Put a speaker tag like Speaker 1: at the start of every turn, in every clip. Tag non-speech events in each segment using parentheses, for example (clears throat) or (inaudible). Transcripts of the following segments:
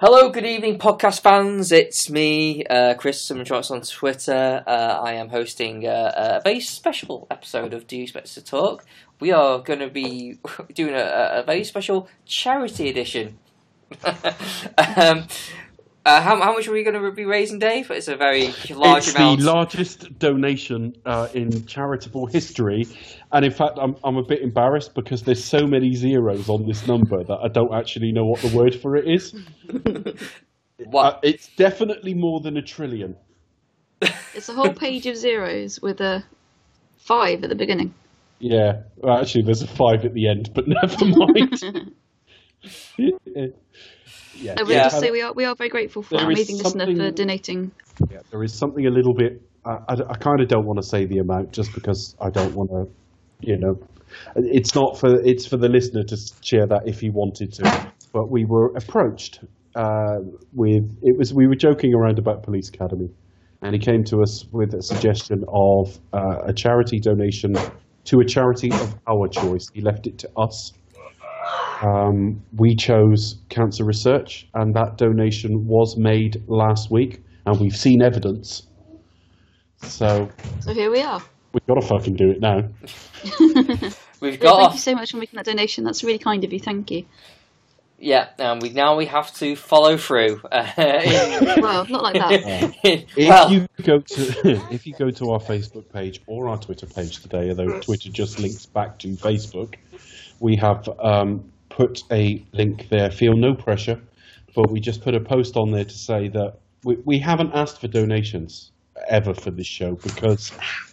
Speaker 1: Hello, good evening, podcast fans. It's me, uh, Chris Simmontrots on Twitter. Uh, I am hosting uh, a very special episode of Do You Expect Us to Talk. We are going to be (laughs) doing a, a very special charity edition. (laughs) um, uh, how, how much are we going to be raising, Dave? It's a very large
Speaker 2: it's
Speaker 1: amount.
Speaker 2: the largest donation uh, in charitable history, and in fact, I'm I'm a bit embarrassed because there's so many zeros on this number that I don't actually know what the word for it is.
Speaker 1: what?
Speaker 2: Uh, it's definitely more than a trillion.
Speaker 3: It's a whole page of zeros with a five at the beginning.
Speaker 2: Yeah, well, actually, there's a five at the end, but (laughs) never mind.
Speaker 3: (laughs)
Speaker 2: (laughs) yeah,
Speaker 3: I would
Speaker 1: Yeah.
Speaker 3: just say we are we are very grateful for
Speaker 2: There
Speaker 3: our
Speaker 2: is
Speaker 3: amazing listener for
Speaker 2: something-
Speaker 3: donating.
Speaker 2: yeah, there is something a little bit. I, kind of don't want to say the amount just because I don't want to, you know, it's not for it's for the listener to share that if he wanted to. But we were approached uh, with it was we were joking around about police academy, and he came to us with a suggestion of uh, a charity donation to a charity of our choice. He left it to us. Um, we chose cancer research, and that donation was made last week, and we've seen evidence. So
Speaker 3: So here we are.
Speaker 2: we've got to fucking do it now.
Speaker 1: We've
Speaker 3: Yeah,
Speaker 1: got
Speaker 3: thank you so much for making that donation. That's really kind of you. Thank you.
Speaker 1: Yeah, and we now we have to follow through. (laughs)
Speaker 3: Well, not
Speaker 2: (laughs)
Speaker 3: like that.
Speaker 2: If
Speaker 1: well,
Speaker 2: you go to (laughs) if you go to our Facebook page or our Twitter page today, although Twitter just links back to Facebook, we have um, put a link there. Feel no pressure, but we just put a post on there to say that we, we haven't asked for donations ever for this show because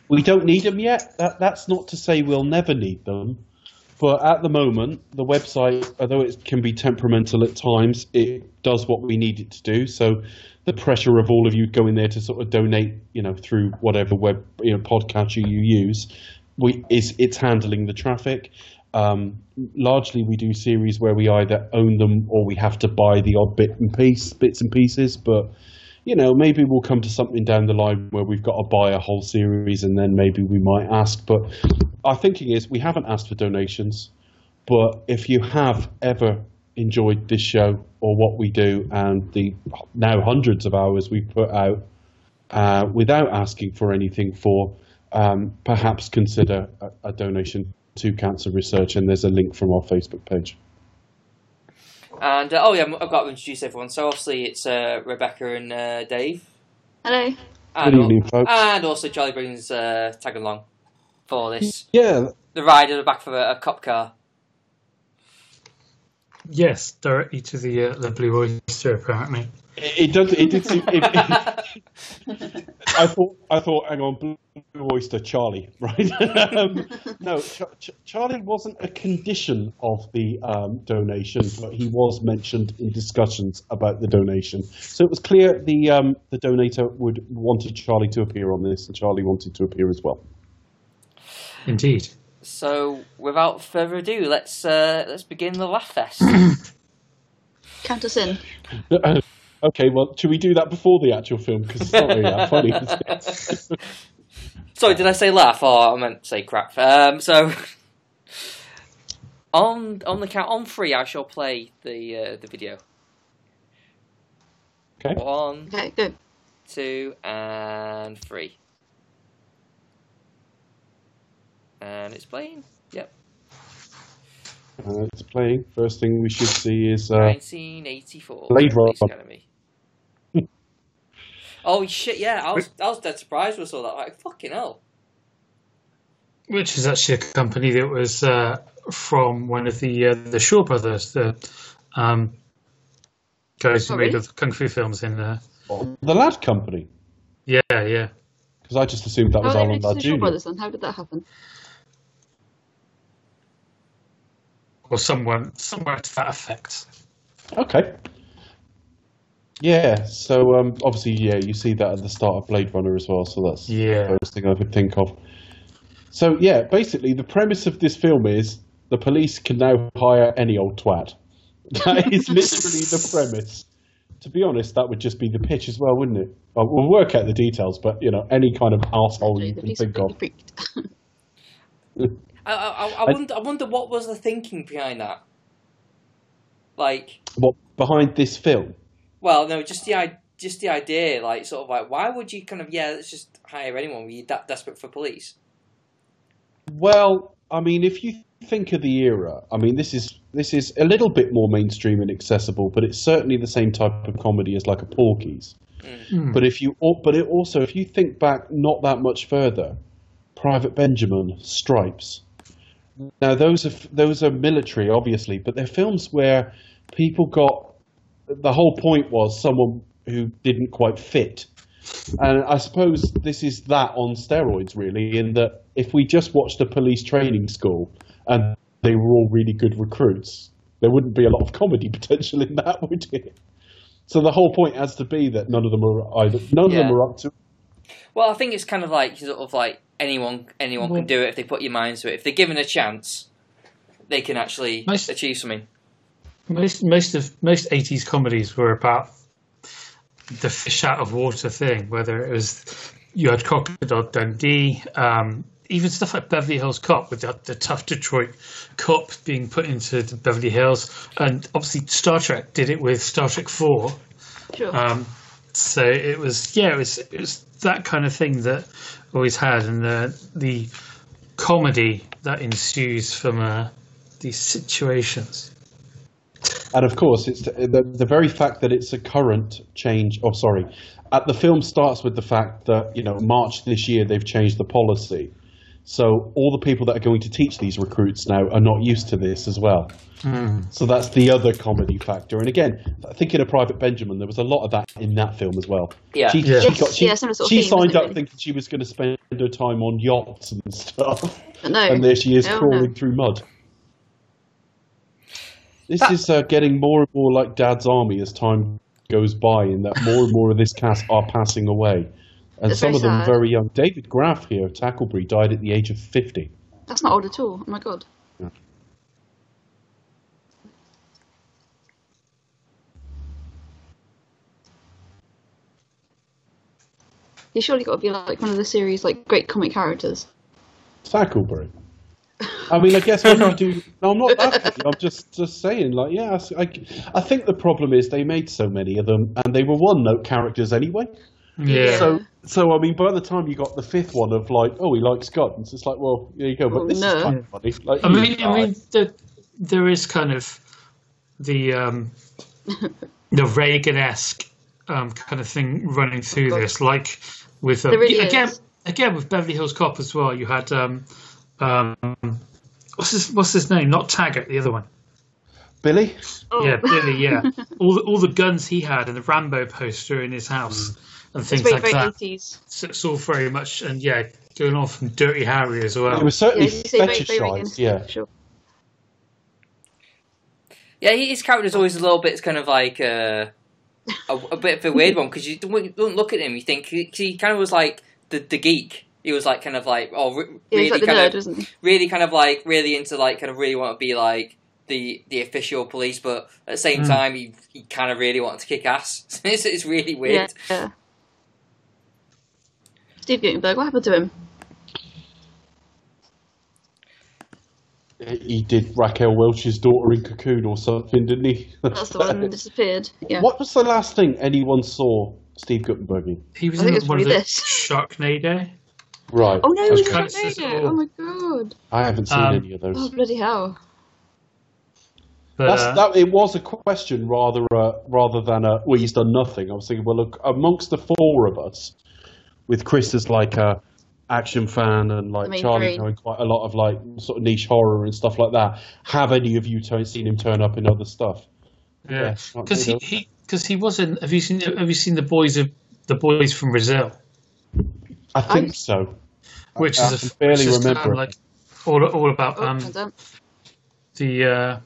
Speaker 2: we don't need them yet. That, that's not to say we'll never need them. But at the moment, the website, although it can be temperamental at times, it does what we need it to do. So the pressure of all of you going there to sort of donate, you know, through whatever web you know, podcatcher you use, we is it's handling the traffic. Um, largely, we do series where we either own them or we have to buy the odd bit and piece, bits and pieces. But you know, maybe we'll come to something down the line where we've got to buy a whole series and then maybe we might ask. But our thinking is we haven't asked for donations, but if you have ever enjoyed this show or what we do and the now hundreds of hours we've put out uh, without asking for anything for, um, perhaps consider a, a donation to cancer research. And there's a link from our Facebook page.
Speaker 1: and uh, oh yeah, I've got to introduce everyone. So obviously it's uh, Rebecca and uh, Dave,
Speaker 3: Hello.
Speaker 1: and,
Speaker 2: Good evening, folks.
Speaker 1: and also Charlie brings uh, tag along for this.
Speaker 2: Yeah,
Speaker 1: The ride at the back of a, a cop car.
Speaker 4: Yes, directly to the uh, lovely oyster, apparently.
Speaker 2: it, it does. It did seem. It, it, I thought, I thought, hang on, Blue Oyster Charlie, (laughs) right? um, no, Ch- Ch- Charlie wasn't a condition of the um, donation, but he was mentioned in discussions about the donation. So it was clear the um, the donator would wanted Charlie to appear on this, and Charlie wanted to appear as well. (coughs)
Speaker 4: Indeed.
Speaker 1: so without further ado, let's uh, let's begin the laugh
Speaker 2: (coughs)
Speaker 1: fest.
Speaker 3: Count us in.
Speaker 2: okay, well, should we do that before the actual film? Because it's not really that funny. is it?
Speaker 1: Sorry, did I say laugh? Or I meant say crap. Um, so (laughs) on on the count on three, I shall play the uh, the video.
Speaker 2: Okay.
Speaker 1: One,
Speaker 3: Okay, good.
Speaker 1: two, and three. And it's playing. Yep.
Speaker 2: Uh, it's playing. First thing we should see is. Uh,
Speaker 1: 1984.
Speaker 2: Blade Runner.
Speaker 1: Police Academy. (laughs) oh shit! Yeah, I was I was dead surprised when I saw that. Like fucking hell.
Speaker 4: Which is actually a company that was uh, from one of the uh, the Shaw brothers, the um, guys who
Speaker 3: Oh,
Speaker 4: made
Speaker 3: really?
Speaker 4: all the kung fu films in there.
Speaker 2: the Lad Company.
Speaker 4: Yeah, yeah.
Speaker 2: Because I just assumed that
Speaker 3: How
Speaker 2: was
Speaker 3: are they
Speaker 2: Alan
Speaker 3: related to
Speaker 2: Ladd
Speaker 3: Oh, the Shaw
Speaker 2: Jr.
Speaker 3: Brothers then? How did that happen?
Speaker 4: Or someone, somewhere to that effect.
Speaker 2: Okay. Yeah, so um, obviously, yeah, you see that at the start of Blade Runner as well, so that's
Speaker 4: Yeah.
Speaker 2: the first thing I could think of. So, yeah, basically, the premise of this film is the police can now hire any old twat. (laughs) That is literally the premise. To be honest, that would just be the pitch as well, wouldn't it? Uh, we'll work out the details, but, you know, any kind of asshole you
Speaker 3: the
Speaker 2: can
Speaker 3: police are
Speaker 2: think of.
Speaker 3: pretty freaked. (laughs)
Speaker 1: I I, I, I wonder I wonder what was the thinking behind that. Like
Speaker 2: What, behind this film?
Speaker 1: Well, no, just the i just the idea, like sort of like, why would you kind of yeah, let's just hire anyone? Were you that desperate for police?
Speaker 2: Well, I mean, if you think of the era, I mean, this is this is a little bit more mainstream and accessible, but it's certainly the same type of comedy as like a Porky's.
Speaker 4: Hmm.
Speaker 2: But if you, al- but it also, if you think back not that much further, Private Benjamin, Stripes. Now those are f- those are military, obviously, but they're films where people got the whole point was someone who didn't quite fit. And I suppose this is that on steroids, really, in that if we just watched a police training school and they were all really good recruits, there wouldn't be a lot of comedy (laughs) potential in that, would it? So the whole point has to be that none of them are either none of
Speaker 1: Yeah.
Speaker 2: them are up to
Speaker 1: Well, I think it's kind of like sort of like anyone anyone can do it if they put your mind to it. If they're given a chance, they can actually
Speaker 4: Most-
Speaker 1: achieve something.
Speaker 4: Most most of most eighties comedies were about the fish out of water thing. Whether it was you had Crocodile Dundee, um, even stuff like Beverly Hills Cop with the, the tough Detroit cop being put into the Beverly Hills, and obviously Star Trek did it with Star Trek Four.
Speaker 3: Sure.
Speaker 2: Uh,
Speaker 4: Um, so it was yeah, it was it was that kind of thing that always had, and the the comedy that ensues from uh, these situations.
Speaker 2: And of course, it's the, the very fact that it's a current change. Oh, sorry. At the film starts with the fact that you know March this year they've changed the policy, so all the people that are going to teach these recruits now are not used to this as well. So that's the other comedy factor. And again, thinking of Private Benjamin, there was a lot of that in that film as well.
Speaker 1: Yeah.
Speaker 2: She,
Speaker 4: Yeah.
Speaker 2: she, got,
Speaker 3: Yes,
Speaker 2: she,
Speaker 3: yeah, similar sort of
Speaker 2: she
Speaker 3: theme,
Speaker 2: signed
Speaker 3: isn't it,
Speaker 2: up
Speaker 3: really?
Speaker 2: thinking she was going to spend her time on yachts and stuff
Speaker 3: no.
Speaker 2: and there she is
Speaker 3: Oh, no.
Speaker 2: crawling through mud. This
Speaker 1: That-
Speaker 2: is uh, getting more and more like Dad's Army as time goes by, in that more and more of this cast are passing away, and
Speaker 3: That's
Speaker 2: some
Speaker 3: very
Speaker 2: of them
Speaker 3: sad.
Speaker 2: very young. David Graff here of Tacklebury died at the age of fifty.
Speaker 3: That's not old at all. Oh my god. You surely got to be like one of the series like great comic characters.
Speaker 2: Tacklebury. I mean, I guess when you
Speaker 3: (laughs)
Speaker 2: do, no, I'm not that. picky, I'm just just saying, like, yeah, I s- I, I think the problem is they made so many of them, and they were one note characters anyway.
Speaker 4: Yeah.
Speaker 2: So, so I mean, by the time you got the fifth one of like, oh, he likes guns, it's like, well, there you go. But
Speaker 3: Oh,
Speaker 2: this
Speaker 3: no.
Speaker 2: is kind of funny. Like,
Speaker 4: I
Speaker 2: you
Speaker 4: mean, I
Speaker 2: die.
Speaker 4: mean, the, there is kind of
Speaker 3: (laughs)
Speaker 4: the um, the Reagan-esque um, kind of thing running through this, like with um,
Speaker 3: There really
Speaker 4: again,
Speaker 3: is.
Speaker 4: again with Beverly Hills Cop as well. You had um, um, what's his what's his name? Not Taggart, the other one.
Speaker 2: Billy.
Speaker 3: Oh.
Speaker 4: Yeah,
Speaker 3: (laughs)
Speaker 4: Billy. Yeah, all the, all the guns he had and the Rambo poster in his
Speaker 2: Mm.
Speaker 4: house and
Speaker 3: It's
Speaker 4: things
Speaker 3: very
Speaker 4: like
Speaker 3: very
Speaker 4: that.
Speaker 3: eighties.
Speaker 4: So it's all very much and yeah, going on from Dirty Harry as well.
Speaker 2: It was
Speaker 3: Yeah,
Speaker 2: certainly
Speaker 3: as you say, very very Reagan.
Speaker 2: fetishized. Yeah,
Speaker 3: Sure.
Speaker 1: Yeah, he- his character is always a little bit kind of like uh, a, a bit of a weird one because you don't, don't look at him, you think he, he kind of was like the, the geek. He was like kind of like oh re-
Speaker 3: Yeah,
Speaker 1: really
Speaker 3: he's like the
Speaker 1: kind
Speaker 3: nerd,
Speaker 1: of
Speaker 3: isn't he?
Speaker 1: really kind of like really into like kind of really want to be like the the official police, but at the same
Speaker 4: Mm.
Speaker 1: time he, he kind of really wanted to kick ass. (laughs) So it's, it's really weird.
Speaker 3: Yeah. yeah. Steve Gutenberg, what happened to him?
Speaker 2: he did Raquel Welch's daughter in Cocoon or something, didn't he?
Speaker 3: That's
Speaker 2: (laughs)
Speaker 3: the one that disappeared. Yeah.
Speaker 2: What was the last thing anyone saw Steve Guttenberg in?
Speaker 4: he was
Speaker 3: I
Speaker 4: in
Speaker 3: think it's
Speaker 4: one of the
Speaker 3: probably this. (laughs)
Speaker 4: Sharknado.
Speaker 2: Right.
Speaker 3: Oh no,
Speaker 2: okay.
Speaker 3: we
Speaker 4: kind
Speaker 3: don't
Speaker 4: of says it
Speaker 3: know. Oh
Speaker 4: all.
Speaker 3: my god.
Speaker 2: I haven't seen
Speaker 4: Um,
Speaker 2: any of those.
Speaker 3: Oh bloody hell.
Speaker 4: But, uh,
Speaker 2: That's, that, it was a question rather uh, rather than a, well, he's done nothing. I was thinking, well, look, amongst the four of us, with Chris as like a action fan and like
Speaker 3: I mean,
Speaker 2: Charlie
Speaker 3: three.
Speaker 2: knowing quite a lot of like sort of niche horror and stuff like that, have any of you turn, seen him turn up in other stuff?
Speaker 4: Yeah,
Speaker 2: Yeah,
Speaker 4: because he
Speaker 2: Sharknado.
Speaker 4: he because he wasn't. Have you seen Have you seen the boys of the boys from Brazil,
Speaker 2: I think
Speaker 3: I'm-
Speaker 2: so.
Speaker 4: which
Speaker 2: I
Speaker 4: is
Speaker 2: can
Speaker 4: a
Speaker 2: barely
Speaker 4: which is kind of
Speaker 2: remember it.
Speaker 4: like all all about
Speaker 3: Oh,
Speaker 4: um,
Speaker 3: I don't-
Speaker 4: the uh,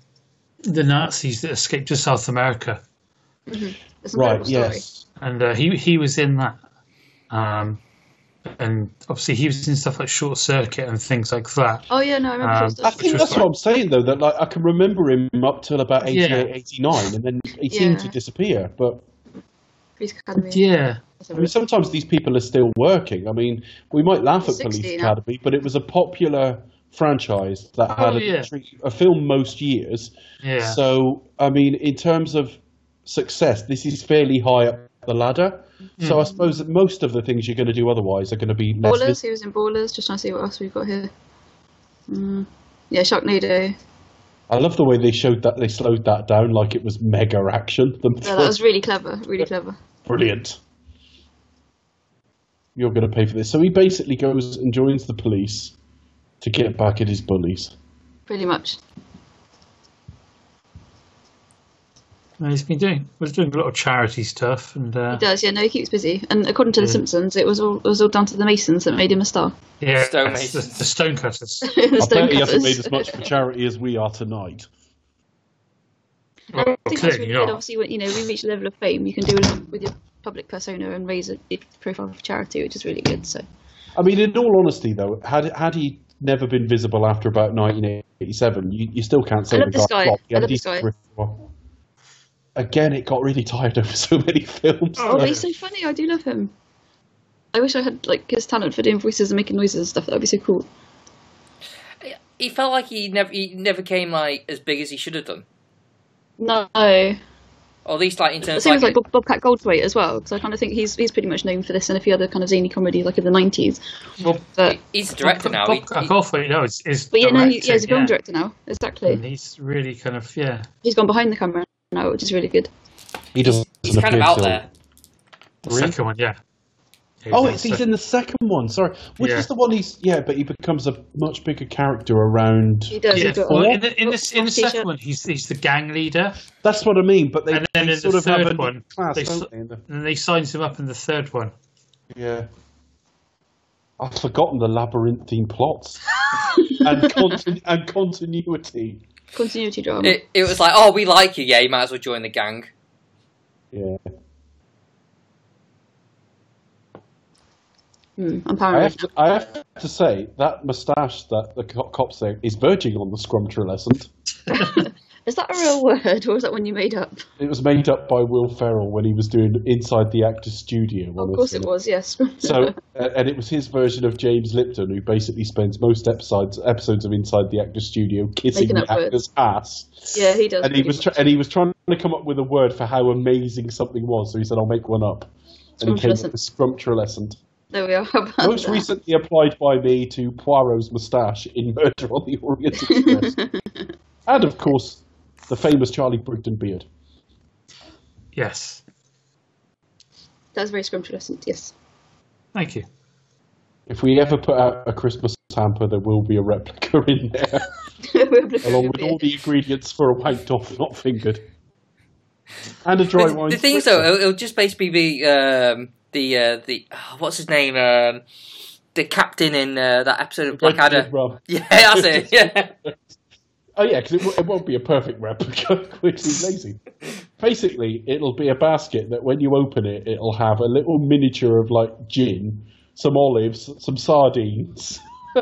Speaker 4: the Nazis that escaped to South America,
Speaker 3: it's an
Speaker 2: Right,
Speaker 3: incredible story.
Speaker 2: yes.
Speaker 4: and uh, he he was in that, um, and obviously he was in stuff like Short Circuit and things like that.
Speaker 3: Oh yeah, no, I remember
Speaker 4: Um,
Speaker 3: um,
Speaker 2: I
Speaker 3: stuff.
Speaker 2: think
Speaker 4: was
Speaker 2: that's
Speaker 4: like-
Speaker 2: what I'm saying though, that like I can remember him up till about 88,
Speaker 4: Yeah.
Speaker 2: 89, and then he seemed
Speaker 3: Yeah.
Speaker 2: to disappear. But
Speaker 3: Police Academy.
Speaker 4: Yeah,
Speaker 2: I mean, sometimes these people are still working. I mean, we might laugh at
Speaker 3: 60
Speaker 2: Police
Speaker 3: now.
Speaker 2: Academy, but it was a popular franchise that had
Speaker 4: Oh,
Speaker 2: a,
Speaker 4: yeah.
Speaker 2: tre- a film most years.
Speaker 4: yeah.
Speaker 2: So, I mean, in terms of success, this is fairly high up the ladder. So
Speaker 4: Mm-hmm.
Speaker 2: I suppose that most of the things you're going to do otherwise are going to be less.
Speaker 3: Ballers, he was in Ballers. Just trying to see what else we've got here. Mm. Yeah, Sharknado.
Speaker 2: I love the way they showed that they slowed that down like it was mega action. The-
Speaker 3: No, that was really clever. Really clever.
Speaker 2: Brilliant. You're going to pay for this. So he basically goes and joins the police to get back at his bullies.
Speaker 3: Pretty much.
Speaker 4: And he's been doing was doing a lot of charity stuff, and uh,
Speaker 3: He does. Yeah, no, he keeps busy. And according to The
Speaker 4: Yeah.
Speaker 3: Simpsons, it was all it was all down to the Masons that made him a star. (laughs)
Speaker 4: yeah,
Speaker 1: Stonemasons.
Speaker 4: the, the stonecutters.
Speaker 3: the
Speaker 2: I bet he hasn't made
Speaker 3: stonecutters.
Speaker 2: as
Speaker 3: (laughs)
Speaker 2: much for charity as we are tonight.
Speaker 3: I
Speaker 4: Well,
Speaker 3: think that's
Speaker 4: clearly
Speaker 3: really
Speaker 4: not.
Speaker 3: good. Obviously, when you know we reach a level of fame, you can do a lot with your public persona and raise a your profile for charity, which is really good. So
Speaker 2: I mean, in all honesty, though, had had he never been visible after about 1987, you, you still can't say
Speaker 3: I love
Speaker 2: the
Speaker 3: this guy.
Speaker 2: flopped. He
Speaker 3: I
Speaker 2: had
Speaker 3: love this
Speaker 2: decent
Speaker 3: guy.
Speaker 2: career. Again, it got really tired over so many (laughs) films.
Speaker 4: Oh,
Speaker 3: Oh, but
Speaker 4: yeah.
Speaker 3: he's so funny. I do love him. I wish I had like his talent for doing voices and making noises and stuff. That would be so cool.
Speaker 1: He felt like he never he never came like as big as he should have done,
Speaker 3: No, I
Speaker 1: or at least like in terms
Speaker 3: same
Speaker 1: of
Speaker 3: as
Speaker 1: like,
Speaker 3: like Bob- Bobcat Goldthwait as well, because I kind of think he's he's pretty much known for this and a few other kind of zany comedies like in the nineties.
Speaker 4: Well,
Speaker 3: But
Speaker 1: he's a director now. He,
Speaker 4: Bob-
Speaker 1: he-
Speaker 4: Goldthwait, no, it's, it's
Speaker 3: but yeah, no, he-
Speaker 4: directing,
Speaker 3: yeah, he's a film
Speaker 4: yeah.
Speaker 3: director now. Exactly,
Speaker 4: And he's really kind of yeah.
Speaker 3: he's gone behind the camera now, which is really good.
Speaker 2: He doesn't
Speaker 1: he's kind of
Speaker 2: appear
Speaker 1: out
Speaker 2: till-
Speaker 1: there.
Speaker 4: The
Speaker 2: Really?
Speaker 4: second one, yeah.
Speaker 2: Oh, it's, he's in the second one. Sorry, which
Speaker 4: Yeah.
Speaker 2: is the one he's yeah, but he becomes a much bigger character around.
Speaker 3: He does.
Speaker 4: Yeah,
Speaker 3: he's got
Speaker 4: well,
Speaker 3: a-
Speaker 4: in the, in the, in the
Speaker 3: T-shirt.
Speaker 4: second one, he's he's the gang leader,
Speaker 2: That's what I mean. But they,
Speaker 4: and then
Speaker 2: they
Speaker 4: in
Speaker 2: sort
Speaker 4: the
Speaker 2: of have
Speaker 4: third
Speaker 2: a
Speaker 4: one,
Speaker 2: class,
Speaker 4: they,
Speaker 2: don't
Speaker 4: s-
Speaker 2: they, in the-
Speaker 4: and they signs him up in the third one.
Speaker 2: Yeah. I've forgotten the labyrinthine plots (laughs) and, contin- and continuity.
Speaker 3: continuity drama.
Speaker 1: It, it was like, oh, we like you, yeah, you might as well join the gang.
Speaker 2: Yeah.
Speaker 3: Hmm,
Speaker 2: I
Speaker 3: I'm paranoid.
Speaker 2: have, to, I have to say, that moustache that the co- cop's there is verging on the scrumptulescent.
Speaker 3: Is that a real word, or is that one you made up?
Speaker 2: It was made up by Will Ferrell when he was doing Inside the Actor's Studio. when
Speaker 3: of
Speaker 2: I
Speaker 3: course
Speaker 2: seen
Speaker 3: it was. Yes.
Speaker 2: So, uh, and it was his version of James Lipton, who basically spends most episodes episodes of Inside the Actor's Studio kissing
Speaker 3: Making
Speaker 2: the
Speaker 3: up words.
Speaker 2: actor's ass.
Speaker 3: (laughs) yeah, he does.
Speaker 2: and he
Speaker 3: pretty
Speaker 2: was
Speaker 3: much.
Speaker 2: tr- and he was trying to come up with a word for how amazing something was. So he said, "I'll make one up," and he came up with scrumptulescent.
Speaker 3: There we are. (laughs) How about
Speaker 2: Most
Speaker 3: that?
Speaker 2: recently applied by me to Poirot's moustache in Murder on the Orient Express, and of course, the famous Charlie Brigden beard.
Speaker 4: Yes,
Speaker 3: That's very scrumptious. Yes. (laughs)
Speaker 4: thank you.
Speaker 2: If we ever put out a Christmas hamper, there will be a replica in there, along with all the ingredients for a wanked off, not fingered, and a dry
Speaker 1: The,
Speaker 2: wine.
Speaker 1: the thing is, though, it'll, it'll just basically be um, the uh, the oh, what's his name, um, the captain in uh, that episode of Blackadder.
Speaker 2: Rum.
Speaker 1: (laughs) Yeah, that's it. Yeah,
Speaker 2: Oh yeah, because it, w- it won't be a perfect replica, (laughs) which is lazy. Basically, it'll be a basket that when you open it, it'll have a little miniature of like gin, some olives, some sardines, (laughs)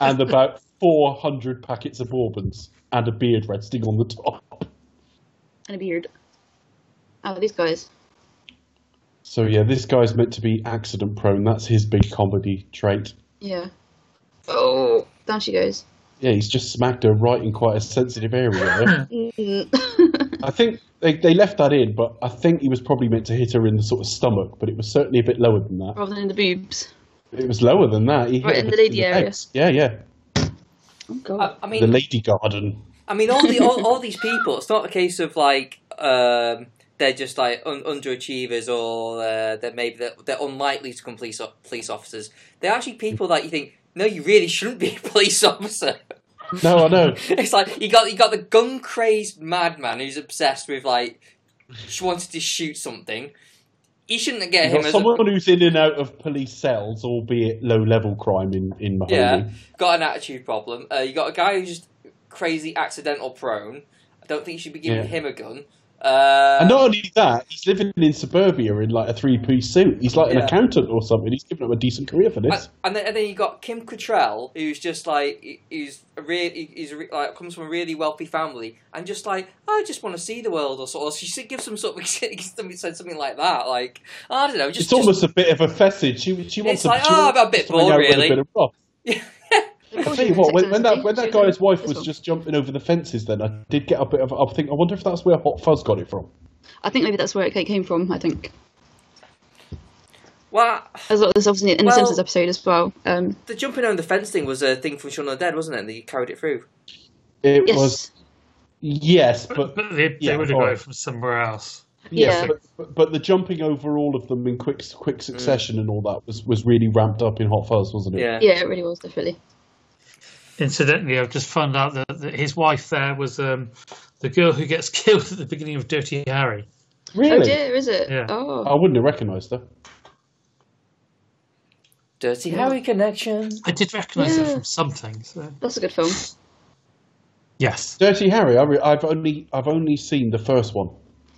Speaker 2: and about four hundred packets of bourbons and a beard resting on the top.
Speaker 3: and a beard. Oh, these guys.
Speaker 2: So yeah, this guy's meant to be accident prone. That's his big comedy trait.
Speaker 3: Yeah. Oh, down she goes.
Speaker 2: Yeah, he's just smacked her right in quite a sensitive area. there.
Speaker 3: Mm.
Speaker 2: I think they, they left that in, but I think he was probably meant to hit her in the sort of stomach, but it was certainly a bit lower than that.
Speaker 3: Rather than in the boobs.
Speaker 2: It was lower than that. He hit
Speaker 3: Right,
Speaker 2: her
Speaker 3: in the
Speaker 2: between
Speaker 3: lady area.
Speaker 2: legs. Yeah, yeah.
Speaker 3: Oh God.
Speaker 1: I, I mean,
Speaker 2: The lady garden.
Speaker 1: I mean, all the all, all these people. It's not a case of like um, they're just like un- underachievers or uh, they're maybe they're, they're unlikely to become police o- police officers. They're actually people that you think no, you really shouldn't be a (laughs) police officer.
Speaker 2: No,
Speaker 1: (laughs)
Speaker 2: I know.
Speaker 1: it's like you got you got the gun crazed madman who's obsessed with like she wanted to shoot something. You shouldn't get
Speaker 2: You've
Speaker 1: him
Speaker 2: got
Speaker 1: as
Speaker 2: someone
Speaker 1: a,
Speaker 2: who's in and out of police cells, albeit low level crime in, in Mahoney.
Speaker 1: yeah got an attitude problem. Uh, you got a guy who's just crazy accidental prone. I don't think you should be giving
Speaker 2: Yeah.
Speaker 1: him a gun. Uh,
Speaker 2: And not only that, he's living in suburbia in like a three piece suit. He's like an
Speaker 1: Yeah.
Speaker 2: accountant or something. He's given up a decent career for this.
Speaker 1: And, and then and then you got Kim Cattrall, who's just like who's a really who's a re- like comes from a really wealthy family, and just like "Oh, I just want to see the world, or sort of she should give some sort of (laughs) something said something like that, like "Oh, I don't know, just
Speaker 2: it's almost a bit of a fessage. She, she wants
Speaker 1: It's
Speaker 2: to.
Speaker 1: like,
Speaker 2: she
Speaker 1: "Oh,
Speaker 2: wants
Speaker 1: I'm a bit
Speaker 2: to hang
Speaker 1: bored,
Speaker 2: out with
Speaker 1: really."
Speaker 2: A bit of rock.
Speaker 1: just- (laughs)
Speaker 2: I tell you what, when, when that when that guy's wife
Speaker 3: This
Speaker 2: was
Speaker 3: one.
Speaker 2: just jumping over the fences, then I did get a bit of. I think I wonder if that's where Hot Fuzz got it from.
Speaker 3: I think maybe that's where it came from. I think
Speaker 1: Well,
Speaker 3: as well, there's obviously in the
Speaker 1: Well-
Speaker 3: Simpsons episode as well. Um,
Speaker 1: the jumping over the fence thing was a thing from Shaun of the Dead, wasn't it? And they carried it through.
Speaker 2: It
Speaker 3: yes,
Speaker 2: was yes,
Speaker 4: But, (laughs)
Speaker 2: but
Speaker 4: they, they
Speaker 2: yeah,
Speaker 4: would have
Speaker 2: all
Speaker 4: got
Speaker 2: right.
Speaker 4: it from somewhere else.
Speaker 3: yeah,
Speaker 2: But, but, but the jumping over all of them in quick
Speaker 3: Mm.
Speaker 2: quick succession and all that was, was really ramped up in Hot Fuzz, wasn't it?
Speaker 1: Yeah.
Speaker 3: yeah, it really was definitely.
Speaker 4: Incidentally, I've just found out that, that his wife there was um, the girl who gets (laughs) killed at the beginning of Dirty Harry.
Speaker 3: Oh
Speaker 2: Really?
Speaker 3: dear, is it?
Speaker 4: Yeah.
Speaker 3: Oh,
Speaker 2: I wouldn't have recognised her.
Speaker 1: Dirty Harry connection.
Speaker 4: I did recognise it
Speaker 3: Yeah.
Speaker 4: from something. So
Speaker 3: that's a good film.
Speaker 4: yes,
Speaker 2: Dirty Harry. I re- I've only I've only seen the first one.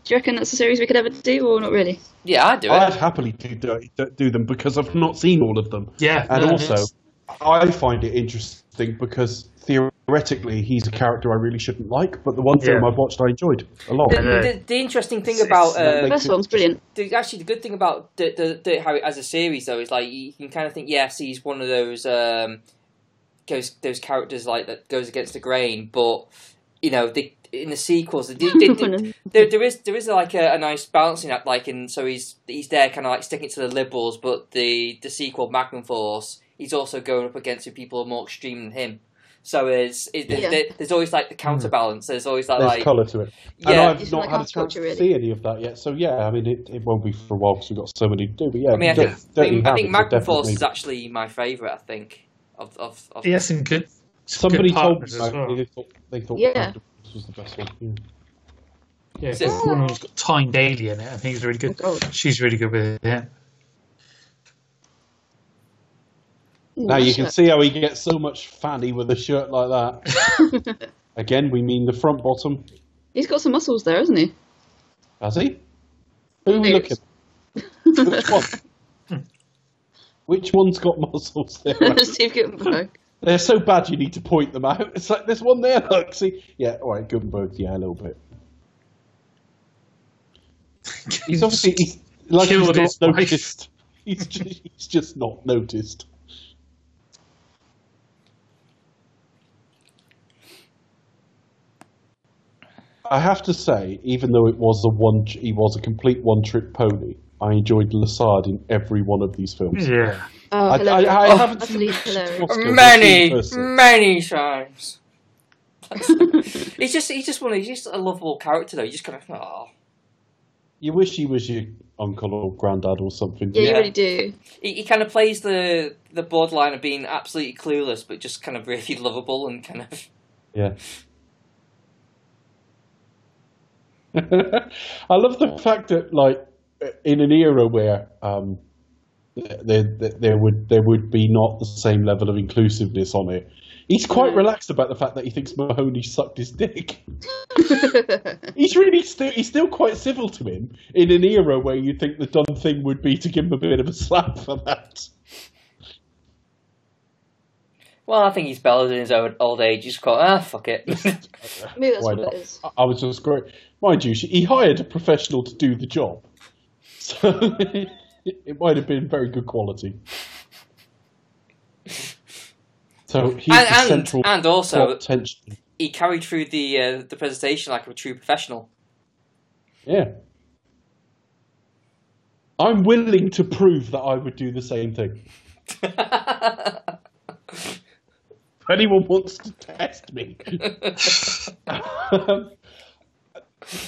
Speaker 3: Do you reckon that's a series we could ever do, or not really?
Speaker 1: Yeah, I'd do
Speaker 2: I'd
Speaker 1: it.
Speaker 2: happily do, dirty, do them because I've not seen all of them.
Speaker 4: yeah,
Speaker 2: and
Speaker 4: no,
Speaker 2: also
Speaker 4: it's-
Speaker 2: I find it interesting because theoretically he's a character I really shouldn't like, but the one film
Speaker 4: Yeah.
Speaker 2: I've watched I enjoyed a lot.
Speaker 1: The,
Speaker 4: I know.
Speaker 1: the, the interesting thing
Speaker 4: It's-
Speaker 1: about
Speaker 4: it's-
Speaker 1: uh,
Speaker 2: Like
Speaker 3: First
Speaker 2: to-
Speaker 3: one's brilliant.
Speaker 1: the, actually the good thing about the, the, the how it as a series though is like you can kind of think yes he's one of those um goes those characters like that goes against the grain but you know they in the sequels they, did- they, did- there, there is there is like a, a nice balancing act like and so he's he's there kind of like sticking to the liberals but the the sequel Magnum Force he's also going up against who people are more extreme than him so it's it,
Speaker 3: Yeah.
Speaker 1: there, there's always like the counterbalance there's always that
Speaker 2: There's
Speaker 1: like
Speaker 2: colour to it. and
Speaker 1: yeah
Speaker 2: I've
Speaker 3: It's
Speaker 2: not
Speaker 3: like
Speaker 2: had a
Speaker 3: house
Speaker 2: chance
Speaker 3: culture,
Speaker 2: to
Speaker 3: really.
Speaker 2: see any of that yet. So yeah, I mean, it, it won't be for a while because we've got so many to do. But yeah,
Speaker 1: I mean I
Speaker 2: Dirt-
Speaker 1: think, I
Speaker 2: Dirty
Speaker 1: think, I think
Speaker 2: Harry's
Speaker 1: Magnum
Speaker 2: definitely-
Speaker 1: Force is actually my favourite I think of of, of
Speaker 4: yes, and good. some good
Speaker 2: Somebody told me
Speaker 4: partners as
Speaker 2: that,
Speaker 4: well.
Speaker 2: they thought they thought
Speaker 3: Yeah.
Speaker 2: Magnum Force was the best one. Yeah.
Speaker 4: Yeah,
Speaker 1: Is it-
Speaker 4: one of them's got Tyne Daly in it. I think he's really good.
Speaker 3: Oh, God.
Speaker 4: She's really good with it. Yeah.
Speaker 2: Now you can see how he gets so much fanny with a shirt like that. Again, we mean the front bottom.
Speaker 3: He's got some muscles there, hasn't he?
Speaker 2: Has he? Who are we
Speaker 3: Boobs.
Speaker 2: looking? Which one? Which one's got muscles (laughs) there?
Speaker 3: (laughs) Steve Gutenberg.
Speaker 2: They're so bad you need to point them out. It's like this one there, look, see? Yeah, all right, Gutenberg, yeah, a little bit. He's obviously, he's, like he's not
Speaker 4: Killed his wife.
Speaker 2: noticed. (laughs) He's just, he's just not noticed. I have to say, even though it was a one, he was a complete one-trick pony. I enjoyed Lassard in every one of these films.
Speaker 4: Yeah.
Speaker 3: Oh,
Speaker 2: (laughs) I, I,
Speaker 3: hilarious.
Speaker 2: I
Speaker 1: Oh,
Speaker 2: haven't seen
Speaker 3: utterly hilarious.
Speaker 2: Oscar,
Speaker 1: many,
Speaker 2: I've seen Percy.
Speaker 1: many times. (laughs) he's just he's just one of he's just a lovable character though. You just kind of oh,
Speaker 2: You wish he was your uncle or granddad or something.
Speaker 3: yeah,
Speaker 1: Yeah.
Speaker 3: you really do. (laughs)
Speaker 1: he, he kind of plays the the borderline of being absolutely clueless, but just kind of really (laughs) lovable and kind of (laughs)
Speaker 2: Yeah. (laughs) I love the fact that, like, in an era where um, there, there, there would there would be not the same level of inclusiveness on it, he's quite
Speaker 3: Yeah.
Speaker 2: relaxed about the fact that he thinks Mahoney sucked his dick. He's really still he's still quite civil to him in an era where you think the done thing would be to give him a bit of a slap for that.
Speaker 1: well, I think he's bellowed in his old, old age. He's quite ah fuck it.
Speaker 3: Maybe that's
Speaker 2: Why
Speaker 3: what
Speaker 2: not?
Speaker 3: it is.
Speaker 2: I- I was just going, mind you, she, he hired a professional to do the job, (laughs) so it might have been very good quality. So he's the
Speaker 1: and and,
Speaker 2: central
Speaker 1: and also
Speaker 2: plot tension.
Speaker 1: he carried through the uh, the presentation like a true professional.
Speaker 2: Yeah, I'm willing to prove that I would do the same thing. If anyone wants to test me.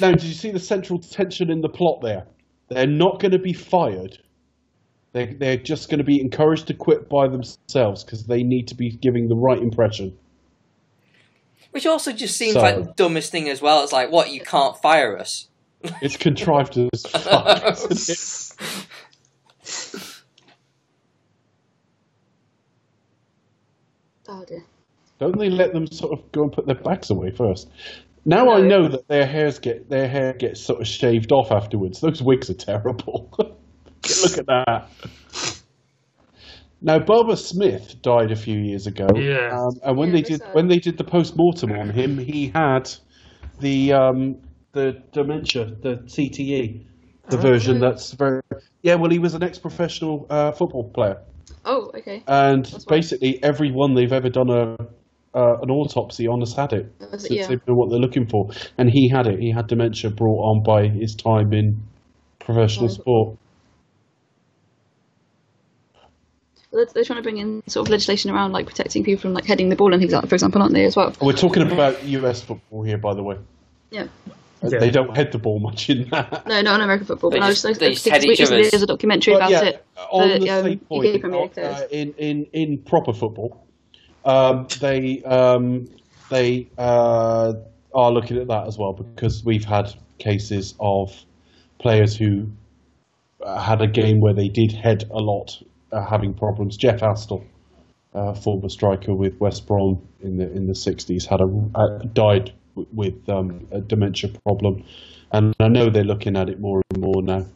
Speaker 2: now, did you see the central tension in the plot there? They're not going to be fired. They're, they're just going to be encouraged to quit by themselves because they need to be giving the right impression.
Speaker 1: Which also just seems
Speaker 2: So-
Speaker 1: like the dumbest thing as well. It's like, what, you can't fire us?
Speaker 2: It's contrived as fuck. isn't it?
Speaker 3: Oh dear.
Speaker 2: Don't they let them sort of go and put their backs away first? Now I
Speaker 3: No.
Speaker 2: know that their hairs get their hair gets sort of shaved off afterwards. Those wigs are terrible. (laughs) Look at that. Now Barbara Smith died a few years ago.
Speaker 4: Yeah.
Speaker 2: Um, and when
Speaker 3: Yeah,
Speaker 2: they
Speaker 3: very
Speaker 2: did
Speaker 3: sad.
Speaker 2: when they did the post mortem on him, he had the um, the dementia, the CTE, the version that's very yeah. Well, he was an ex professional uh, football player
Speaker 3: Oh, okay.
Speaker 2: and
Speaker 3: That's right.
Speaker 2: basically everyone they've ever done a uh, an autopsy on a addict
Speaker 3: That's it,
Speaker 2: so
Speaker 3: yeah.
Speaker 2: they know what they're looking for. And he had it. He had dementia brought on by his time in professional
Speaker 3: Oh.
Speaker 2: sport.
Speaker 3: They're, they're trying to bring in sort of legislation around like protecting people from like heading the ball and things like that, for example, aren't they as well?
Speaker 2: We're talking about US football here, by the way.
Speaker 3: Yeah.
Speaker 2: Uh,
Speaker 4: Yeah.
Speaker 2: They don't head the ball much in that.
Speaker 3: No, not on American football.
Speaker 1: They
Speaker 3: but I
Speaker 1: just-
Speaker 3: was just,
Speaker 1: they just head each other's.
Speaker 3: There's a documentary
Speaker 2: But
Speaker 3: about
Speaker 2: yeah, uh,
Speaker 3: it.
Speaker 2: on the,
Speaker 3: the, um,
Speaker 2: same
Speaker 3: UK
Speaker 2: point,
Speaker 3: Premier League
Speaker 2: uh,
Speaker 3: players.
Speaker 2: in, in, in proper football, um, they um, they uh, are looking at that as well because we've had cases of players who uh, had a game where they did head a lot, uh, having problems. Jeff Astle, uh, former striker with West Brom in the in the sixties, had a uh, died w- with um, a dementia problem, and I know they're looking at it more and more now.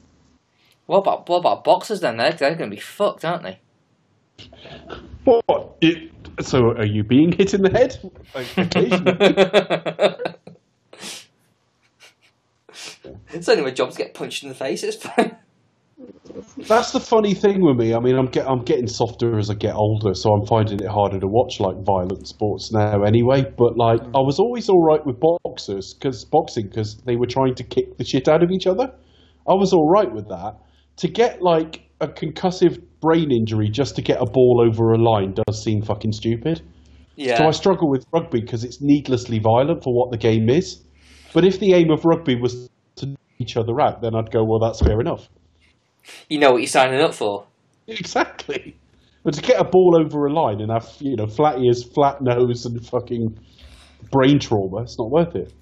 Speaker 1: What about what about boxers then? They're, they're going to be fucked, aren't they?
Speaker 2: What? It, so are you being hit in the head? Occasionally.
Speaker 1: it's only my job to get punched in the face. It's fine.
Speaker 2: (laughs)
Speaker 1: (laughs)
Speaker 2: That's the funny thing with me. I mean, I'm get, I'm getting softer as I get older, so I'm finding it harder to watch like violent sports now. Anyway, but like I was always all right with boxers because boxing because they were trying to kick the shit out of each other. I was all right with that. To get like a concussive brain injury just to get a ball over a line does seem fucking stupid.
Speaker 1: Yeah.
Speaker 2: So I struggle with rugby because it's needlessly violent for what the game is. But if the aim of rugby was to knock each other out, then I'd go, well, that's fair enough. (laughs)
Speaker 1: you know what you're signing up for.
Speaker 2: Exactly. But to get a ball over a line and have, you know, flat ears, flat nose, and fucking brain trauma, it's not worth it.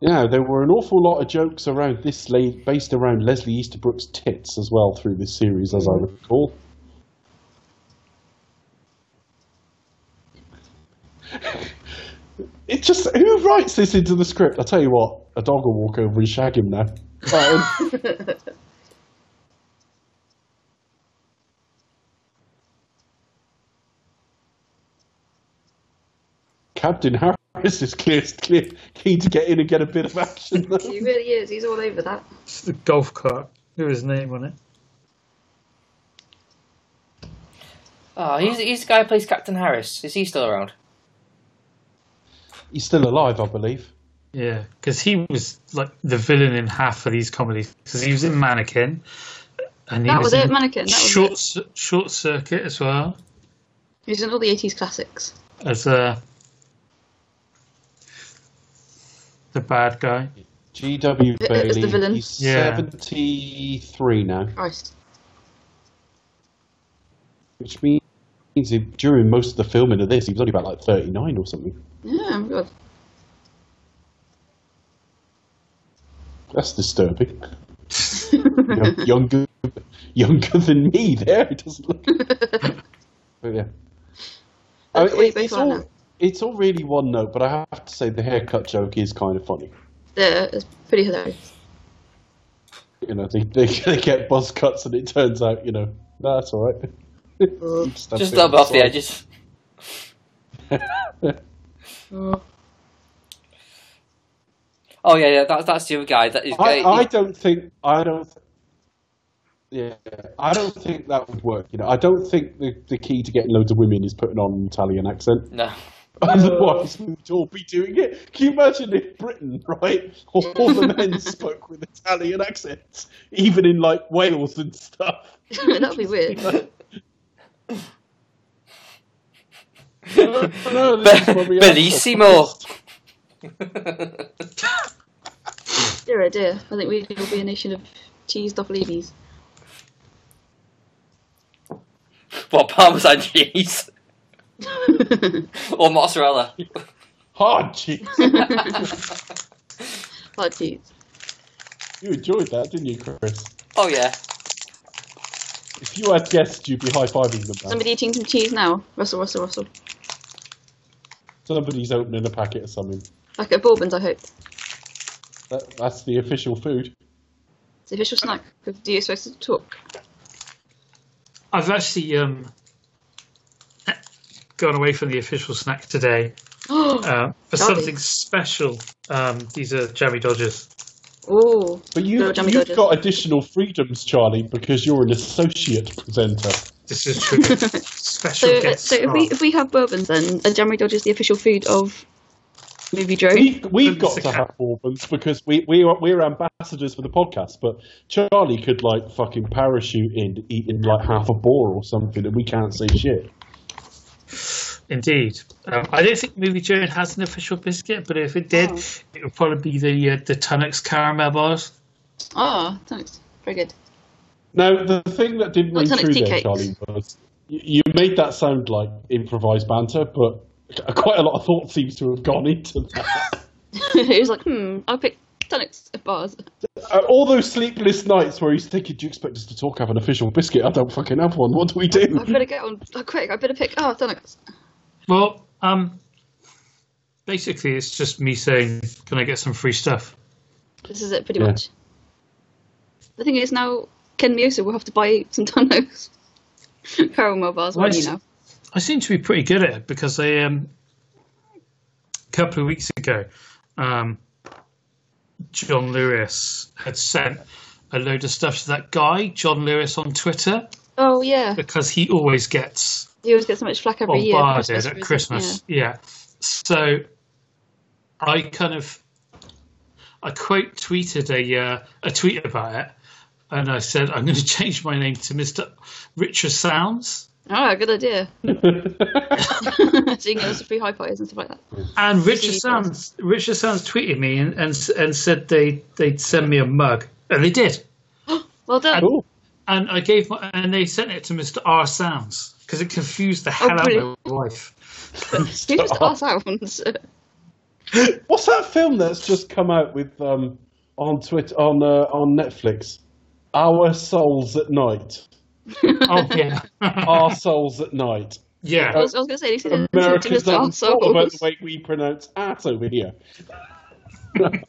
Speaker 2: Yeah, there were an awful lot of jokes around this, la- based around Leslie Easterbrook's tits as well through this series, as I recall. It just who writes this into the script? I tell you what, a dog will walk over and shag him now. Um, (laughs) Captain Harris is clear, clear, keen to get in and get a bit of action. though.
Speaker 3: He really is. He's all over that.
Speaker 4: It's the golf cart. There is name on it.
Speaker 1: Oh, he's, he's the guy who plays Captain Harris. Is he still around?
Speaker 2: (laughs) He's still alive, I believe.
Speaker 4: Yeah, because he was like the villain in half of these comedies. Because he was in Mannequin, and he
Speaker 3: That was
Speaker 4: in
Speaker 3: it, Mannequin. That was
Speaker 4: Short
Speaker 3: it.
Speaker 4: Cir- Short Circuit as well
Speaker 3: He's in all the 80s classics.
Speaker 4: as uh, the bad guy.
Speaker 2: G.W.
Speaker 3: Uh,
Speaker 2: Bailey.
Speaker 3: as the villain.
Speaker 2: He's
Speaker 4: Yeah.
Speaker 2: seventy-three now,
Speaker 3: Christ.
Speaker 2: which means he, during most of the filming of this, he was only about like thirty-nine or something.
Speaker 3: Yeah, my God. (laughs)
Speaker 2: That's disturbing. Young- younger, younger than me. There, it doesn't look. but yeah, I mean,
Speaker 3: What are you
Speaker 2: it- it's,
Speaker 3: both on
Speaker 2: all,
Speaker 3: now?
Speaker 2: it's all really one note, but I have to say the haircut joke is kind of funny.
Speaker 3: There, it's pretty hilarious. (laughs)
Speaker 2: You know, they, (laughs) they, they get buzz cuts, and it turns out, you know, "No, that's all right. (laughs) Stab
Speaker 1: Just
Speaker 2: it
Speaker 1: up off the
Speaker 2: aside.
Speaker 1: edges.
Speaker 2: (laughs)
Speaker 3: Oh.
Speaker 1: Oh yeah, yeah. That's that's the other guy. That is.
Speaker 2: I,
Speaker 1: uh,
Speaker 2: I
Speaker 1: he-
Speaker 2: don't think I don't. Yeah, I don't think that would work. You know, I don't think the, the key to getting loads of women is putting on an Italian accent.
Speaker 1: no. (laughs)
Speaker 2: Otherwise, we'd all be doing it. Can you imagine if Britain, (laughs) right, all the men spoke with Italian accents, even in like Wales and stuff? (laughs)
Speaker 3: that would be weird.
Speaker 2: No, no, this is what we have.
Speaker 1: Bellissimo.
Speaker 3: Dear, oh dear. I think we could all be a nation of cheese
Speaker 1: (laughs)
Speaker 3: (laughs) doppelgaangers.
Speaker 1: What Parmesan cheese or mozzarella?
Speaker 2: Hard cheese.
Speaker 3: Hard cheese.
Speaker 2: You enjoyed that, didn't you, Chris?
Speaker 1: Oh yeah.
Speaker 2: If you had guessed, you'd be high fiving them. Now.
Speaker 3: Somebody eating some cheese now. Russell, Russell, Russell.
Speaker 2: Somebody's opening a packet of something.
Speaker 3: Like at Bourbon's, I hope.
Speaker 2: That, that's the official food.
Speaker 3: It's the official snack. Of do you supposed to (gasps) talk?
Speaker 4: I've actually um, gone away from the official snack today uh, for
Speaker 3: Lovely.
Speaker 4: something special. Um, these are jammy dodgers.
Speaker 3: Oh,
Speaker 2: But you,
Speaker 3: No, Jammy
Speaker 2: you've
Speaker 3: Dodgers.
Speaker 2: got additional freedoms, Charlie, because you're an associate presenter.
Speaker 4: This is true. Special
Speaker 3: So, uh,
Speaker 4: guest
Speaker 3: so if we
Speaker 4: star.
Speaker 3: if we have bourbons, then a jammery dodge is the official food of movie drone.
Speaker 2: We, we've got
Speaker 4: Mr.
Speaker 2: to
Speaker 4: Cat.
Speaker 2: have bourbons because we, we are, we're ambassadors for the podcast, but Charlie could, like, fucking parachute in, eating, like, half a boar or something, and we can't say shit.
Speaker 4: Indeed. Um, I don't think Movie Joan has an official biscuit, but if it did,
Speaker 3: Oh.
Speaker 4: it would probably be the uh, the Tunnocks caramel bars.
Speaker 3: Ah, thanks. Very good. (laughs)
Speaker 2: Now, the thing that didn't ring
Speaker 3: What's on
Speaker 2: through
Speaker 3: its tea
Speaker 2: there,
Speaker 3: cakes?
Speaker 2: Charlie, was y- you made that sound like improvised banter, but (laughs) quite a lot of thought seems to have gone into that. (laughs)
Speaker 3: it was like, hmm, I'll pick Tunnocks bars.
Speaker 2: Uh, all those sleepless nights where he's thinking, do you expect us to talk, have an official biscuit? I don't fucking have one. What do we do?
Speaker 3: I better get on oh, quick. I better pick. Oh, Tunnocks.
Speaker 4: Well, um, basically, it's just me saying, "Can I get some free stuff?"
Speaker 3: This is it, pretty
Speaker 2: Yeah.
Speaker 3: much. The thing is now, Ken Mioso will have to buy some Tunnocks (laughs) caramel bars. What do you
Speaker 4: Nice.
Speaker 3: know?
Speaker 4: I seem to be pretty good at it because I um, a couple of weeks ago, um, John Lewis had sent a load of stuff to that guy, John Lewis, on Twitter
Speaker 3: Oh yeah,
Speaker 4: because he always gets
Speaker 3: you always get so much flack every year.
Speaker 4: bombarded
Speaker 3: Christmas,
Speaker 4: at
Speaker 3: isn't it?
Speaker 4: Christmas. Yeah. So I kind of I quote tweeted a uh, a tweet about it, and I said I'm going to (laughs) change my name to Mister Richard Sounds
Speaker 3: Yeah. Oh,
Speaker 2: (laughs)
Speaker 3: good idea. (laughs) so you can get lots of free high pies and stuff like that.
Speaker 4: and Richard
Speaker 3: Jesus.
Speaker 4: Sounds Richard Sounds tweeted me and and, s- and said they they'd send me a mug and Oh, they did
Speaker 3: Well
Speaker 2: (laughs)
Speaker 3: done.
Speaker 2: Cool.
Speaker 4: and I gave my and they sent it to Mister R Sounds because it confused the hell out of
Speaker 3: brilliant.
Speaker 4: my wife.
Speaker 3: (laughs) Who just asked out (laughs) once?
Speaker 2: (laughs) What's that film that's just come out with um, on Twitter on uh, on Netflix? Our souls at night.
Speaker 4: Oh yeah, (laughs)
Speaker 3: (laughs)
Speaker 2: Our souls at night.
Speaker 4: yeah.
Speaker 3: I was, I was going to say, they said
Speaker 2: Americans
Speaker 3: Mr.
Speaker 2: don't talk about the
Speaker 3: Arseholes.
Speaker 2: way we pronounce at over
Speaker 3: (laughs)
Speaker 2: here.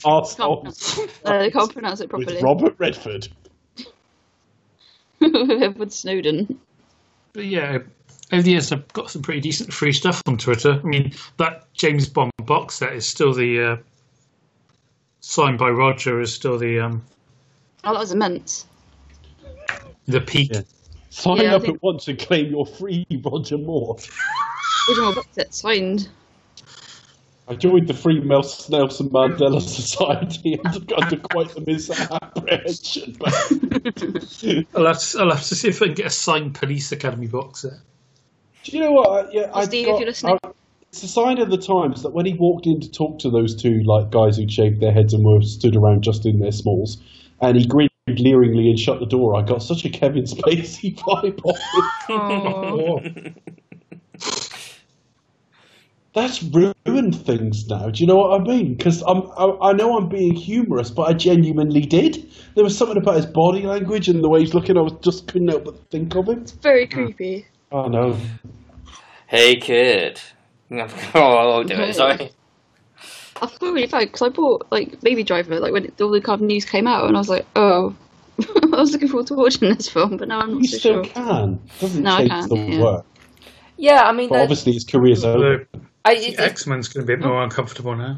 Speaker 2: Our souls
Speaker 3: No, they can't pronounce it
Speaker 2: with
Speaker 3: properly.
Speaker 2: Robert Redford.
Speaker 3: (laughs) Edward Snowden.
Speaker 4: But yeah, over the years I've got some pretty decent free stuff on Twitter. I mean, that James Bond box set is still the uh, signed by Roger is still the um,
Speaker 3: Oh, that was immense.
Speaker 4: the peak.
Speaker 2: Yeah. Sign
Speaker 3: Yeah, I
Speaker 2: up
Speaker 3: think-
Speaker 2: at once and claim your free Roger Moore.
Speaker 3: Original box
Speaker 2: (laughs)
Speaker 3: set signed.
Speaker 2: I joined the Free Mel- Nelson Mandela Society and got under quite
Speaker 3: (laughs)
Speaker 2: the misapprehension. But
Speaker 4: (laughs) I'll, have to, I'll have to see if I can get a signed Police Academy box set.
Speaker 2: Do you know what? I- Yeah, I
Speaker 3: Steve, if
Speaker 2: got,
Speaker 3: you're listening.
Speaker 2: I- it's a sign of the times that when he walked in to talk to those two like guys who shaved their heads and were stood around just in their smalls, and he grinned leeringly and shut the door. I got such a Kevin Spacey (laughs) vibe. Off
Speaker 3: Oh,
Speaker 4: (laughs)
Speaker 2: it. That's ruined things now. Do you know what I mean? Because I'm, I, I know I'm being humorous, but I genuinely did. There was something about his body language and the way he's looking. I was just couldn't help but think of him.
Speaker 3: very creepy.
Speaker 2: Oh no.
Speaker 1: Hey, kid. (laughs) oh, I'll do it. Sorry.
Speaker 3: I feel really bad because I bought like Baby Driver like when it, all the kind of news came out, and I was like, oh, (laughs) I was looking forward to watching this film, but now I'm not
Speaker 2: He
Speaker 3: so
Speaker 2: still
Speaker 3: sure.
Speaker 2: can. Doesn't
Speaker 3: No, I
Speaker 2: take
Speaker 3: can't,
Speaker 2: the
Speaker 3: yeah.
Speaker 2: work.
Speaker 1: Yeah, I mean,
Speaker 2: But
Speaker 1: that,
Speaker 2: obviously his career's over.
Speaker 4: The
Speaker 1: I, it, Oh. it,
Speaker 4: X Men's going to be a bit more uncomfortable now.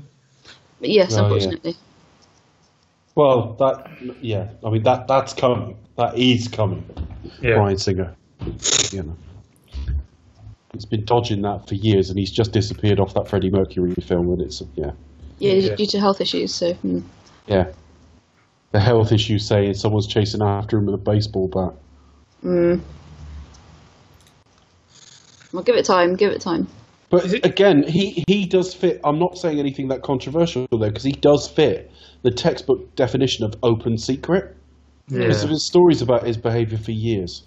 Speaker 3: But yes,
Speaker 2: Oh, yeah.
Speaker 3: unfortunately.
Speaker 2: Well, that yeah, I mean that that's coming. That is coming.
Speaker 4: Yeah.
Speaker 2: Brian Singer. You know. He's been dodging that for years, and he's just disappeared off that Freddie Mercury film. And it's yeah,
Speaker 3: Yeah,
Speaker 4: Yeah.
Speaker 3: due to health issues. So hmm.
Speaker 2: yeah. The health issues saying someone's chasing after him with a baseball bat.
Speaker 3: well, give it time. Give it time.
Speaker 2: But again, he, he does fit. I'm not saying anything that controversial though, because he does fit the textbook definition of open secret.
Speaker 4: Yeah.
Speaker 2: There's been stories about his behaviour for years.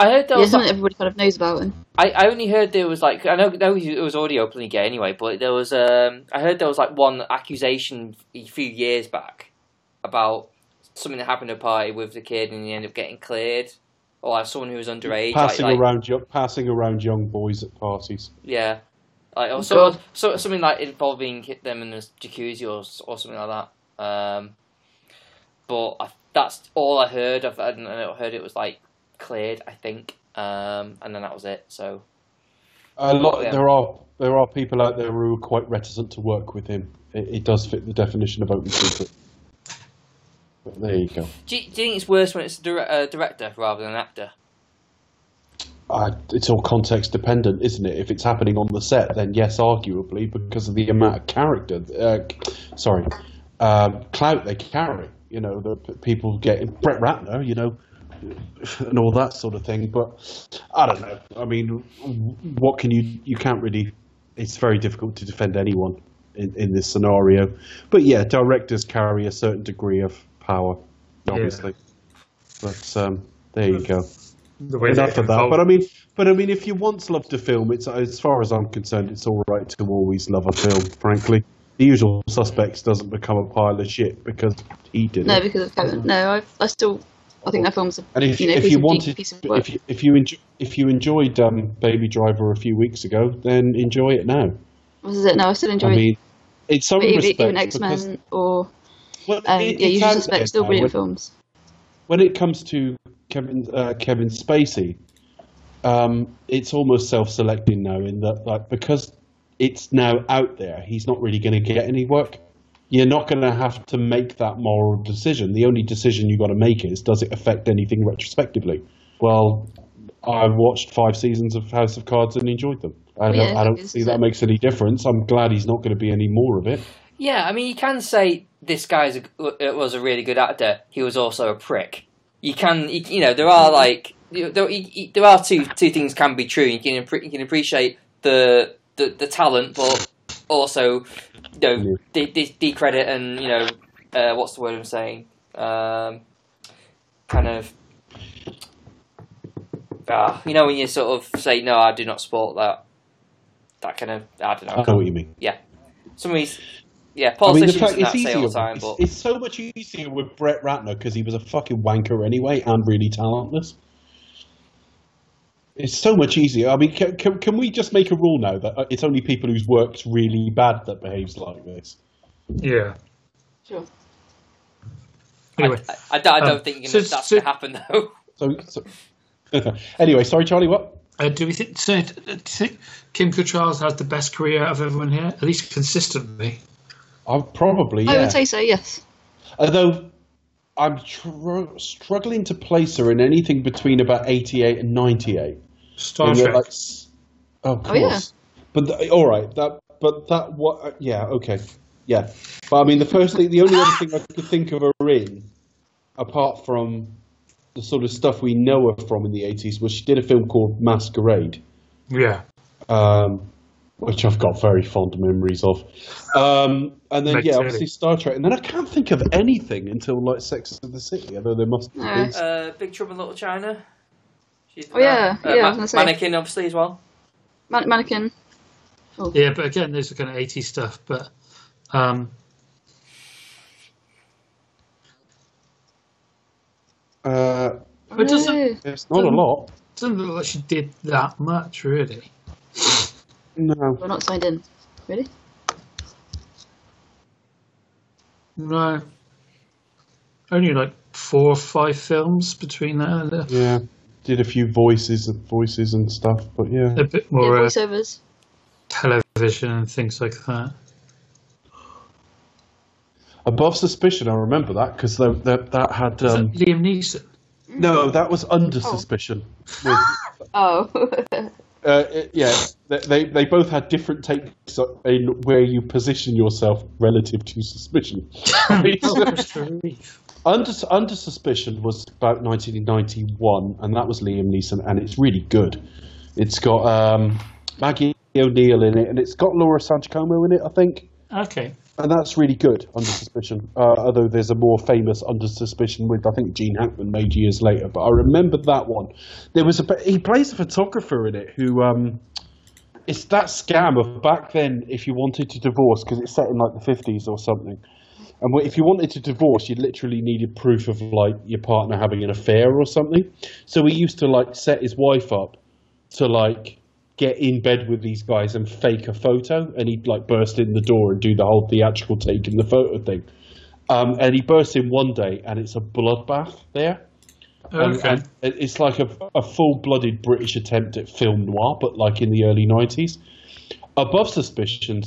Speaker 1: I heard there
Speaker 3: Yeah,
Speaker 1: was
Speaker 3: something
Speaker 1: like,
Speaker 3: everybody kind of knows about. And
Speaker 1: I, I only heard there was like I know, know it was already openly gay anyway, but there was um I heard there was like one accusation a few years back about something that happened at a party with the kid and he ended up getting cleared, or like someone who was underage, like,
Speaker 2: passing
Speaker 1: like-
Speaker 2: around yo- passing around young boys at parties.
Speaker 1: yeah, like or
Speaker 3: God.
Speaker 1: so, so something like involving them in a jacuzzi or s- or something like that. Um, but I, that's all I heard. I've, I don't know, I heard it was like cleared, I think, um, and then that was it. So
Speaker 2: A lot
Speaker 1: Yeah.
Speaker 2: there are there are people out there who are quite reticent to work with him. It, it does fit the definition of open secret. But there you go.
Speaker 1: Do you, do you think it's worse when it's a dir- uh, director rather than an actor?
Speaker 2: uh, it's all context dependent, isn't it? If it's happening on the set, then yes, arguably, because of the amount of character, uh, sorry, um clout they carry. You know, the p- people get Brett Ratner, you know, and all that sort of thing. But I don't know. I mean, w- what can you? You can't really. It's very difficult to defend anyone in, in this scenario. But yeah, directors carry a certain degree of power, obviously. But um, there you go
Speaker 4: The way
Speaker 2: enough
Speaker 4: they
Speaker 2: of that.
Speaker 4: involve-
Speaker 2: But um, I mean, but I mean, if you once loved a film, it's as far as I'm concerned, it's all right to always love a film. Frankly, The Usual Suspects doesn't become a pile of shit because he did
Speaker 3: No,
Speaker 2: it.
Speaker 3: because of Kevin. No, I, I still. I think that film's a
Speaker 2: And if
Speaker 3: you know,
Speaker 2: if
Speaker 3: piece
Speaker 2: you
Speaker 3: of
Speaker 2: wanted,
Speaker 3: piece of work.
Speaker 2: if you, if you enjoy, if you enjoyed um, Baby Driver a few weeks ago, then enjoy it now.
Speaker 3: What is it? No, I still enjoy
Speaker 2: I
Speaker 3: it.
Speaker 2: mean, in some
Speaker 3: But even,
Speaker 2: respects,
Speaker 3: even X
Speaker 2: because-
Speaker 3: Men or
Speaker 2: well,
Speaker 3: um,
Speaker 2: it-
Speaker 3: yeah,
Speaker 2: it's
Speaker 3: you
Speaker 2: out
Speaker 3: suspect
Speaker 2: there
Speaker 3: still
Speaker 2: now.
Speaker 3: brilliant
Speaker 2: When-
Speaker 3: films.
Speaker 2: when it comes to Kevin uh, Kevin Spacey, um, it's almost self-selecting now in that like because it's now out there, he's not really going to get any work. You're not going to have to make that moral decision. The only decision you've got to make is does it affect anything retrospectively? Well, I watched five seasons of House of Cards and enjoyed them. I
Speaker 3: Well,
Speaker 2: don't,
Speaker 3: yeah,
Speaker 2: I don't
Speaker 3: it's-
Speaker 2: see that makes any difference. I'm glad he's not going to be any more of it.
Speaker 1: Yeah, I mean, you can say this guy's a, uh, was a really good actor. He was also a prick. You can, you, you know, there are like you know, there, you, you- there are two two things can be true. You can appre- you can appreciate the the, the talent, but also you
Speaker 2: Yeah.
Speaker 1: know de- de- decredit and you know uh, what's the word I'm saying? Um, kind of. ah, you know when you sort of say no, I do not support that. That kind of I don't
Speaker 2: I
Speaker 1: know.
Speaker 2: know what you mean.
Speaker 1: Some of these, yeah,
Speaker 2: I mean, the
Speaker 1: politicians
Speaker 2: fact
Speaker 1: and that
Speaker 2: it's
Speaker 1: say all
Speaker 2: easier.
Speaker 1: the time,
Speaker 2: it's,
Speaker 1: but
Speaker 2: it's so much easier with Brett Ratner because he was a fucking wanker anyway and really talentless. It's so much easier. I mean, can, can, can we just make a rule now that uh, it's only people whose work's really bad that behaves like this?
Speaker 4: Yeah.
Speaker 3: Sure.
Speaker 4: Anyway,
Speaker 1: I, I, I don't- I don't
Speaker 4: Um,
Speaker 1: think you
Speaker 4: so-
Speaker 1: can, that's
Speaker 4: so-
Speaker 1: going to happen though.
Speaker 2: So, so (laughs) anyway, sorry, Charlie. What?
Speaker 4: uh, do we think so? Do you think Kim Cattrall has the best career out of everyone here, at least consistently?
Speaker 2: I probably
Speaker 3: I
Speaker 2: yeah.
Speaker 3: would say so. Yes.
Speaker 2: Although I'm tr- struggling to place her in anything between about eighty-eight and ninety-eight.
Speaker 4: Star
Speaker 2: And you're
Speaker 4: Trek.
Speaker 2: like, "S- of
Speaker 3: Oh, yeah.
Speaker 2: course. But th- all right, that but that what? uh, yeah, okay, yeah. But I mean, the first thing, the only other thing I could think of her in, apart from the sort of stuff we know her from in the eighties, was she did a film called Masquerade,
Speaker 4: yeah.
Speaker 2: um, which I've got very fond memories of. Um, and then
Speaker 4: Makes
Speaker 2: yeah,
Speaker 4: sense.
Speaker 2: obviously Star Trek, and then I can't think of anything until like Sex of the City, although there must be.
Speaker 3: Alright.
Speaker 1: (laughs) Uh, Big Trouble in Little China. She's
Speaker 3: Oh, yeah,
Speaker 1: uh,
Speaker 3: yeah, I
Speaker 1: Ma-
Speaker 3: was gonna say.
Speaker 1: Mannequin, obviously, as well.
Speaker 3: Man- mannequin.
Speaker 4: Yeah, but again, those are kind of 80 stuff. But um,
Speaker 2: Uh,
Speaker 4: But doesn't-
Speaker 3: No.
Speaker 2: it's not a lot.
Speaker 4: doesn't look like she did that much, really.
Speaker 2: No.
Speaker 3: We're not signed in. Really?
Speaker 4: No. Only like four or five films between that and the,
Speaker 2: Yeah, did a few voices and voices and stuff, but yeah.
Speaker 4: a bit
Speaker 3: Yeah,
Speaker 4: more uh,
Speaker 3: voiceovers.
Speaker 4: television and things like that.
Speaker 2: Above suspicion, I remember that because that, that that had
Speaker 4: Is
Speaker 2: um,
Speaker 4: that Liam Neeson.
Speaker 2: no, that was under suspicion. With,
Speaker 3: Oh. (laughs)
Speaker 2: uh, it- yeah, they- they they both had different takes in where you position yourself relative to
Speaker 4: (laughs)
Speaker 2: suspicion.
Speaker 4: Oh,
Speaker 1: (laughs)
Speaker 2: Under Under Suspicion was about 1991, and that was Liam Neeson, and it's really good. It's got um, Maggie O'Neill in it, and it's got Laura Sanchomo in it, I think.
Speaker 4: okay.
Speaker 2: And that's really good, Under Suspicion. Uh, although there's a more famous Under Suspicion with I think Gene Hackman made years later, but I remember that one. There was a bit- he plays a photographer in it who um, it's that scam of back then if you wanted to divorce because it's set in like the fifties or something, and wh- if you wanted to divorce, you literally needed proof of like your partner having an affair or something. So he used to like set his wife up to like get in bed with these guys and fake a photo and he'd like burst in the door and do the whole theatrical take in the photo thing um, and he bursts in one day and it's a bloodbath there um,
Speaker 4: Okay.
Speaker 2: and it- it's like a, a full-blooded british attempt at film noir but like in the early 90s above suspicion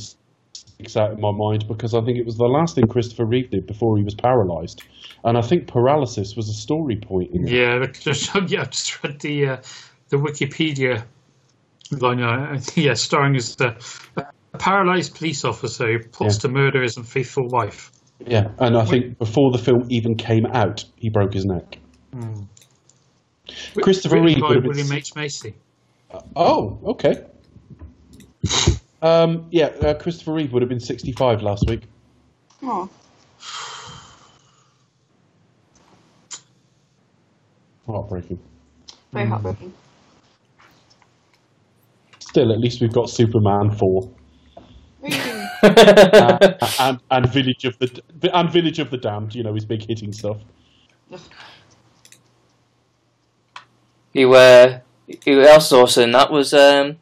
Speaker 2: sticks out in my mind because i think it was the last thing christopher reeve did before he was paralyzed and i think paralysis was a story point in it
Speaker 4: (laughs) yeah, I just, yeah, I just read the uh, the Wikipedia line, uh, (laughs) yeah, starring as the a paralyzed police officer who plots
Speaker 2: Yeah.
Speaker 4: to murder his unfaithful wife.
Speaker 2: Yeah, and I think before the film even came out, he broke his neck. Christopher Reeve
Speaker 4: Written by
Speaker 2: would have been
Speaker 4: William H Macy.
Speaker 2: Oh, okay. Um, yeah, uh, Christopher Reeve would have been 65 last week.
Speaker 3: Oh,
Speaker 2: Heartbreaking.
Speaker 3: very
Speaker 2: Hmm.
Speaker 3: heartbroken.
Speaker 2: Still, at least we've got Superman 4
Speaker 3: What are you (laughs) doing?
Speaker 2: uh, (laughs) and, and Village of the and Village of the Damned. You know his big hitting stuff.
Speaker 1: Who uh, who else also in that was um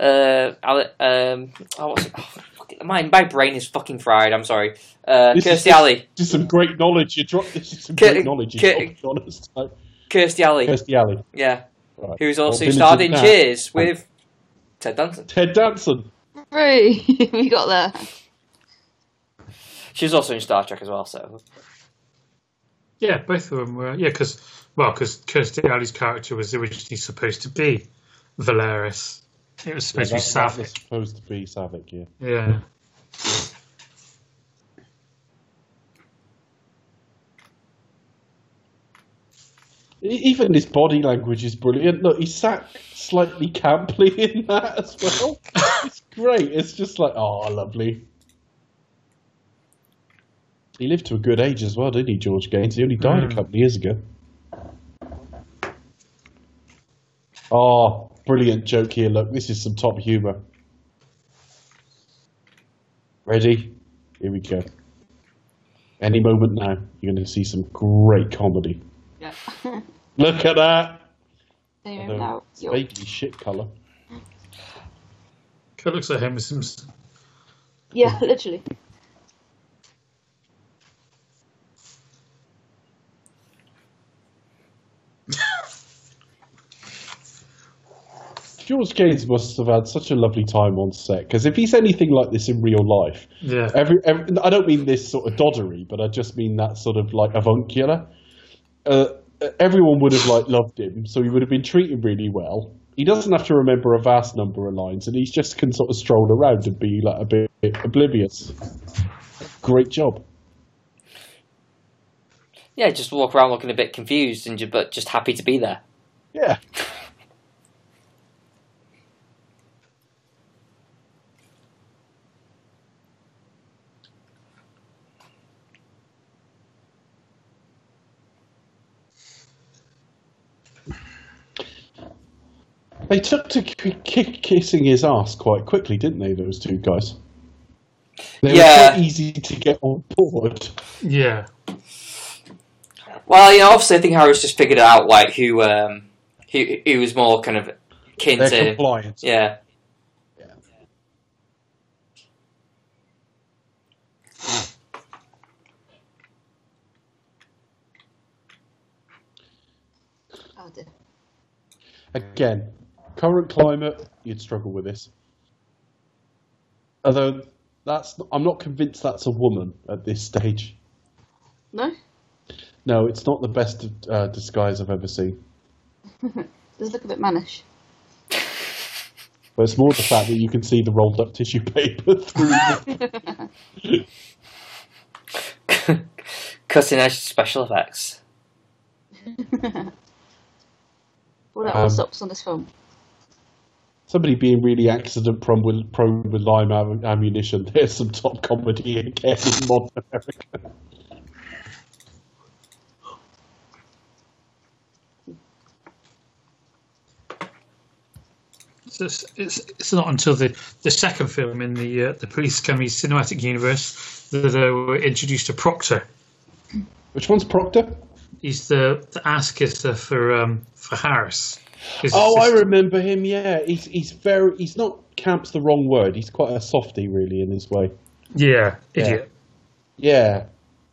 Speaker 1: uh Ale- um oh, what's it? oh, fuck it, my my brain is fucking fried. I'm sorry. Uh,
Speaker 2: This is-
Speaker 1: Kirsty Alley.
Speaker 2: Just some great knowledge. You dropped this. is Some
Speaker 1: Ca-
Speaker 2: great knowledge. You
Speaker 1: ca-
Speaker 2: dropped on us. Uh,
Speaker 1: Kirsty Alley.
Speaker 2: Kirstie Alley.
Speaker 1: Yeah,
Speaker 2: Right.
Speaker 1: who's
Speaker 2: Well,
Speaker 1: also
Speaker 2: Village of
Speaker 1: starred
Speaker 2: the
Speaker 1: in
Speaker 2: Damned.
Speaker 1: Cheers with Ted Danson.
Speaker 2: Ted Danson.
Speaker 3: Hooray, (laughs) we got there.
Speaker 1: She was also in Star Trek as well. So
Speaker 4: Yeah, both of them were. Yeah, because well, because Kirstie Alley's character was originally supposed to be Valeris. It was supposed
Speaker 2: Yeah,
Speaker 4: to be
Speaker 2: that- that was
Speaker 4: Sapphic.
Speaker 2: Supposed to be Savick. Yeah.
Speaker 4: Yeah.
Speaker 2: E- Even his body language is brilliant. Look, he sat slightly camply (laughs) in that as well. it's great. It's just like, oh, lovely. He lived to a good age as well, didn't he, George Gaines? He only died a
Speaker 4: Mm.
Speaker 2: couple of years ago. Oh, brilliant joke here. Look, this is some top humour. Ready? Here we go. Any moment now, you're going to see some great comedy.
Speaker 3: Yeah.
Speaker 2: Look at that.
Speaker 3: There
Speaker 2: Although
Speaker 3: now.
Speaker 2: it's
Speaker 3: You're-
Speaker 2: vaguely shit colour.
Speaker 4: It looks like Homer Simpson.
Speaker 3: Yeah, literally.
Speaker 2: George Gaines must have had such a lovely time on set because if he's anything like this in real life,
Speaker 4: Yeah.
Speaker 2: every, every I don't mean this sort of doddery, but I just mean that sort of like avuncular. Uh, everyone would have like loved him, so he would have been treated really well. He doesn't have to remember a vast number of lines, and he just can sort of stroll around and be like a bit oblivious. Great job.
Speaker 1: yeah, just walk around looking a bit confused and ju- but just happy to be there.
Speaker 2: Yeah. They took to k- k- kissing his ass quite quickly, didn't they? Those two guys. They
Speaker 1: Yeah.
Speaker 2: were so easy to get on board.
Speaker 4: Yeah.
Speaker 1: Well, you know, obviously, I think Harry's just figured out like who um who who was more kind of kin
Speaker 2: They're
Speaker 1: to
Speaker 2: compliant.
Speaker 1: yeah. (laughs)
Speaker 3: Oh dear.
Speaker 2: Again, current climate, you'd struggle with this. Although that's, I'm not convinced that's a woman at this stage.
Speaker 3: No?
Speaker 2: No, it's not the best uh, disguise I've ever seen.
Speaker 3: Does look a bit mannish.
Speaker 2: But it's more the fact that you can see the rolled up tissue (laughs) paper through. the-
Speaker 1: cutting edge special effects.
Speaker 3: What are all
Speaker 2: Um,
Speaker 3: stops on this film?
Speaker 2: Somebody being really accident prone with, prone with lime am- ammunition. There's some top comedy again in modern America.
Speaker 4: So it's, it's, it's not until the, the second film in the uh, the Police Academy cinematic universe that uh, we're introduced to Proctor.
Speaker 2: Which one's Proctor?
Speaker 4: He's the, the ass kisser for um, for Harris. His
Speaker 2: Oh, I (laughs)
Speaker 4: assistant.
Speaker 2: remember him. Yeah, he's he's very he's not camp's the wrong word. He's quite a softy, really, in his way.
Speaker 4: Yeah, idiot.
Speaker 2: Yeah,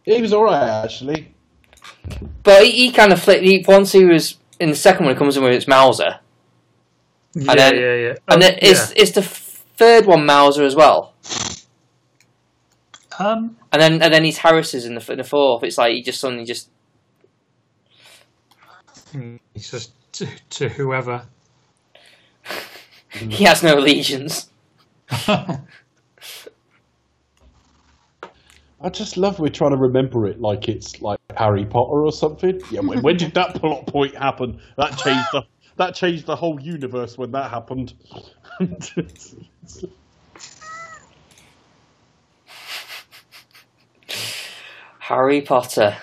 Speaker 2: he was all right actually.
Speaker 1: But he, he kind of flipped. He, once he was in the second one, it comes in with it's Mauser,
Speaker 4: Yeah,
Speaker 1: And then-
Speaker 4: yeah, yeah.
Speaker 1: and
Speaker 4: Oh,
Speaker 1: then it's it's the f- third one Mauser as well,
Speaker 4: yeah. um,
Speaker 1: and then and then he's Harris's in the f- in the fourth. It's like he just suddenly just
Speaker 4: he's just to, to whoever.
Speaker 1: He has no allegiance.
Speaker 2: I just love we're trying to remember it like it's like Harry Potter or something. Yeah, when, when did that plot point happen? That changed the that changed the whole universe when that happened. (laughs)
Speaker 1: Harry Potter.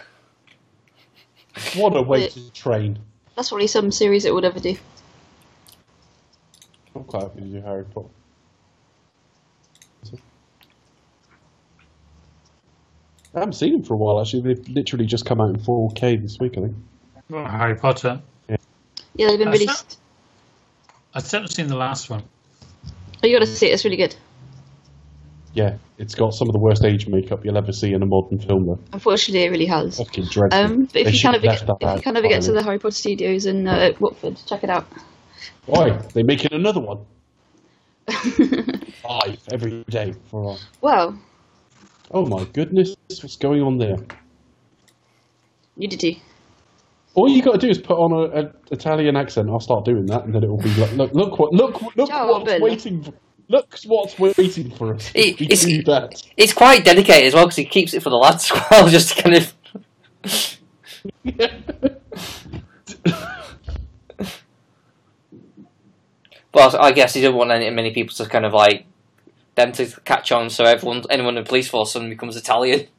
Speaker 2: what a way to train.
Speaker 3: That's probably some series it would ever do.
Speaker 2: I'm quite happy to do Harry Potter. I haven't seen them for a while. Actually, they've literally just come out in 4K this week. I think.
Speaker 4: Harry Potter.
Speaker 3: Yeah, they've been
Speaker 4: That's
Speaker 3: released.
Speaker 4: I've certainly seen the last one.
Speaker 3: Oh, you gotta see it. It's really good.
Speaker 2: Yeah, it's got some of the worst age makeup you'll ever see in a modern film. Though.
Speaker 3: Unfortunately, it really has.
Speaker 2: Fucking dreadful.
Speaker 3: Um, but
Speaker 2: They
Speaker 3: if you
Speaker 2: should
Speaker 3: can ever
Speaker 2: have left
Speaker 3: get,
Speaker 2: that
Speaker 3: if you
Speaker 2: out
Speaker 3: can ever get to
Speaker 2: entirely.
Speaker 3: the Harry Potter Studios in uh, Watford, check it out. (laughs)
Speaker 2: Why? They're making another one. Five every day for a
Speaker 3: Well,
Speaker 2: Oh my goodness, what's going on there?
Speaker 3: nudity.
Speaker 2: All you got to do is put on an Italian accent. I'll start doing that, and then it will be like, look, look what, look, look
Speaker 3: Ciao,
Speaker 2: what's
Speaker 3: Robin.
Speaker 2: waiting. For, look what's waiting for us.
Speaker 1: It-
Speaker 2: if we
Speaker 1: it's-
Speaker 2: do that.
Speaker 1: It's quite dedicated as well because he keeps it for the lads (laughs) as well, just to kind of. Well, I guess he didn't want any, many people to kind of like them to catch on, so everyone, anyone in the police force suddenly becomes Italian. (laughs)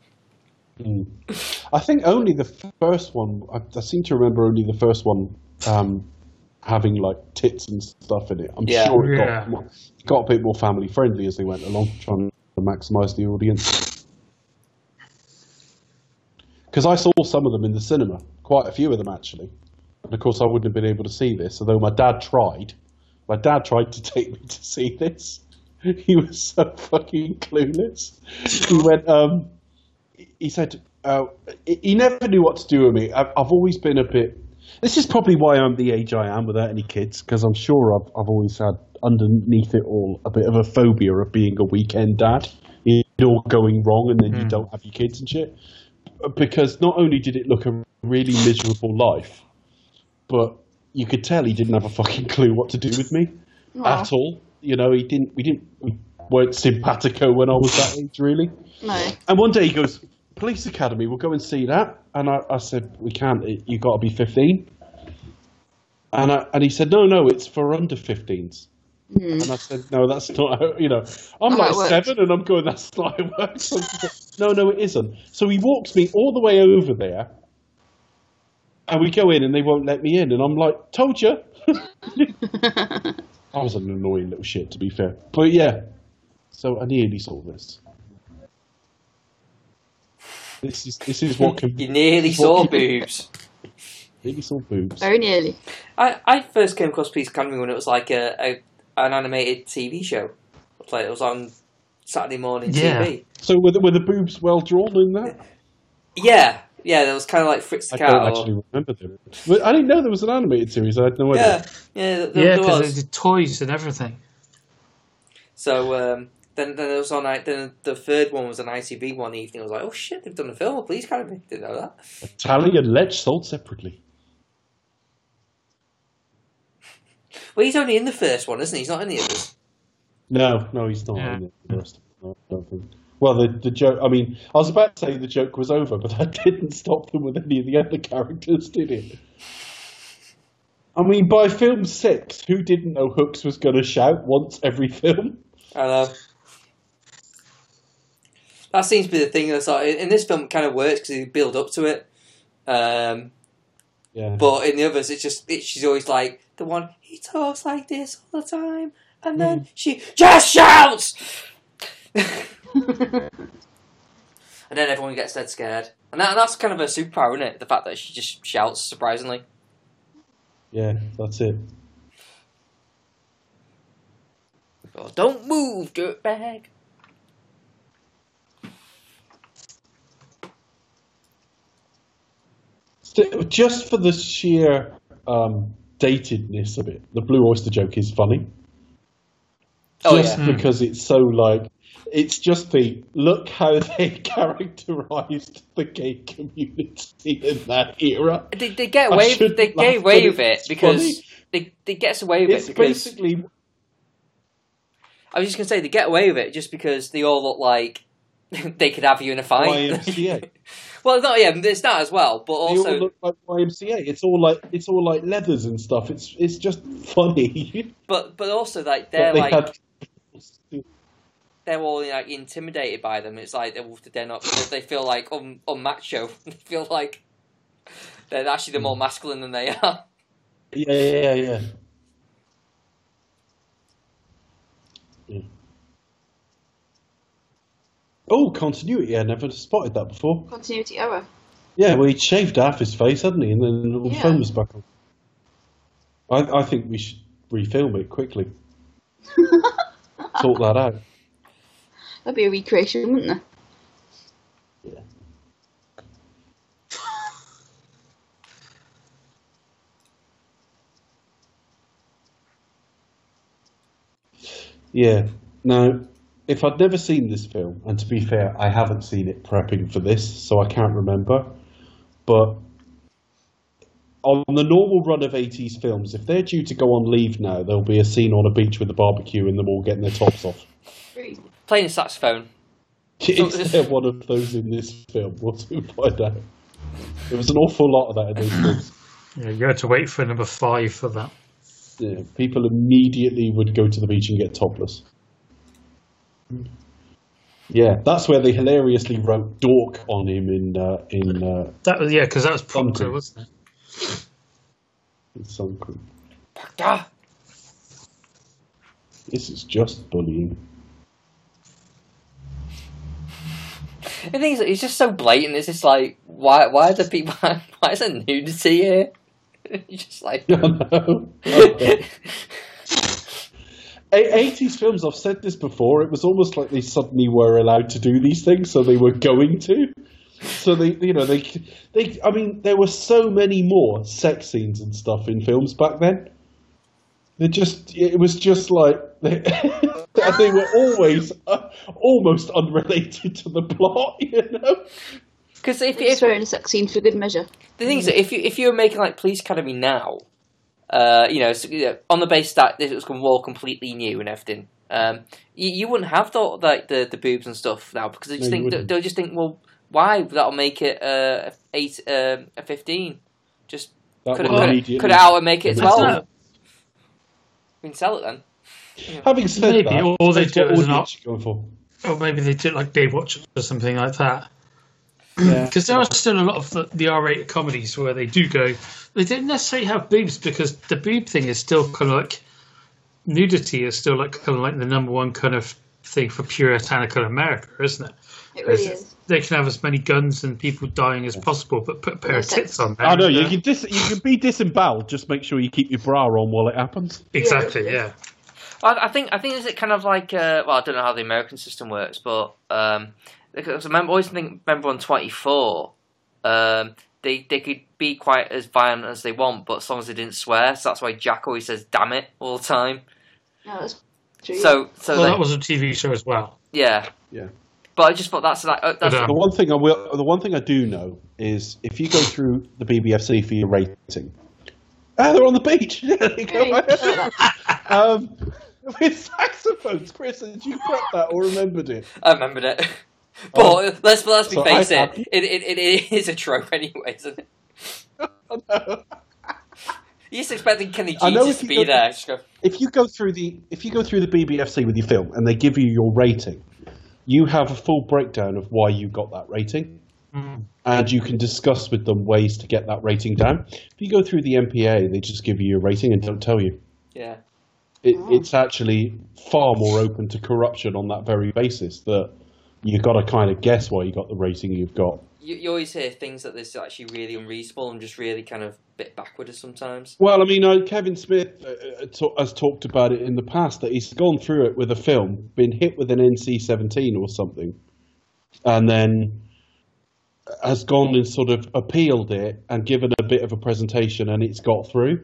Speaker 2: Hmm. I think only the first one. I, I seem to remember only the first one um, having like tits and stuff in it. I'm
Speaker 1: Yeah.
Speaker 2: sure it
Speaker 4: Yeah.
Speaker 2: got, more, got a bit more family friendly as they went along, trying to maximise the audience. Because I saw some of them in the cinema, quite a few of them actually, and of course I wouldn't have been able to see this. Although my dad tried, my dad tried to (laughs) take me to see this. He was so fucking clueless. He went, um, he said uh, he he never knew what to do with me. I've, I've always been a bit. This is probably why I'm the age I am without any kids, because I'm sure I've I've always had underneath it all a bit of a phobia of being a weekend dad. It all going wrong, and then you don't have your kids and shit. Because not only did it look a really miserable life, but you could tell he didn't have a fucking clue what to do with me
Speaker 3: Aw.
Speaker 2: at all. You know, he didn't. We didn't. We weren't simpatico when I was that age, really.
Speaker 3: No.
Speaker 2: And one day he goes, Police Academy, we'll go and see that. And I, I said, We can't, it- you've got to be 15. And, I, and he said, No, no, it's for under 15s. And I said, No, that's not how, you know, I'm
Speaker 3: Not how
Speaker 2: like
Speaker 3: it works.
Speaker 2: seven and I'm going, That's not how it works. (laughs) no, no, it isn't. So he walks me all the way over there. And we go in and they won't let me in. And I'm like, Told you. I was an annoying little shit, to be fair. But yeah, so I nearly saw this. This is this is
Speaker 1: (laughs)
Speaker 2: what can
Speaker 1: You nearly saw boobs.
Speaker 2: nearly saw boobs.
Speaker 3: Very nearly.
Speaker 1: I, I first came across Police Academy when it was like a, a an animated TV show. It's Like it was on Saturday morning
Speaker 4: Yeah.
Speaker 1: TV.
Speaker 2: So were the, were the boobs well drawn in that?
Speaker 1: Yeah, yeah. There was kind of like Fritz the
Speaker 2: I
Speaker 1: Cat.
Speaker 2: don't
Speaker 1: or-
Speaker 2: actually remember them. But I didn't know there was an animated series. I had no
Speaker 1: yeah,
Speaker 2: idea.
Speaker 1: yeah. There,
Speaker 4: yeah,
Speaker 1: there
Speaker 4: because
Speaker 1: was.
Speaker 4: they did toys and everything.
Speaker 1: So um, then, then it was on. I- Then the third one was an ITV one evening. I was like, oh shit, they've done a film. Please, can't be. Didn't know that.
Speaker 2: Tally and Ledge sold separately.
Speaker 1: Well, he's only in the first one, isn't he? He's not in the others.
Speaker 2: No, no, he's not.
Speaker 4: Yeah.
Speaker 2: in it. The rest of it, I don't think. Well, the, the joke. I mean, I was about to say the joke was over, but that (laughs) didn't stop them with any of the other characters, did it? I mean, by film six, who didn't know Hooks was going to shout once every (laughs) film?
Speaker 1: I know. uh, That seems to be the thing. That's like, in this film, it kind of works because you build up to it. Um,
Speaker 2: Yeah.
Speaker 1: but in the others, it's just it, she's always like the one he talks like this all the time, and
Speaker 2: Hmm.
Speaker 1: then she just shouts, and then everyone gets dead scared. And that, that's kind of her superpower, isn't it? The fact that she just shouts surprisingly.
Speaker 2: yeah, that's it.
Speaker 1: Or, Oh, Don't move, dirtbag.
Speaker 2: So, just for the sheer um, datedness of it, the Blue Oyster joke is funny.
Speaker 1: Oh
Speaker 2: just
Speaker 1: yeah,
Speaker 2: because it's so like it's just the look how they (laughs) characterized the gay community in that era.
Speaker 1: they, they get
Speaker 2: I
Speaker 1: away.
Speaker 2: shouldn't
Speaker 1: They
Speaker 2: laugh,
Speaker 1: get away
Speaker 2: but
Speaker 1: with it
Speaker 2: it's
Speaker 1: because
Speaker 2: funny.
Speaker 1: they they gets away with
Speaker 2: It's
Speaker 1: it because
Speaker 2: basically
Speaker 1: I was just gonna say they get away with it just because they all look like (laughs) they could have you in a fight.
Speaker 2: YMCA.
Speaker 1: (laughs) well, not yeah, it's that as well, but
Speaker 2: they all
Speaker 1: also,
Speaker 2: look like YMCA. It's all like it's all like leathers and stuff. It's it's just funny. (laughs)
Speaker 1: but but also like
Speaker 2: But
Speaker 1: they're
Speaker 2: they
Speaker 1: like
Speaker 2: had-
Speaker 1: (laughs) they're all like intimidated by them. It's like they're, they're not. They feel like un, unmacho. (laughs) They feel like they're actually they're
Speaker 2: Hmm.
Speaker 1: more masculine than they are.
Speaker 2: yeah, yeah, yeah, yeah. Yeah. Oh, continuity! I never spotted that before.
Speaker 3: Continuity error.
Speaker 2: Yeah, well, he'd shaved half his face, hadn't he? And then the
Speaker 3: Yeah.
Speaker 2: phone was back on. I, I think we should refilm it quickly. Sort that out.
Speaker 3: That'd be a recreation, wouldn't it?
Speaker 2: Yeah. Now, if I'd never seen this film, and to be fair, I haven't seen it prepping for this, so I can't remember. But on the normal run of 80s films, if they're due to go on leave now, there'll be a scene on a beach with a barbecue and them all getting their tops off.
Speaker 3: Really?
Speaker 1: Playing a saxophone.
Speaker 2: (laughs) Is there one of those in this film? We'll soon find out. There was an awful lot of that in those films.
Speaker 4: Yeah, you had to wait for number five for that.
Speaker 2: Yeah, people immediately would go to the beach and get topless. Yeah, that's where they hilariously wrote "dork" on him in uh, in, uh,
Speaker 4: That was yeah, because that was prompter,
Speaker 2: Prompter.
Speaker 4: wasn't it?
Speaker 2: in some group.
Speaker 1: Gah!
Speaker 2: This is just bullying.
Speaker 1: The thing is, it's just so blatant. It's just like, why? Why are the people? (laughs) Why is there nudity here? (laughs) It's just like,
Speaker 2: (laughs) Eighties films. I've said this before. It was almost like they suddenly were allowed to do these things, so they were going to. So they, you know, they, they. I mean, there were so many more sex scenes and stuff in films back then. They just, it was just like (laughs) they, and they were always uh, almost unrelated to the plot, you know.
Speaker 1: because if,
Speaker 3: It's
Speaker 1: if
Speaker 3: throwing a sex scene for good measure.
Speaker 1: the thing
Speaker 2: Mm.
Speaker 1: is, if you if you were making like Police Academy now, uh, you know, so, you know, on the base that this was gonna all completely new and everything, um, you, you wouldn't have thought like the, the boobs and stuff now because they just
Speaker 2: No, you
Speaker 1: think
Speaker 2: wouldn't.
Speaker 1: they'll just think, well, why that'll make it uh, eight uh, a fifteen, just
Speaker 2: That
Speaker 1: cut it,
Speaker 2: one
Speaker 1: cut, it,
Speaker 2: immediately-
Speaker 1: cut it out and make it a
Speaker 2: That's
Speaker 1: twelve.
Speaker 2: not-
Speaker 1: We can sell it then.
Speaker 2: Having said
Speaker 4: Maybe
Speaker 2: that,
Speaker 4: all they
Speaker 2: that's
Speaker 4: do
Speaker 2: what
Speaker 4: is
Speaker 2: audience
Speaker 4: not-
Speaker 2: you're going for.
Speaker 4: Or maybe they did like Baywatch or something like that.
Speaker 2: Yeah.
Speaker 4: Because there are still a lot of the, the R-rated comedies where they do go. They don't necessarily have boobs because the boob thing is still kind of like nudity is still like kind of like the number one kind of thing for puritanical America, isn't it?
Speaker 3: It really is.
Speaker 4: They can have as many guns and people dying as possible, but put a pair of
Speaker 3: Okay.
Speaker 4: tits on uh, there.
Speaker 2: I know Oh, you can dis- you can be disemboweled. Just make sure you keep your bra on while it happens.
Speaker 4: Exactly, yeah.
Speaker 1: I, I think I think is it kind of like uh, well I don't know how the American system works, but um, because I remember, always think remember on twenty four, um, they they could be quite as violent as they want, but as long as they didn't swear, so that's why Jack always says "damn it" all the time.
Speaker 3: No, that's true.
Speaker 1: So so
Speaker 4: Well,
Speaker 1: they-
Speaker 4: that was a TV show as well.
Speaker 1: yeah
Speaker 2: Yeah.
Speaker 1: But I just thought that's like uh, that's
Speaker 4: But, um,
Speaker 2: The one thing I will, the one thing I do know is if you go through the BBFC for your rating, ah, they're on the beach. (laughs) Yeah, there you go. um, with saxophones, Chris, did you prep that or remembered it?
Speaker 1: I remembered it. (laughs) but let's let's be
Speaker 2: Oh. So I
Speaker 1: face
Speaker 2: have-
Speaker 1: it, it, it it it is a trope anyway, isn't
Speaker 2: (laughs)
Speaker 1: it? You just expecting Kenny G
Speaker 2: I know
Speaker 1: just
Speaker 2: if
Speaker 1: to
Speaker 2: you
Speaker 1: be
Speaker 2: go-
Speaker 1: there. Just go,
Speaker 2: If you go through the if you go through the BBFC with your film and they give you your rating, you have a full breakdown of why you got that rating. and you can discuss with them ways to get that rating down. If you go through the MPA, they just give you your rating and don't tell you.
Speaker 1: yeah.
Speaker 2: It, It's actually far more open to corruption on that very basis that you've got to kind of guess why you got the rating you've got.
Speaker 1: you, you always hear things that this is actually really unreasonable and just really kind of bit backward sometimes.
Speaker 2: Well, I mean, uh, Kevin Smith uh, uh, ta- has talked about it in the past that he's gone through it with a film, been hit with an NC 17 or something, and then has gone and sort of appealed it and given a bit of a presentation, and it's got through.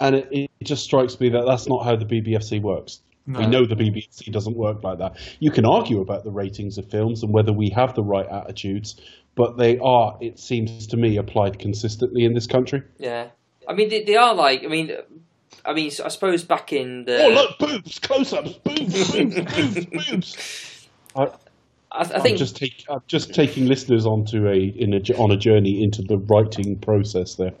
Speaker 2: And it, it just strikes me that that's not how the BBFC works. We know the BBFC doesn't work like that. You can argue about the ratings of films and whether we have the right attitudes, but they are, it seems to me, applied consistently in this country.
Speaker 1: Yeah, I mean they, they are like I mean I mean, I suppose back in the.
Speaker 2: Oh look, boobs, close-ups, boobs, boobs, boobs, boobs.
Speaker 1: I, th- I
Speaker 2: I'm
Speaker 1: think
Speaker 2: just, take, I'm just taking listeners onto a in a j- on a journey into the writing process. There,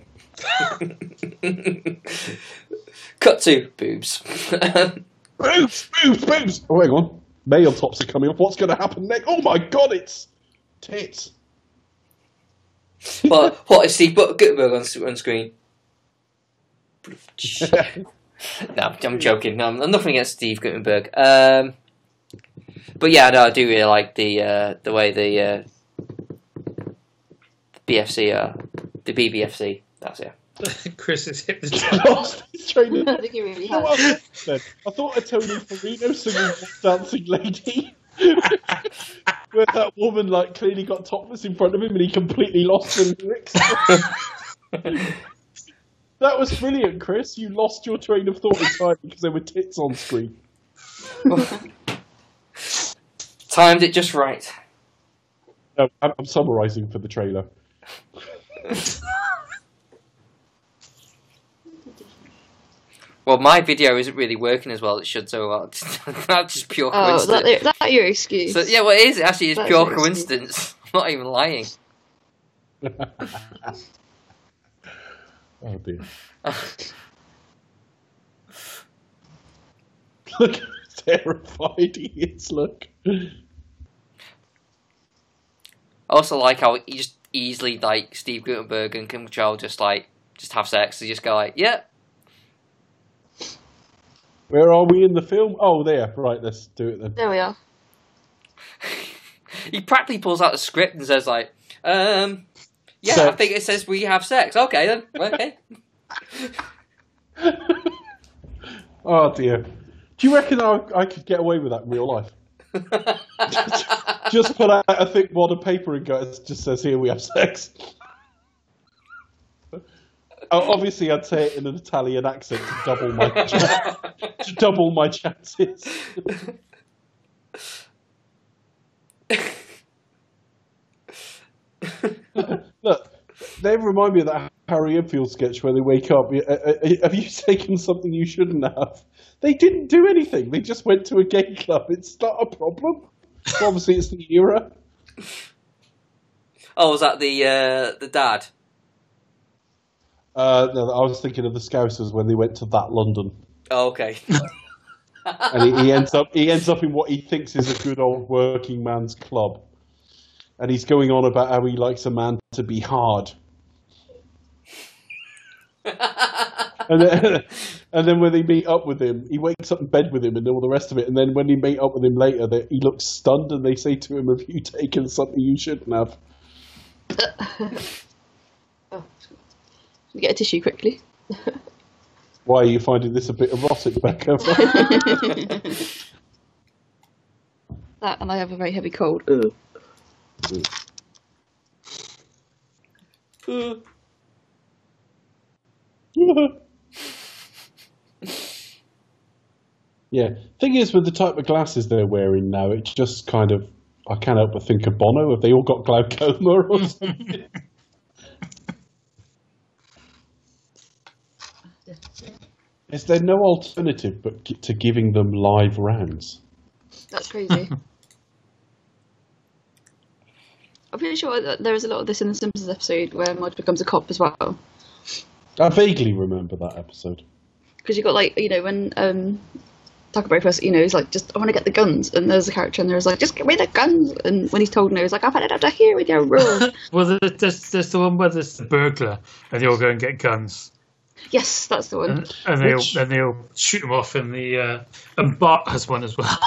Speaker 1: cut to boobs. (laughs)
Speaker 2: boobs, boobs, boobs. Oh, hang on, nail tops are coming off. What's going to happen next? Oh my god, it's
Speaker 1: (laughs)
Speaker 2: tits. (laughs)
Speaker 1: but what is Steve Gut- Guttenberg on, s- on screen? (laughs) no, I'm- I'm joking. No, I'm I'm nothing against Steve Guttenberg. Um, but yeah, no, I do really like the uh, the way the uh, BFC are uh, the BBFC. That's it.
Speaker 4: (laughs) Chris has (laughs) hit the
Speaker 2: Lost his train of-
Speaker 3: (laughs) I think he really
Speaker 2: Oh,
Speaker 3: has.
Speaker 2: well, then. I thought a Tony Farino singing Dancing Lady. (laughs) Where that woman like clearly got topless in front of him and he completely lost the lyrics. (laughs) that was brilliant, Chris. You lost your train of thought entirely because there were tits on screen.
Speaker 1: Timed it just right.
Speaker 2: No, I'm, I'm summarising for the trailer. (laughs)
Speaker 1: Well, my video isn't really working as well. as It should so well. (laughs) That's just pure
Speaker 3: Oh,
Speaker 1: coincidence.
Speaker 3: that, that, that your excuse.
Speaker 1: So yeah, well, it is actually it's
Speaker 3: That's
Speaker 1: pure
Speaker 3: interesting.
Speaker 1: coincidence. (laughs) I'm not even lying.
Speaker 2: Oh dear. (laughs) Look how terrified he is, look.
Speaker 1: I also like how he just easily like Steve Gutenberg and Kim Cattrall just like just have sex. They just go like, yeah,
Speaker 2: Where are we in the film? Oh there, right, let's do it then. (laughs)
Speaker 3: There we are.
Speaker 1: he practically pulls out the script and says like, um, yeah, I
Speaker 2: Sex.
Speaker 1: think it says we have sex. Okay then, okay.
Speaker 2: Oh dear. Do you reckon I, I could get away with that in real life? Just put out a thick wad of paper and go, it just says here we have sex. (laughs) Oh, Obviously, I'd say it in an Italian accent to double my to double my chances. Look, they remind me of that Harry Enfield sketch where they wake up. uh, uh, uh, Have you taken something you shouldn't have? They didn't do anything. They just went to a gay club. It's not a problem. Obviously, it's the era.
Speaker 1: (laughs) oh, was that the uh, the dad?
Speaker 2: Uh, no, I was thinking of the Scousers when they went to that London,
Speaker 1: Oh, okay.
Speaker 2: and he, he ends up he ends up in what he thinks is a good old working man's club, and he's going on about how he likes a man to be hard. and then, (laughs) and then when they meet up with him, he wakes up in bed with him and all the rest of it. And then when they meet up with him later, that he looks stunned and they say to him, "Have you taken something you shouldn't have?"
Speaker 3: Oh. Get a tissue quickly.
Speaker 2: Why are you finding this a bit erotic, Becca? (laughs)
Speaker 3: That, and I have a very heavy cold.
Speaker 1: Uh,
Speaker 2: (laughs) yeah. Thing is, with the type of glasses they're wearing now, it's just kind of I can't help but think of Bono. Have they all got glaucoma or something? is there no alternative but gi- to giving them live rounds?
Speaker 3: That's crazy. I'm pretty sure that there is a lot of this in the Simpsons episode where Marge becomes a cop as well.
Speaker 2: I vaguely remember that episode.
Speaker 3: Because you've got, like, you know, when um, Tucker Berry first, you know, he's like, just, I want to get the guns. And there's a character in there who's like, just get me the guns. And when he's told no, he's like, I've had it up to here with your rules.
Speaker 4: Well, there- there's, there's the one where there's the burglar and they all go and get guns.
Speaker 3: yes, that's the
Speaker 4: (laughs)
Speaker 3: one.
Speaker 4: And they'll,
Speaker 2: Which-
Speaker 4: and they'll shoot them off in the. Uh, and Bart has one
Speaker 2: (laughs)
Speaker 4: as well.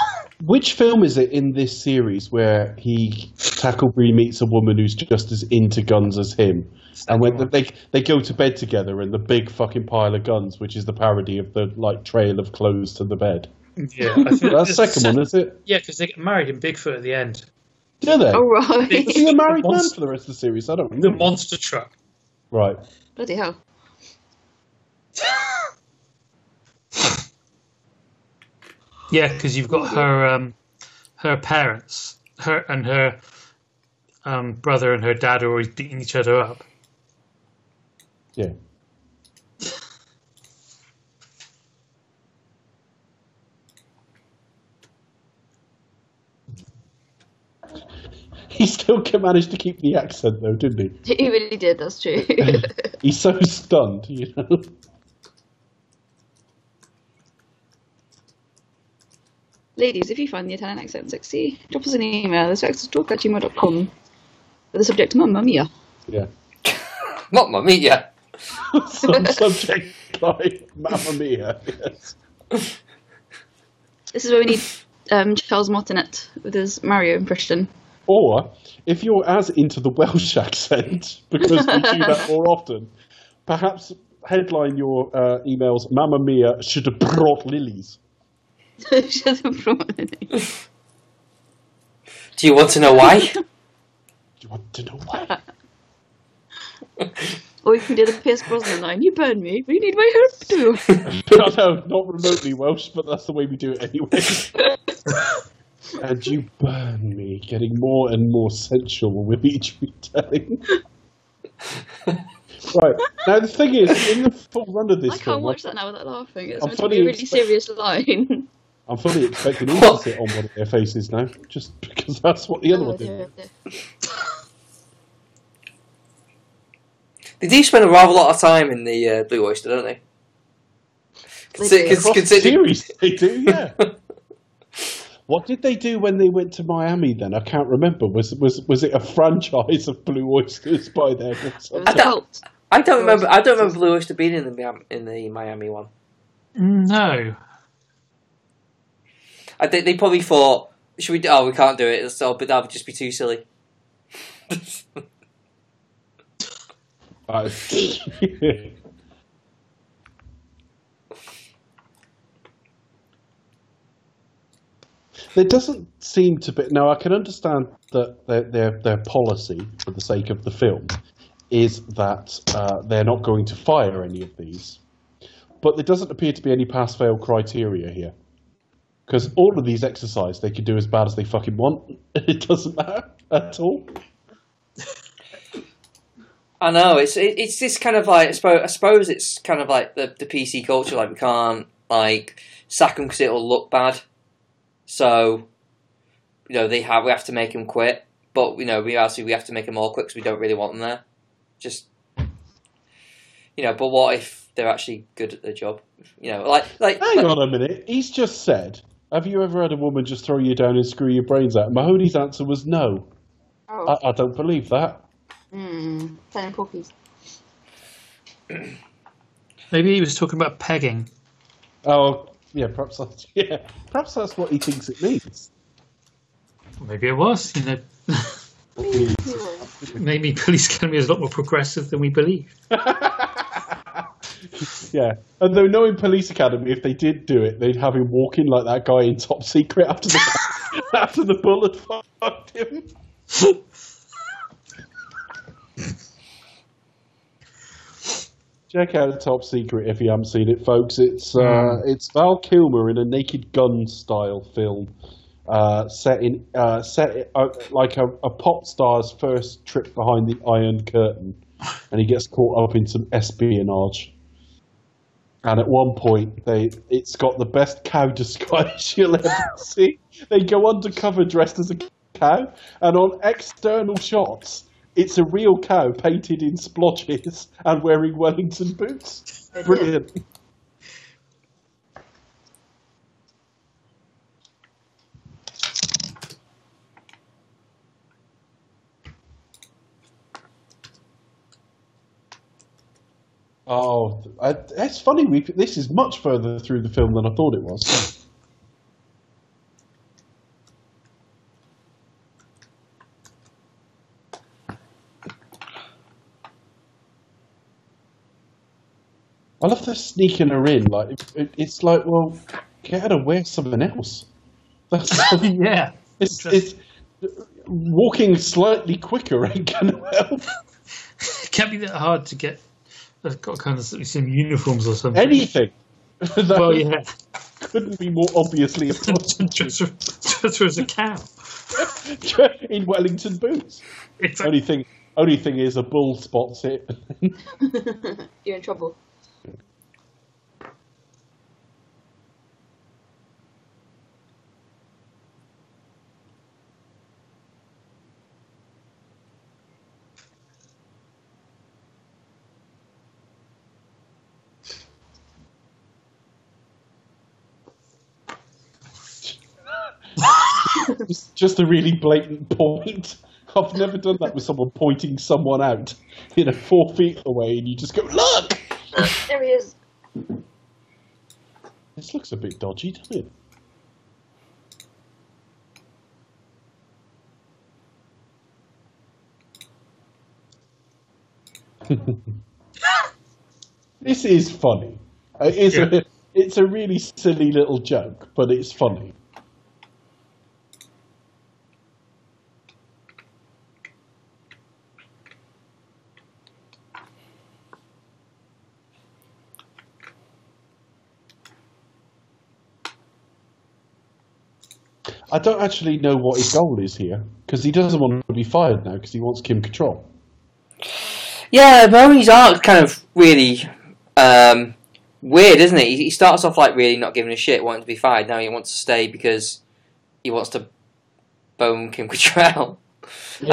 Speaker 2: Which film is it in this series where he Tackleberry meets a woman who's just as into guns as him, and when they they go to bed together and the big fucking pile of guns, which is the parody of the like trail of clothes to the bed.
Speaker 4: Yeah, I think
Speaker 2: That's the
Speaker 4: (laughs)
Speaker 2: second one, is it?
Speaker 4: Yeah, because they get married in Bigfoot at the end.
Speaker 2: Do they?
Speaker 3: All
Speaker 2: Oh,
Speaker 3: right.
Speaker 2: is he a married man
Speaker 4: The (laughs) monster-
Speaker 2: for the rest of the series? I don't
Speaker 4: The
Speaker 2: know.
Speaker 4: monster truck.
Speaker 2: right.
Speaker 3: (laughs) Bloody hell. (laughs)
Speaker 4: Yeah, because you've got her, um, her parents, her and her um, brother and her dad are always beating each other up.
Speaker 2: Yeah. (laughs) He still can manage to keep the accent though, didn't he?
Speaker 3: He really did. That's true.
Speaker 2: He's so stunned, you know. (laughs)
Speaker 3: Ladies, if you find the Italian accent sexy, drop us an email. This is talk at gmail.com. The subject Mamma Mia.
Speaker 2: Yeah.
Speaker 1: Mamma mia!
Speaker 2: Some subject like Mamma Mia. Yes.
Speaker 3: This is where we need um, Charles Martinet with his Mario impression. (laughs)
Speaker 2: Or if you're as into the Welsh (laughs) accent, because we do that more often, perhaps headline your uh, emails Mamma Mia should have brought lilies.
Speaker 3: Shut up, Ron.
Speaker 1: Do you want to know why?
Speaker 2: Do you want to know why?
Speaker 3: (laughs) or you can do the Pierce Brosnan line. You burn me, but you need my help too.
Speaker 2: no, no, not remotely Welsh, but that's the way we do it anyway.
Speaker 3: (laughs)
Speaker 2: and you burn me, getting more and more sensual with each
Speaker 3: (laughs)
Speaker 2: retelling. right now, the thing is, in the full run of this
Speaker 3: I
Speaker 2: film,
Speaker 3: can't watch that now without laughing. It's
Speaker 2: I'm
Speaker 3: meant to be a
Speaker 2: fully
Speaker 3: really
Speaker 2: expect-
Speaker 3: serious line.
Speaker 2: I'm fully expecting
Speaker 3: (laughs)
Speaker 2: him to sit on one of their faces now, just because that's what the other
Speaker 3: Oh,
Speaker 2: one did.
Speaker 3: dear, dear.
Speaker 1: They do spend a rather lot of time in the uh, Blue Oyster, don't they? Consi-
Speaker 3: do.
Speaker 1: cons-
Speaker 2: Across the
Speaker 1: considering-
Speaker 2: series, (laughs) they do, yeah. what did they do when they went to Miami? Then I can't remember. Was was was it a franchise of Blue Oysters by then? Or
Speaker 3: It
Speaker 2: something?
Speaker 3: was a
Speaker 1: don't-
Speaker 3: cult.
Speaker 1: I don't remember. I don't remember Blue Oyster being in the Miami, in the Miami one.
Speaker 4: No.
Speaker 1: I think they probably thought, "Should we? do- Oh, we can't do it. So, but that would just be too silly."
Speaker 2: That is- there doesn't seem to be. Now, I can understand that their, their, their policy, for the sake of the film, is that uh, they're not going to fire any of these. But there doesn't appear to be any pass fail criteria here. Because all of these exercises they could do as bad as they fucking want. (laughs) It doesn't matter at all.
Speaker 1: I know it's it, it's this kind of like I suppose, I suppose it's kind of like the the PC culture. Like we can't like sack them because it'll look bad. So, you know, they have we have to make them quit. But you know, we actually we have to make them all quit because we don't really want them there. Just you know, but what if they're actually good at their job? You know, like like
Speaker 2: Hang on a minute. He's just said, "Have you ever had a woman just throw you down and screw your brains out?" Mahoney's answer was no.
Speaker 3: Oh,
Speaker 2: I, I don't believe that.
Speaker 3: mm, Ten Porkies.
Speaker 4: Maybe he was talking about pegging.
Speaker 2: Oh, yeah, perhaps that's (laughs) yeah, perhaps that's what he thinks it means.
Speaker 4: Maybe it was. You know, (laughs) maybe Police Academy is a lot more progressive than we believe.
Speaker 2: Yeah, and though knowing Police Academy, if they did do it, they'd have him walking like that guy in Top Secret after the (laughs) after the bullet fucked him. Check out Top Secret if you haven't seen it, folks. It's uh, it's Val Kilmer in a Naked Gun style film, uh, set in uh, set uh, like a, a pop star's first trip behind the Iron Curtain, and he gets caught up in some espionage. And at one point, they it's got the best cow (laughs) disguise you'll ever see. They go undercover dressed as a cow, and on external shots, it's a real cow painted in splotches and wearing Wellington boots. Brilliant. Oh, I, it's funny. We this is much further through the film than I thought it was. I love the sneaking her in. Like it, it, it's like, well, get her to wear something else. That's
Speaker 4: (laughs) Yeah.
Speaker 2: it's, it's walking slightly quicker (laughs) ain't gonna help.
Speaker 4: It can't be that hard to get. I've got kind of some uniforms or something.
Speaker 2: Anything. that
Speaker 4: (laughs)
Speaker 2: (laughs)
Speaker 4: well, yeah.
Speaker 2: couldn't be more obviously a prostitute.
Speaker 4: Dress her- dress her as a cow.
Speaker 2: (laughs) in Wellington boots.
Speaker 4: It's
Speaker 2: Only
Speaker 4: like,
Speaker 2: thing, only thing is a bull spots it. (laughs)
Speaker 3: You're in trouble.
Speaker 2: (laughs) was just a really blatant point. I've never done that with someone pointing someone out, you know, four feet away, and you just go, look!
Speaker 3: (laughs) There he is.
Speaker 2: This looks a bit dodgy, doesn't it? (laughs) this is funny. It is
Speaker 4: Yeah.
Speaker 2: a, it's a really silly little joke, but it's funny. I don't actually know what his goal is here because he doesn't want to be fired now because he wants Kim Control.
Speaker 1: Yeah, Murray's arc kind of really um, weird, isn't it? He, he starts off like really not giving a shit, wanting to be fired. Now he wants to stay because he wants to bone Kim Cattrall.
Speaker 2: Yeah.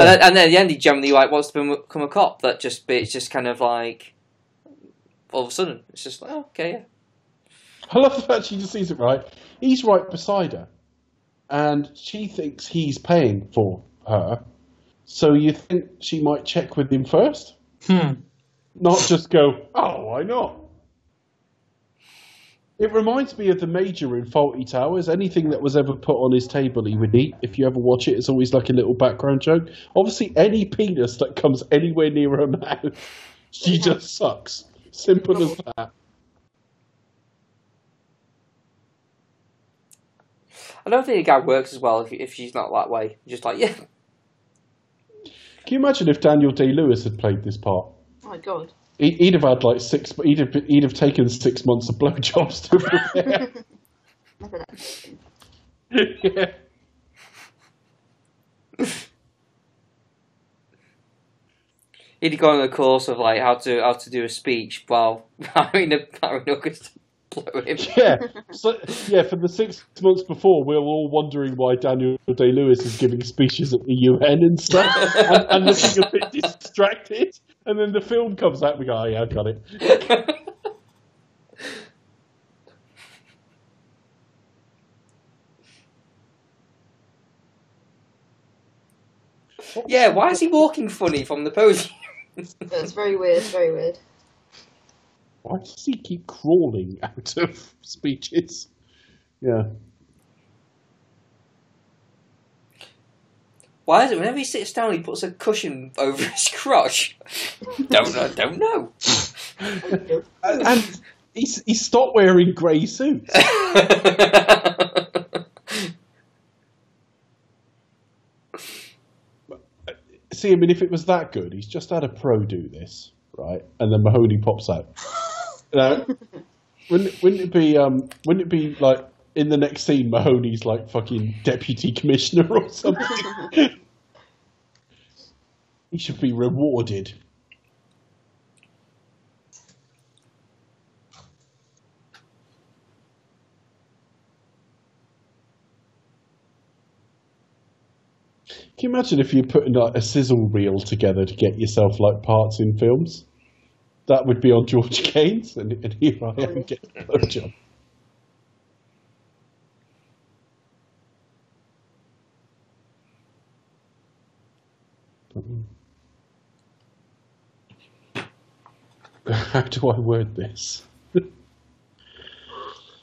Speaker 1: And, then, and then at the end, he generally like wants to become a cop. That just but it's just kind of like all of a sudden it's just like oh, okay, yeah.
Speaker 2: (laughs) I love the fact she just sees it right. He's right beside her, and she thinks he's paying for her. So you think she might check with him first,
Speaker 4: Hmm.
Speaker 2: not just go, "Oh, why not?" It reminds me of the Major in Faulty Towers. Anything that was ever put on his table, he would eat. If you ever watch it, it's always like a little background joke. Obviously, any penis that comes anywhere near her mouth, (laughs) she just sucks. Simple as that.
Speaker 1: I don't think the guy works as well if, if she's not that way. Just like (laughs) yeah,
Speaker 2: Can you imagine if Daniel Day Lewis had played this part?
Speaker 3: Oh my god.
Speaker 2: He- He'd have had like six. He'd have, he'd have taken six months of blowjobs to prepare.
Speaker 3: Never that.
Speaker 2: (laughs) yeah.
Speaker 1: he'd gone on a course of like how to how to do a speech while (laughs) having a Aaron August (laughs) blow him.
Speaker 2: yeah, so yeah. For the six months before, we were all wondering why Daniel Day Lewis is giving speeches at the UN and stuff, and, and looking a bit distracted. And then the film comes out. We go, oh, yeah, I got it.
Speaker 1: (laughs) yeah, why is he walking funny from the podium? (laughs)
Speaker 3: That's very weird, very weird.
Speaker 2: Why does he keep crawling out of speeches? Yeah,
Speaker 1: Why is it whenever he sits down, he puts a cushion over (laughs) his crotch? don't know, don't know. (laughs)
Speaker 2: and, and he's, he stopped wearing grey suits. See, I mean, if it was that good, he's just had a pro do this, right? And then Mahoney pops out. Now, wouldn't, wouldn't it be? Um, wouldn't it be like in the next scene, Mahoney's like fucking deputy commissioner or something? he should be rewarded. Can you imagine if you're putting like a sizzle reel together to get yourself like parts in films? That would be on George (laughs) Keynes, and, and here I am getting a blowjob. (laughs) How do I word this?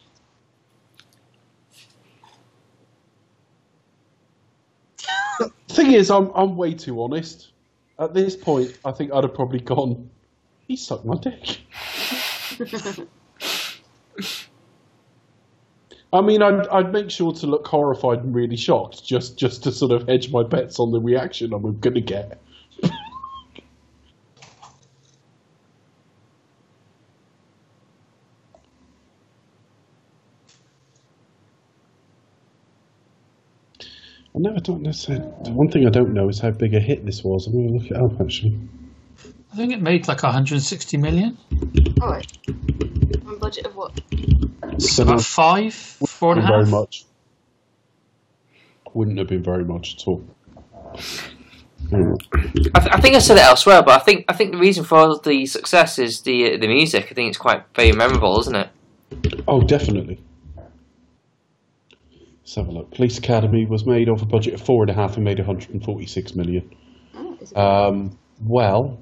Speaker 2: (laughs) thing is, I'm I'm way too honest. At this point, I think I'd have probably gone. He sucked my (laughs) dick. I mean, I'd, I'd make sure to look horrified and really shocked, just just to sort of hedge my bets on the reaction I'm going to get. I never don't necessarily. The one thing I don't know is how big a hit this was. I'm going to look it up actually.
Speaker 4: I think it made like 160 million.
Speaker 3: Alright. On budget of what?
Speaker 4: It's about five, four and a
Speaker 2: Not
Speaker 4: half.
Speaker 2: very much. Wouldn't have been very much at all. Hmm.
Speaker 1: I, th- I think I said it elsewhere, but I think I think the reason for the success is the the music. I think it's quite very memorable, isn't it?
Speaker 2: Oh, definitely. Oh, Let's have a look. Police Academy was made off a budget of four and a half and made 146 million.
Speaker 3: Oh, is it-
Speaker 2: Um, well,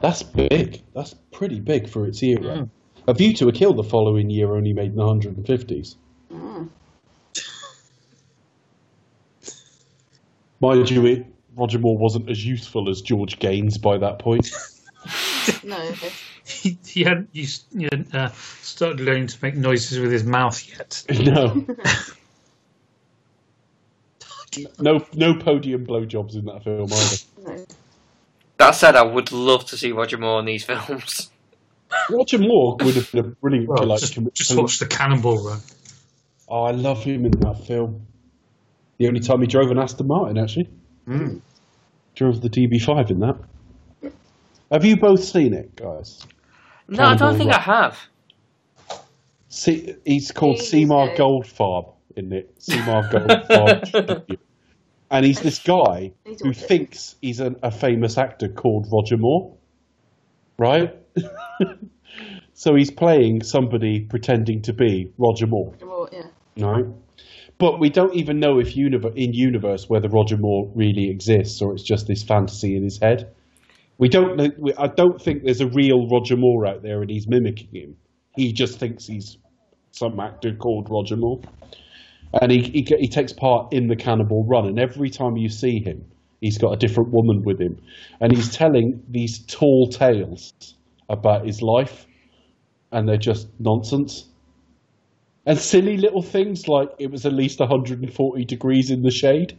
Speaker 2: that's big. That's pretty big for its era. A View to a Kill the following year only made in the 150s.
Speaker 3: Ah.
Speaker 2: Mind you, it, Roger Moore wasn't as useful as George Gaines by that point.
Speaker 3: no.
Speaker 4: He, he hadn't used, he hadn't, uh, started learning to make noises with his mouth yet.
Speaker 2: (laughs)
Speaker 4: (laughs)
Speaker 2: no. No, no podium blowjobs in that film either.
Speaker 3: No.
Speaker 1: That said, I would love to see Roger Moore in these (laughs) films.
Speaker 2: Roger Moore would have been a brilliant
Speaker 4: Well,
Speaker 2: like,
Speaker 4: just,
Speaker 2: com-
Speaker 4: just watch the cannonball run.
Speaker 2: Oh, I love him in that film. The only time he drove an Aston Martin, actually.
Speaker 4: Hmm.
Speaker 2: Drove the DB5 in that. Have you both seen it, guys?
Speaker 1: No, I don't
Speaker 2: Cannibal
Speaker 1: think I
Speaker 2: Rock.
Speaker 1: have.
Speaker 2: See, he's called
Speaker 3: Please
Speaker 2: Seymour
Speaker 3: do.
Speaker 2: Goldfarb, isn't it? Seymour Goldfarb. and he's this guy
Speaker 3: He's
Speaker 2: who
Speaker 3: awesome.
Speaker 2: thinks he's an, a famous actor called Roger Moore, right? (laughs) so he's playing somebody pretending to be Roger Moore.
Speaker 3: Well, yeah.
Speaker 2: No. But we don't even know if univer- in universe whether Roger Moore really exists or it's just this fantasy in his head. We don't. know- we- I don't think there's a real Roger Moore out there, and he's mimicking him. He just thinks he's some actor called Roger Moore, and he he, he takes part in the Cannibal Run. And every time you see him, he's got a different woman with him, and he's telling these tall tales about his life, and they're just nonsense. And silly little things like it was at least 140 degrees in the shade.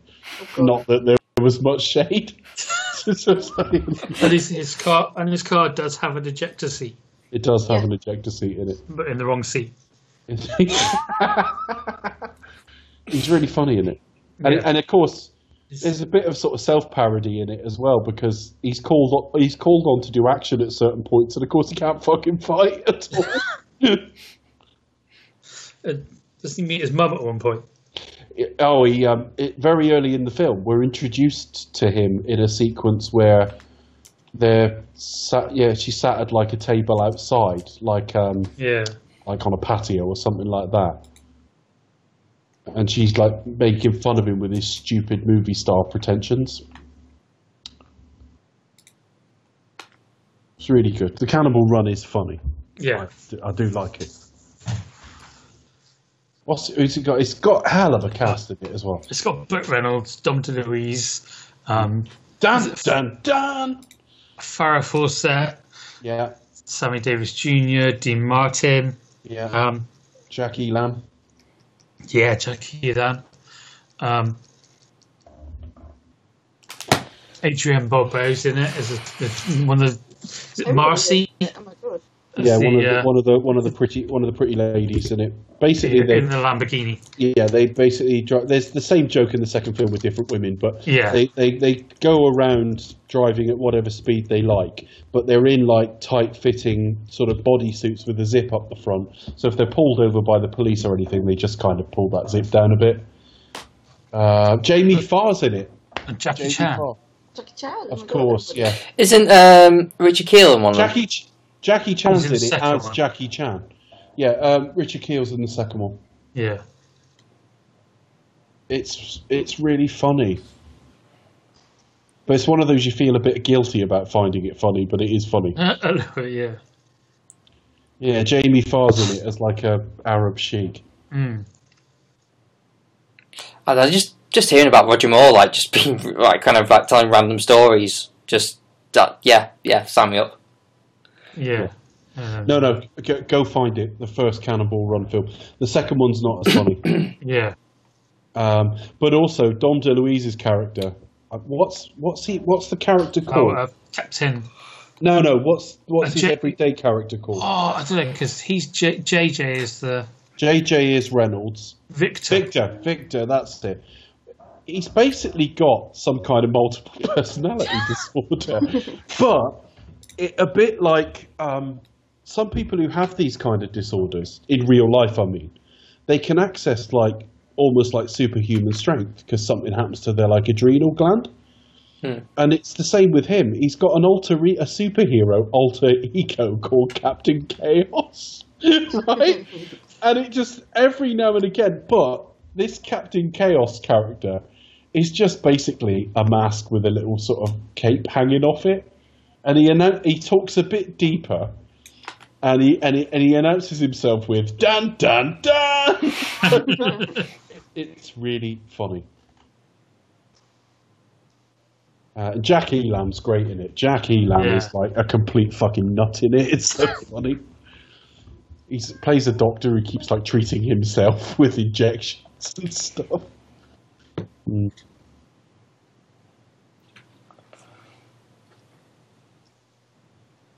Speaker 2: Not that there was much shade. (laughs) So it's like-
Speaker 4: And his, his car and his car does have an ejector seat,
Speaker 2: it does have
Speaker 3: Yeah.
Speaker 2: an ejector seat in
Speaker 4: but in the wrong seat.
Speaker 2: it. (laughs) He's really funny in it. And,
Speaker 4: Yeah.
Speaker 2: and of course, there's a bit of sort of self parody in it as well because he's called on, he's called on to do action at certain points, and of course, he can't fucking fight at all.
Speaker 4: Uh, doesn't he meet his mum at one point?
Speaker 2: it- oh, he um, it, very early in the film, we're introduced to him in a sequence where they're sat, yeah, she sat at like a table outside, like um,
Speaker 4: Yeah.
Speaker 2: like on a patio or something like that, and she's like making fun of him with his stupid movie star pretensions. It's really good. The Cannibal Run is funny.
Speaker 4: Yeah.
Speaker 2: I do like it. What's who's it got? It's got a hell of a cast in it as well.
Speaker 4: It's got Burt Reynolds, Dom DeLuise, um,
Speaker 2: Dun dun dun.
Speaker 4: Farrah Fawcett,
Speaker 2: Yeah,
Speaker 4: Sammy Davis Jr., Dean Martin,
Speaker 2: yeah.
Speaker 4: um,
Speaker 2: Jackie Lamb.
Speaker 4: yeah, Jackie Dan, um, Adrian Bobo's in it as a, the- one of the, is it Marcy?
Speaker 3: Oh my god.
Speaker 4: As
Speaker 2: Yeah, one of
Speaker 4: the,
Speaker 2: the,
Speaker 4: uh,
Speaker 2: one of the one of the pretty one of the pretty ladies in it. Basically,
Speaker 4: in
Speaker 2: they
Speaker 4: the Lamborghini.
Speaker 2: yeah they basically dri there's the same joke in the second film with different women, but
Speaker 4: Yeah.
Speaker 2: they, they they go around driving at whatever speed they like, but they're in like tight fitting sort of bodysuits with a zip up the front. So if they're pulled over by the police or anything, they just kind of pull that zip down a bit. Uh, Jamie Farr's in it.
Speaker 4: And Jackie
Speaker 2: Jamie
Speaker 4: Chan.
Speaker 2: Farr.
Speaker 3: Jackie Chan. oh my
Speaker 2: Of
Speaker 3: God.
Speaker 2: course, yeah.
Speaker 1: Isn't um, Richard Keel in one of them?
Speaker 2: Jackie Ch- Jackie Chan's
Speaker 4: He's in
Speaker 2: in
Speaker 4: the
Speaker 2: it
Speaker 4: second
Speaker 2: as
Speaker 4: one.
Speaker 2: Jackie Chan. Yeah, um, Richard Keel's in the second one.
Speaker 4: Yeah. (laughs)
Speaker 2: It's it's really funny, but it's one of those you feel a bit guilty about finding it funny, but it is funny.
Speaker 4: yeah.
Speaker 2: Yeah, Jamie Farr's in it as like a Arab sheik.
Speaker 4: Mm.
Speaker 1: I don't know, just just hearing about Roger Moore, like just (laughs) being like kind of like telling random stories, just that yeah yeah sign me up.
Speaker 4: Yeah. Um,
Speaker 2: No, no, go, go find it. The first Cannibal Run film. The second one's not as funny.
Speaker 4: (coughs) Yeah.
Speaker 2: Um, but also Dom DeLuise's character. uh, What's what's he? What's the character
Speaker 4: Oh,
Speaker 2: called?
Speaker 4: uh, Captain.
Speaker 2: no, no. What's what's
Speaker 4: Uh,
Speaker 2: his
Speaker 4: Ja-
Speaker 2: everyday character called?
Speaker 4: Oh, I don't know because he's J- JJ is the
Speaker 2: JJ is Reynolds.
Speaker 4: Victor.
Speaker 2: Victor, Victor, that's it. He's basically got some kind of multiple (laughs) personality disorder, but it, a bit like um, some people who have these kind of disorders in real life. I mean, they can access like almost like superhuman strength because something happens to their like adrenal gland. And it's the same with him. He's got an alter, e- a superhero alter ego called (laughs) Captain Chaos, right? and it just every now and again, but this Captain Chaos character is just basically a mask with a little sort of cape hanging off it, and he annou- he talks a bit deeper, and he and he, and he announces himself with dun dun dun. it's really funny. Uh, Jack Elam's great in it. Jack Elam
Speaker 4: Yeah.
Speaker 2: is like a complete fucking nut in it. (laughs) It's so funny. He plays a doctor who keeps like treating himself (laughs) with injections and stuff. Mm.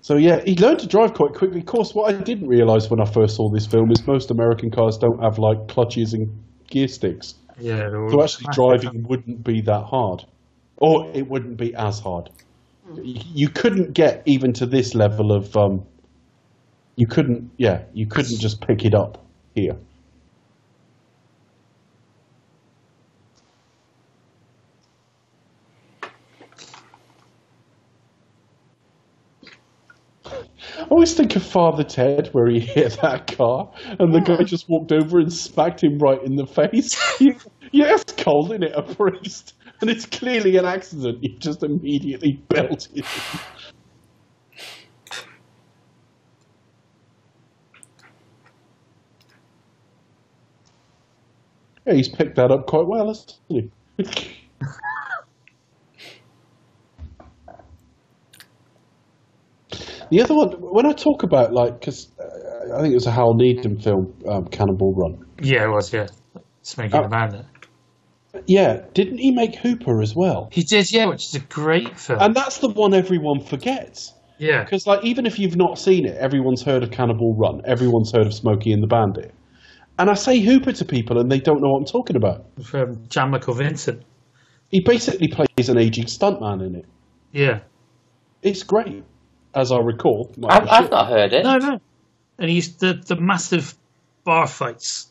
Speaker 2: So yeah, he learned to drive quite quickly. Of course, what I didn't realise when I first saw this film is most American cars don't have like clutches and gear sticks.
Speaker 4: Yeah. they're all-
Speaker 2: So
Speaker 4: (laughs)
Speaker 2: actually, driving wouldn't be that hard, or it wouldn't be as hard. You you couldn't get even to this level of. Um, you couldn't, yeah, you couldn't just pick it up here. I always think of Father Ted where he (laughs) hit that car and the guy just walked over and smacked him right in the face. (laughs) You- yeah, it's cold, is it, a priest? And it's clearly an accident. He just immediately (laughs) belted him. Yeah, he's picked that up quite well, hasn't he? the other one, when I talk about, like, because uh, I think it was a Hal Needham film, um, Cannibal Run.
Speaker 4: Yeah, it was. Yeah, it's making
Speaker 2: Oh.
Speaker 4: a man. there.
Speaker 2: Yeah, didn't he make Hooper as well?
Speaker 4: He did. Yeah, which is a great film.
Speaker 2: And that's the one everyone forgets.
Speaker 4: yeah.
Speaker 2: Because, like, even if you've not seen it, everyone's heard of Cannibal Run, everyone's heard of Smokey and the Bandit. And I say Hooper to people and they don't know what I'm talking about.
Speaker 4: from Jan Michael Vincent.
Speaker 2: He basically plays an aging stuntman in it.
Speaker 4: Yeah.
Speaker 2: It's great, as I recall. Might
Speaker 1: I've,
Speaker 2: be
Speaker 1: I've
Speaker 2: shit.
Speaker 1: not heard it.
Speaker 4: No, Oh, no. And he used the, the massive bar fights.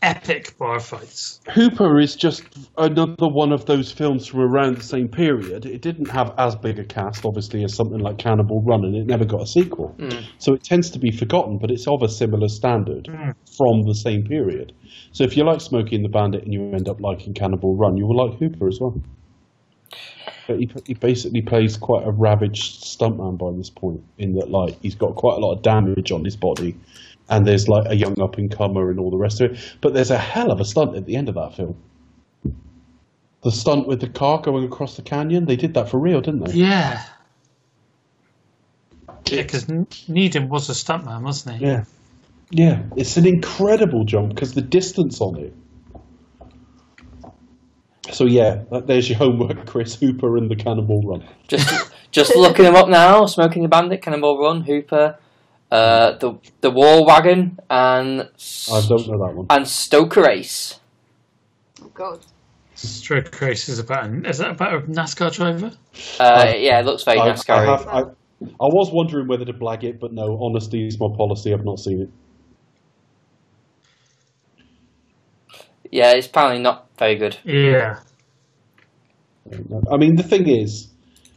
Speaker 4: Epic bar fights.
Speaker 2: Hooper is just another one of those films from around the same period. It didn't have as big a cast, obviously, as something like Cannibal Run, and it never got a sequel. So it tends to be forgotten, but it's of a similar standard from the same period. So if you like Smokey and the Bandit and you end up liking Cannibal Run, you will like Hooper as well. But he, he basically plays quite a ravaged stuntman by this point, in that like he's got quite a lot of damage on his body, and there's like a young up and comer and all the rest of it. But there's a hell of a stunt at the end of that film. The stunt with the car going across the canyon, they did that for real, didn't they?
Speaker 4: Yeah. Yeah, because Needham was a stuntman, wasn't he?
Speaker 2: Yeah. Yeah. It's an incredible jump because the distance on it. So, yeah, that, there's your homework, Chris Hooper and the Cannibal Run.
Speaker 1: Just just looking him up now. Smoking the Bandit, Cannonball Run, Hooper, uh, the the War Wagon, and S-
Speaker 2: I don't know that one.
Speaker 1: and Stoker Race.
Speaker 3: Oh God.
Speaker 4: Stroke race is about an, is that about a NASCAR driver?
Speaker 1: Uh, yeah, it looks very
Speaker 2: I, I,
Speaker 1: NASCAR.
Speaker 2: have, I, I was wondering whether to blag it, but no, honesty is my policy. I've not seen it.
Speaker 1: Yeah, it's apparently not very good.
Speaker 4: Yeah.
Speaker 2: I mean, the thing is,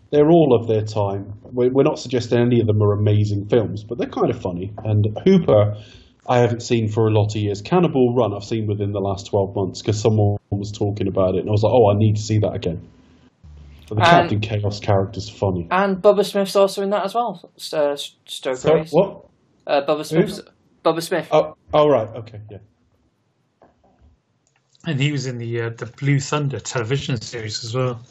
Speaker 2: they're all of their time. We're we're not suggesting any of them are amazing films, but they're kind of funny. And Hooper, I haven't seen for a lot of years. Cannibal Run, I've seen within the last 12 months because someone was talking about it, and I was like, oh, I need to see that again. But the
Speaker 1: Um,
Speaker 2: Captain Chaos character's funny.
Speaker 1: And Bubba Smith's also in that as well. S- Uh, S- Stoker
Speaker 2: Sorry,
Speaker 1: Race.
Speaker 2: what?
Speaker 1: Uh, Bubba Smith's Bubba Smith.
Speaker 2: Oh, oh, right, okay, yeah.
Speaker 4: And he was in the uh, the Blue Thunder television series as well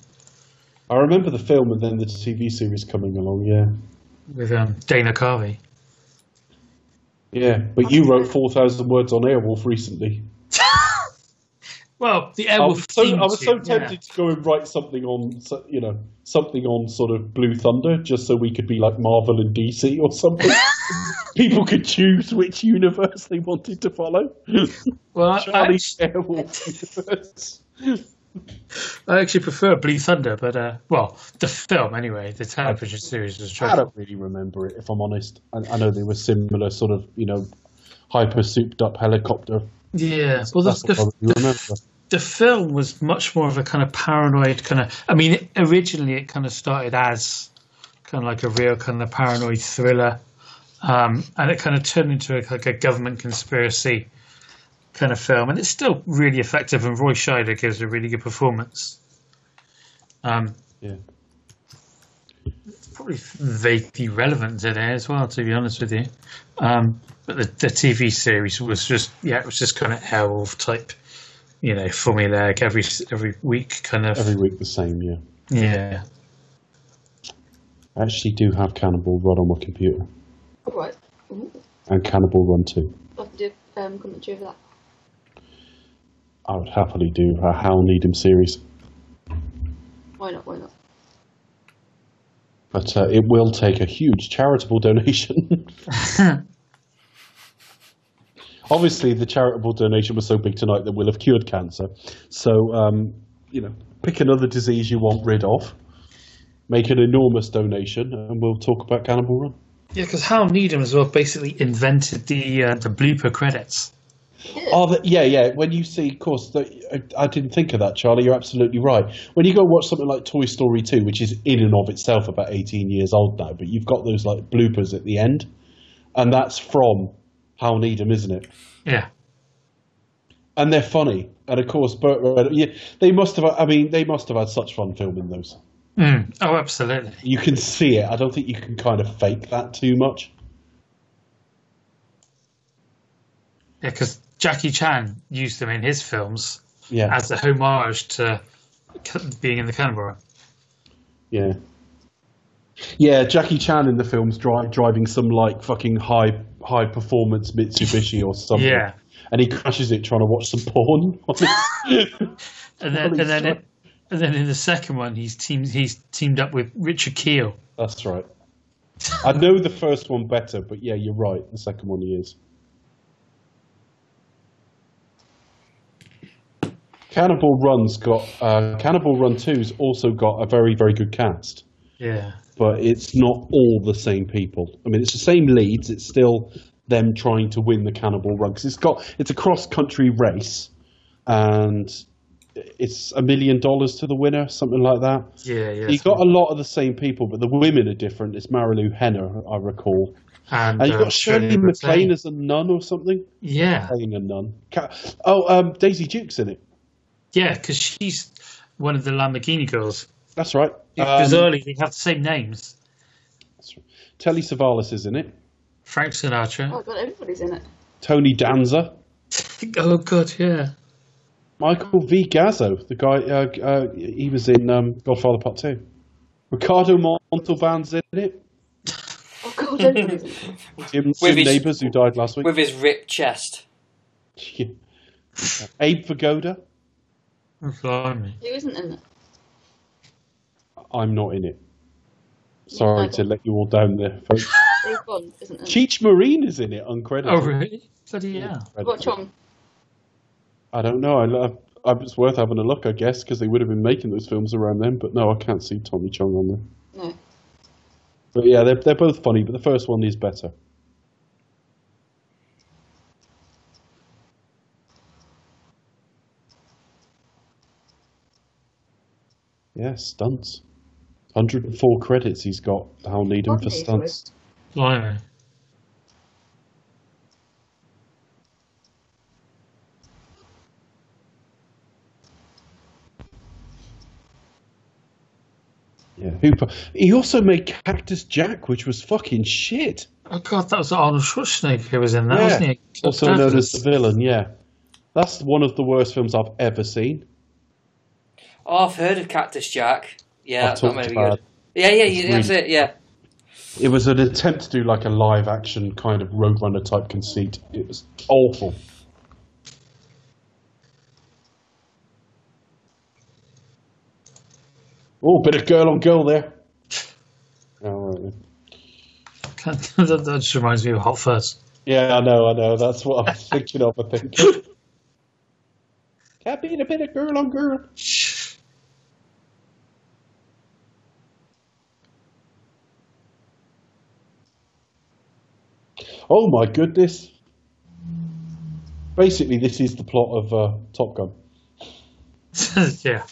Speaker 2: I remember the film and then the TV series coming along, yeah.
Speaker 4: with um, Dana Carvey.
Speaker 2: Yeah, but you wrote 4,000 words on Airwolf recently.
Speaker 4: Well, the
Speaker 2: I
Speaker 4: Airwolf.
Speaker 2: was so, I
Speaker 4: theme
Speaker 2: was so
Speaker 4: tune,
Speaker 2: tempted to go and write something on, so- you know, something on sort of Blue Thunder, just so we could be like Marvel and DC or
Speaker 4: (laughs)
Speaker 2: something. People could choose which universe they wanted to
Speaker 4: (laughs)
Speaker 2: follow.
Speaker 4: Well, I- I,
Speaker 2: Charlie
Speaker 4: actually-
Speaker 2: Airwolf universe.
Speaker 4: I actually prefer Blue Thunder, but uh, well, the film anyway, the television series was
Speaker 2: I
Speaker 4: trash.
Speaker 2: don't really remember it, if I'm honest. I, I know they were similar, sort of, you know, hyper souped up helicopter.
Speaker 4: Yeah, well, the,
Speaker 2: That's what I
Speaker 4: the,
Speaker 2: really remember.
Speaker 4: the film was much more of a kind of paranoid kind of. I mean, it, originally it kind of started as kind of like a real kind of paranoid thriller, um, and it kind of turned into a, like a government conspiracy, kind of film, and it's still really effective. And Roy Scheider gives a really good performance. Um,
Speaker 2: Yeah.
Speaker 4: probably vaguely relevant today as well, to be honest with you. Um, but the, the TV series was just yeah, it was just kind of Elf type, you know, formulaic every every week kind of
Speaker 2: Every week the same, yeah.
Speaker 4: yeah.
Speaker 2: I actually do have Cannibal Run on my computer
Speaker 3: All right. Ooh,
Speaker 2: and Cannibal Run 2.
Speaker 3: I'll have to do um, commentary over that.
Speaker 2: I would happily do a Hal Needham series,
Speaker 3: Why not? Why not?
Speaker 2: but uh, it will take a huge charitable donation. Obviously, the charitable donation was so big tonight that we'll have cured cancer. So, um, you know, pick another disease you want rid of, make an enormous donation, and we'll talk about Cannibal Run.
Speaker 4: Yeah, because Hal Needham as well basically invented the uh, the blooper credits.
Speaker 2: Oh, the, yeah, yeah. When you see, of course, the, I, I didn't think of that, Charlie. You're absolutely right. When you go watch something like Toy Story 2, which is in and of itself about 18 years old now, but you've got those like bloopers at the end, and that's from Hal Needham, isn't it?
Speaker 4: Yeah,
Speaker 2: And they're funny. And of course, Burt Reynolds. Yeah, they must have. I mean, they must have had such fun filming those.
Speaker 4: Mm. oh, absolutely.
Speaker 2: You can see it. I don't think you can kind of fake that too much.
Speaker 4: Yeah, because Jackie Chan used them in his films
Speaker 2: Yeah,
Speaker 4: as a homage to c- being in the Cannibal Run.
Speaker 2: yeah, yeah. Jackie Chan in the films dri driving some like fucking high high performance Mitsubishi or something.
Speaker 4: Yeah,
Speaker 2: and he crashes it trying to watch some porn.
Speaker 4: and then
Speaker 2: Holy
Speaker 4: and then
Speaker 2: shit.
Speaker 4: it, and then in the second one, he's teamed he's teamed up with Richard Keel.
Speaker 2: That's right. I know the first one better, but yeah, you're right. The second one he is. Cannibal Run's got uh, Cannibal Run 2's also got a very very good cast,
Speaker 4: Yeah,
Speaker 2: but it's not all the same people. I mean, it's the same leads. It's still them trying to win the Cannibal Run because it's got it's a cross country race, and it's a million dollars to the winner, something like that.
Speaker 4: yeah, yeah.
Speaker 2: You've got a lot of the same people, but the women are different. It's Marilou Henner, I recall.
Speaker 4: and,
Speaker 2: And you've
Speaker 4: uh,
Speaker 2: got Shirley
Speaker 4: Shirley
Speaker 2: MacLaine
Speaker 4: MacLaine.
Speaker 2: as a nun or something.
Speaker 4: Yeah,
Speaker 2: Playing a nun. Ca- Oh, um, Daisy Duke's in it.
Speaker 4: yeah, because she's one of the Lamborghini girls.
Speaker 2: That's right. Um,
Speaker 4: Bizarrely, they have the same names.
Speaker 2: that's right. Telly Savalas is in it.
Speaker 4: Frank
Speaker 3: Oh
Speaker 4: Sinatra.
Speaker 3: god, everybody's in it.
Speaker 2: Tony Danza.
Speaker 4: Oh God, yeah.
Speaker 2: Michael V. Gazzo, the guy, uh, uh, he was in um, Godfather Part 2. Ricardo Montalban's in it.
Speaker 3: Oh god, everybody's in it.
Speaker 2: Jim, Jim
Speaker 1: his-
Speaker 2: Neighbours, who died last week.
Speaker 1: with his ripped chest.
Speaker 2: Yeah. Uh, Abe Vigoda.
Speaker 4: Blimey.
Speaker 3: Who isn't in it?
Speaker 2: I'm not in it. Sorry to let you all down there, folks.
Speaker 3: Dave Bond isn't in it.
Speaker 2: Cheech Marine is in it, uncredited.
Speaker 4: Oh, really? Bloody yeah.
Speaker 3: Watch on.
Speaker 2: I don't know. I, lo- I, it's worth having a look, I guess, because they would have been making those films around then. But no, I can't see Tommy Chong on there.
Speaker 3: No.
Speaker 2: But yeah, they're, they're both funny, but the first one is better. Yeah, stunts. 104 credits he's got. I'll need him for
Speaker 3: Okay, so
Speaker 2: stunts.
Speaker 4: Blimey.
Speaker 2: Yeah, Hooper. He also made Cactus Jack, which was fucking shit.
Speaker 4: Oh, God, that was Arnold Schwarzenegger who was in that,
Speaker 2: Yeah.
Speaker 4: wasn't he?
Speaker 2: Also
Speaker 4: God,
Speaker 2: known
Speaker 4: that
Speaker 2: as the villain. Yeah, that's one of the worst films I've ever seen.
Speaker 1: Oh, I've heard of Cactus Jack. Yeah,
Speaker 2: I've
Speaker 1: that's not
Speaker 2: talked
Speaker 1: very
Speaker 2: about
Speaker 1: good. Yeah, yeah,
Speaker 2: It's
Speaker 1: yeah that's
Speaker 2: really-
Speaker 1: it. Yeah,
Speaker 2: It was an attempt to do like a live action kind of Roadrunner type conceit. It was awful. Oh, bit of girl on girl there. All right.
Speaker 4: that, that just reminds me of Hot Fuzz. (laughs)
Speaker 2: Yeah, I know, I know. That's what
Speaker 1: (laughs)
Speaker 2: I'm thinking of. I think. Can't be a bit of girl on girl. Oh my goodness! Basically, this is the plot of uh, Top Gun.
Speaker 4: yeah.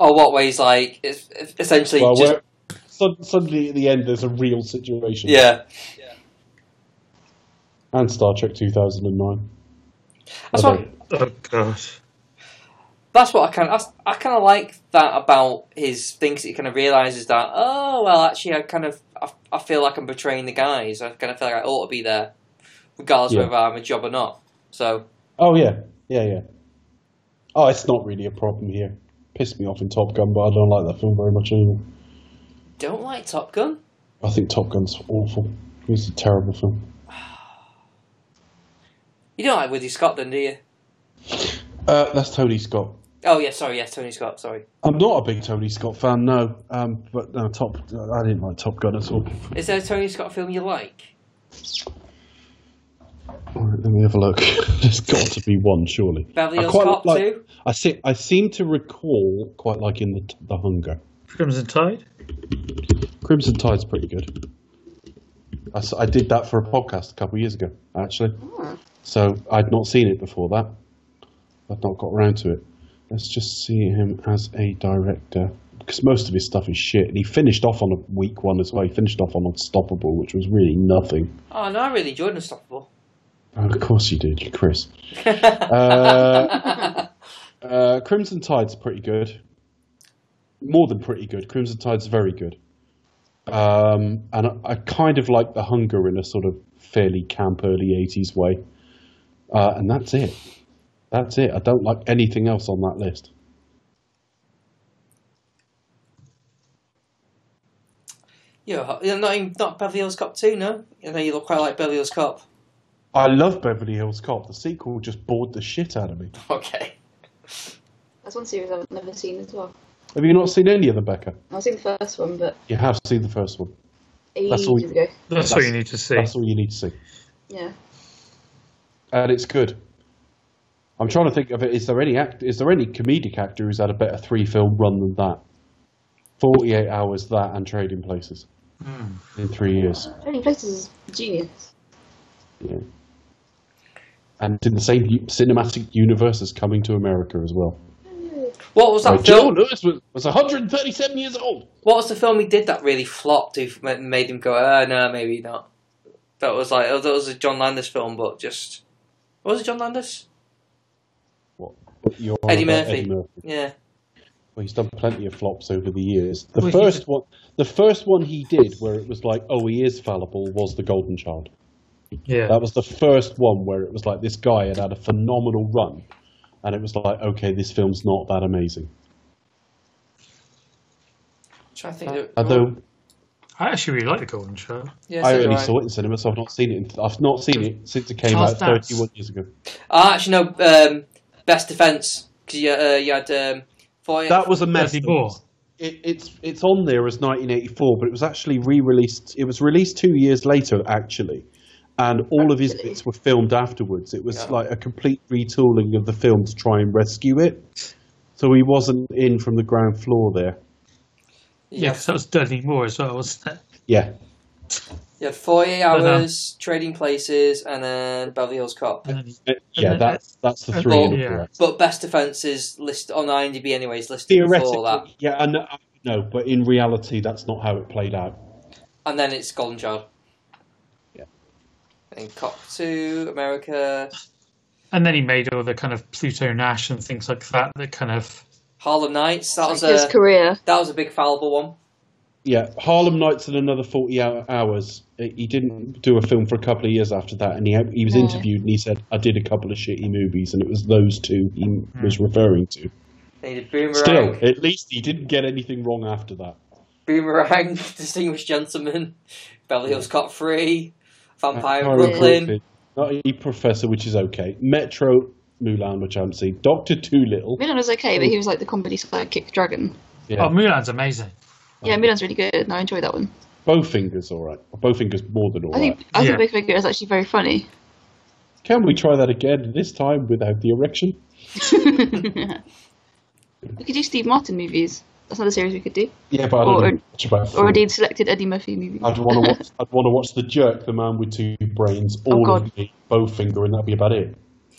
Speaker 1: Oh, what way he's like it's, it's essentially
Speaker 2: Well,
Speaker 1: just
Speaker 2: where, sud- suddenly at the end, there's a real situation.
Speaker 1: yeah.
Speaker 2: and Star Trek 2009.
Speaker 1: That's
Speaker 2: Although-
Speaker 1: what
Speaker 4: Oh god.
Speaker 1: that's what I kind of I kind of like that about his things. He kind of realizes that oh well, actually, I kind of I, I feel like I'm betraying the guys. I kind of feel like I ought to be there, regardless
Speaker 2: Yeah.
Speaker 1: whether I'm a job or not. So
Speaker 2: Oh yeah, yeah, yeah. Oh, it's not really a problem here. Pissed me off in Top Gun, but I don't like that film very much anymore.
Speaker 1: don't like Top Gun.
Speaker 2: I think Top Gun's awful. It's a terrible film.
Speaker 1: You don't like Woody Scott, then, do you?
Speaker 2: Uh, that's Tony Scott.
Speaker 1: Oh yeah, sorry, yes, Tony Scott. Sorry,
Speaker 2: I'm not a big Tony Scott fan, no. Um, but no, Top. I didn't like Top Gun at all.
Speaker 1: is there a Tony Scott film you like?
Speaker 2: All right, let me have a look. (laughs) There's got to be one, surely.
Speaker 1: Beverly
Speaker 2: I
Speaker 1: Hills
Speaker 2: quite
Speaker 1: Cop
Speaker 2: like-
Speaker 1: too.
Speaker 2: I see. I seem to recall quite liking the the Hunger.
Speaker 4: Crimson Tide?
Speaker 2: Crimson Tide's pretty good. I, s- I did that for a podcast a couple of years ago, actually. So I'd not seen it before that. I'd not got around to it. Let's just see him as a director. Because most of his stuff is shit. And he finished off on a weak one as well. He finished off on Unstoppable, which was really nothing.
Speaker 1: Oh no, I really enjoyed Unstoppable.
Speaker 2: Oh, of course you did, you Chris. uh, (laughs) uh, Crimson Tide's pretty good. More than pretty good. Crimson Tide's very good. Um, and I, I kind of like The Hunger in a sort of fairly camp early 80s way. Uh, and that's it. That's it. I don't like anything else on that list.
Speaker 1: You're, hot- you're not even, not Beverly Hills Cop too, no. I know you look quite like Beverly Hills Cop.
Speaker 2: I love Beverly Hills Cop. The sequel just bored the shit out of me.
Speaker 1: (laughs) Okay.
Speaker 3: That's one series I've never seen as well.
Speaker 2: Have you not seen any of them, Becca?
Speaker 3: I've seen the first one, but
Speaker 2: You have seen the first one.
Speaker 3: ages
Speaker 2: all-
Speaker 3: ago.
Speaker 4: That's, what you need to see.
Speaker 2: That's all you need to see.
Speaker 3: Yeah.
Speaker 2: and it's good. I'm trying to think of it. Is there any act? Is there any comedic actor who's had a better three film run than that? Forty eight hours, that, and Trading Places
Speaker 1: Hmm.
Speaker 2: in three years.
Speaker 3: Trading Places is genius.
Speaker 2: Yeah. And it's in the same u- cinematic universe as Coming to America as well.
Speaker 1: What was that
Speaker 2: Right,
Speaker 1: film?
Speaker 2: Joe Lewis was, was 137 years old.
Speaker 1: What was the film he did that really flopped? Who f- ma- made him go, uh, no, maybe not. That was like, oh, that was a John Landis film, but just what was it John Landis?
Speaker 2: What? But you're on
Speaker 1: Eddie
Speaker 2: about
Speaker 1: Murphy. Yeah,
Speaker 2: Well, he's done plenty of flops over the years. The
Speaker 4: Well, he-
Speaker 2: first one, the first one he did, where it was like, oh, he is fallible, was the Golden Child.
Speaker 4: Yeah.
Speaker 2: That was the first one where it was like this guy had had a phenomenal run, and it was like, okay, this film's not that amazing.
Speaker 1: I'm trying to think. of-
Speaker 2: Although
Speaker 4: I actually really like the Golden Child.
Speaker 1: yeah,
Speaker 2: I
Speaker 1: so do
Speaker 2: only
Speaker 1: I.
Speaker 2: saw it in cinema, so I've not seen it. In, I've not seen it since it came
Speaker 4: Charles
Speaker 2: out
Speaker 4: Dance.
Speaker 2: 31 years ago.
Speaker 1: Ah, actually, no. Um, best defense because you, uh, you had um, for
Speaker 2: That was a mess.
Speaker 4: Dudley Moore.
Speaker 2: It, it's it's on there as 1984, but it was actually re-released. It was released two years later, actually, and all of his
Speaker 3: Actually.
Speaker 2: bits were filmed afterwards. It was like a complete retooling of the film to try and rescue it. So he wasn't in from the ground floor there.
Speaker 4: Yeah, because that was Dudley Moore as well, wasn't it?
Speaker 2: Yeah,
Speaker 1: you had 48
Speaker 4: No,
Speaker 2: uh,
Speaker 4: no.
Speaker 1: hours, Trading Places, and then Beverly Hills Cop.
Speaker 4: And then-
Speaker 2: yeah,
Speaker 4: then
Speaker 2: that's that's the
Speaker 4: and
Speaker 2: three.
Speaker 1: then-
Speaker 2: in a
Speaker 4: yeah.
Speaker 2: row.
Speaker 1: But best defense is list on IMDb, anyways, listed before that,
Speaker 2: Theoretically, yeah, I know, I know, but in reality, that's not how it played out.
Speaker 1: and then it's Golden Child.
Speaker 2: Yeah.
Speaker 1: And Cop Two, America,
Speaker 4: And then he made all the kind of Pluto Nash and things like that that kind of
Speaker 1: Harlem Nights. That was
Speaker 3: Like his
Speaker 1: a
Speaker 3: career.
Speaker 1: that was a big fallible one.
Speaker 2: Yeah, Harlem Nights and another 40 hour, hours. Uh, He didn't do a film for a couple of years after that, and he, he was
Speaker 3: No.
Speaker 2: interviewed and he said, I did a couple of shitty movies, and it was those two he was referring to.
Speaker 1: They did Boomerang,
Speaker 2: Still, at least he didn't get anything wrong after that.
Speaker 1: Boomerang, (laughs) Distinguished Gentleman, Beverly Hills Cop Three, Vampire
Speaker 2: Vampire
Speaker 1: Brooklyn.
Speaker 2: Brooklyn, Nutty Professor, which is okay. Metro Mulan, which I haven't seen. Doctor Doolittle.
Speaker 3: Milan was okay, but he was like the comedy sidekick dragon.
Speaker 2: Yeah.
Speaker 4: Oh Mulan's amazing.
Speaker 3: Yeah,
Speaker 4: Oh.
Speaker 3: Milan's really good, and I enjoy that one.
Speaker 2: Bowfinger's alright. Bowfinger's more than
Speaker 3: I
Speaker 2: alright.
Speaker 3: think I think
Speaker 4: Yeah.
Speaker 3: Big Figure is actually very funny.
Speaker 2: Can we try that again, this time without the erection?
Speaker 3: (laughs) We could do Steve Martin movies. That's another series we could do,
Speaker 2: Yeah, but I
Speaker 3: Or-
Speaker 2: don't know much about
Speaker 3: or
Speaker 2: film.
Speaker 3: indeed selected Eddie Murphy movies.
Speaker 2: I'd want to watch. I'd want to watch the jerk, the man with two brains, all
Speaker 3: Oh, God.
Speaker 2: of me, Bowfinger, and that'd be about it.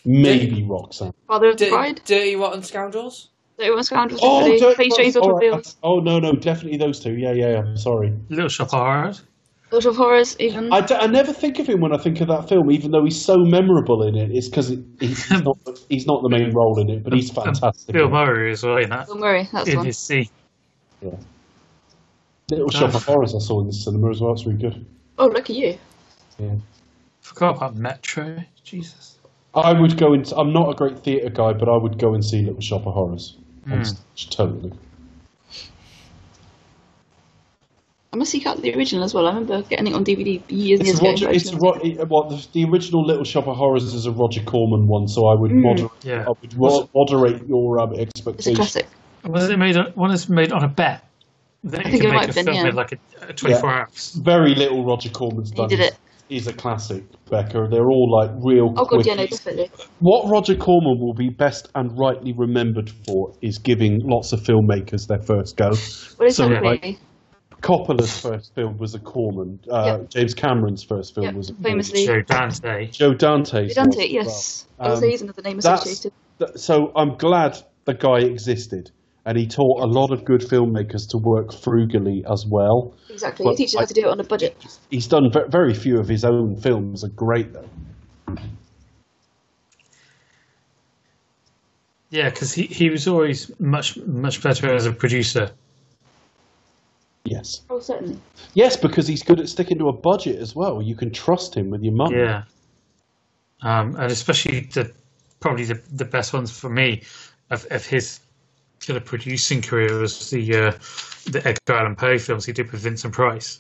Speaker 2: Maybe Roxanne.
Speaker 3: Father of the
Speaker 1: Dirty,
Speaker 3: Bride.
Speaker 1: Dirty Rotten Scoundrels.
Speaker 3: Dirty Rotten Scoundrels.
Speaker 2: Oh,
Speaker 3: definitely.
Speaker 2: Dirty
Speaker 3: Planes,
Speaker 2: Roxanne.
Speaker 3: Trains,
Speaker 2: All right,
Speaker 3: Automobiles.
Speaker 2: that's- oh no, no, definitely those two. Yeah, yeah. I'm sorry.
Speaker 4: Little Shop of Horrors.
Speaker 3: Lord of Horrors, even.
Speaker 2: I, d- I never think of him when I think of that film, even though he's so memorable in it. It's because
Speaker 3: (laughs)
Speaker 2: he's not he's not the main role in it, but he's fantastic.
Speaker 4: Bill Murray as well in that.
Speaker 3: Don't worry, that's
Speaker 4: In
Speaker 3: one.
Speaker 4: his scene.
Speaker 2: Little Shop of Horrors I saw in the cinema as well. It's really good.
Speaker 3: Oh, look at you.
Speaker 2: Yeah.
Speaker 4: Forgot about Metro. Jesus.
Speaker 2: I would go into. I'm not a great theatre guy, but I would go and see Little Shop of Horrors. on stage, Totally.
Speaker 3: I must seek out the original as well. I remember getting it on DVD years and
Speaker 2: It's
Speaker 3: years
Speaker 2: a Roger.
Speaker 3: ago.
Speaker 2: It's a, Ro- it- what the, the original Little Shop of Horrors is a Roger Corman one, so I
Speaker 3: Hmm.
Speaker 2: would moderate.
Speaker 4: yeah.
Speaker 2: I would mo- moderate your um, expectations.
Speaker 3: It's a classic.
Speaker 4: Was it made? On, one is made on a bet that
Speaker 3: I
Speaker 4: you
Speaker 3: think
Speaker 4: can
Speaker 3: it might
Speaker 4: make a
Speaker 3: have been,
Speaker 4: film
Speaker 3: yeah.
Speaker 4: in like a, a 24 hours.
Speaker 2: Very little Roger Corman's done.
Speaker 3: did it.
Speaker 2: He's a classic, Becca. They're all like real.
Speaker 3: Oh, God, yeah, no,
Speaker 2: quickies.
Speaker 3: definitely.
Speaker 2: What Roger Corman will be best and rightly remembered for is giving lots of filmmakers their first go.
Speaker 3: Well, it's
Speaker 2: So,
Speaker 3: not
Speaker 2: like,
Speaker 3: really.
Speaker 2: Coppola's first film was a Corman. Uh,
Speaker 3: Yep.
Speaker 2: James Cameron's first film
Speaker 3: Yep,
Speaker 2: was a
Speaker 3: famously.
Speaker 4: Joe Dante.
Speaker 2: Joe Dante's.
Speaker 3: Dante,
Speaker 2: was as
Speaker 3: yes.
Speaker 2: well.
Speaker 3: I was
Speaker 2: Um,
Speaker 3: he's another name
Speaker 2: that's-
Speaker 3: associated.
Speaker 2: th- so I'm glad the guy existed, and he taught a lot of good filmmakers to work frugally as well.
Speaker 3: Exactly.
Speaker 2: well,
Speaker 3: he teaches
Speaker 2: I-
Speaker 3: how to do it on a budget.
Speaker 2: He's done ve- very few of his own films are great though.
Speaker 4: Yeah, because he, he was always much much better as a producer.
Speaker 2: Yes,
Speaker 3: Oh, certainly.
Speaker 2: yes, because he's good at sticking to a budget as well. You can trust him with your money.
Speaker 4: Yeah, um, and especially the probably the, the best ones for me of, of his kind of producing career was the uh, the Edgar Allan Poe films he did with Vincent Price.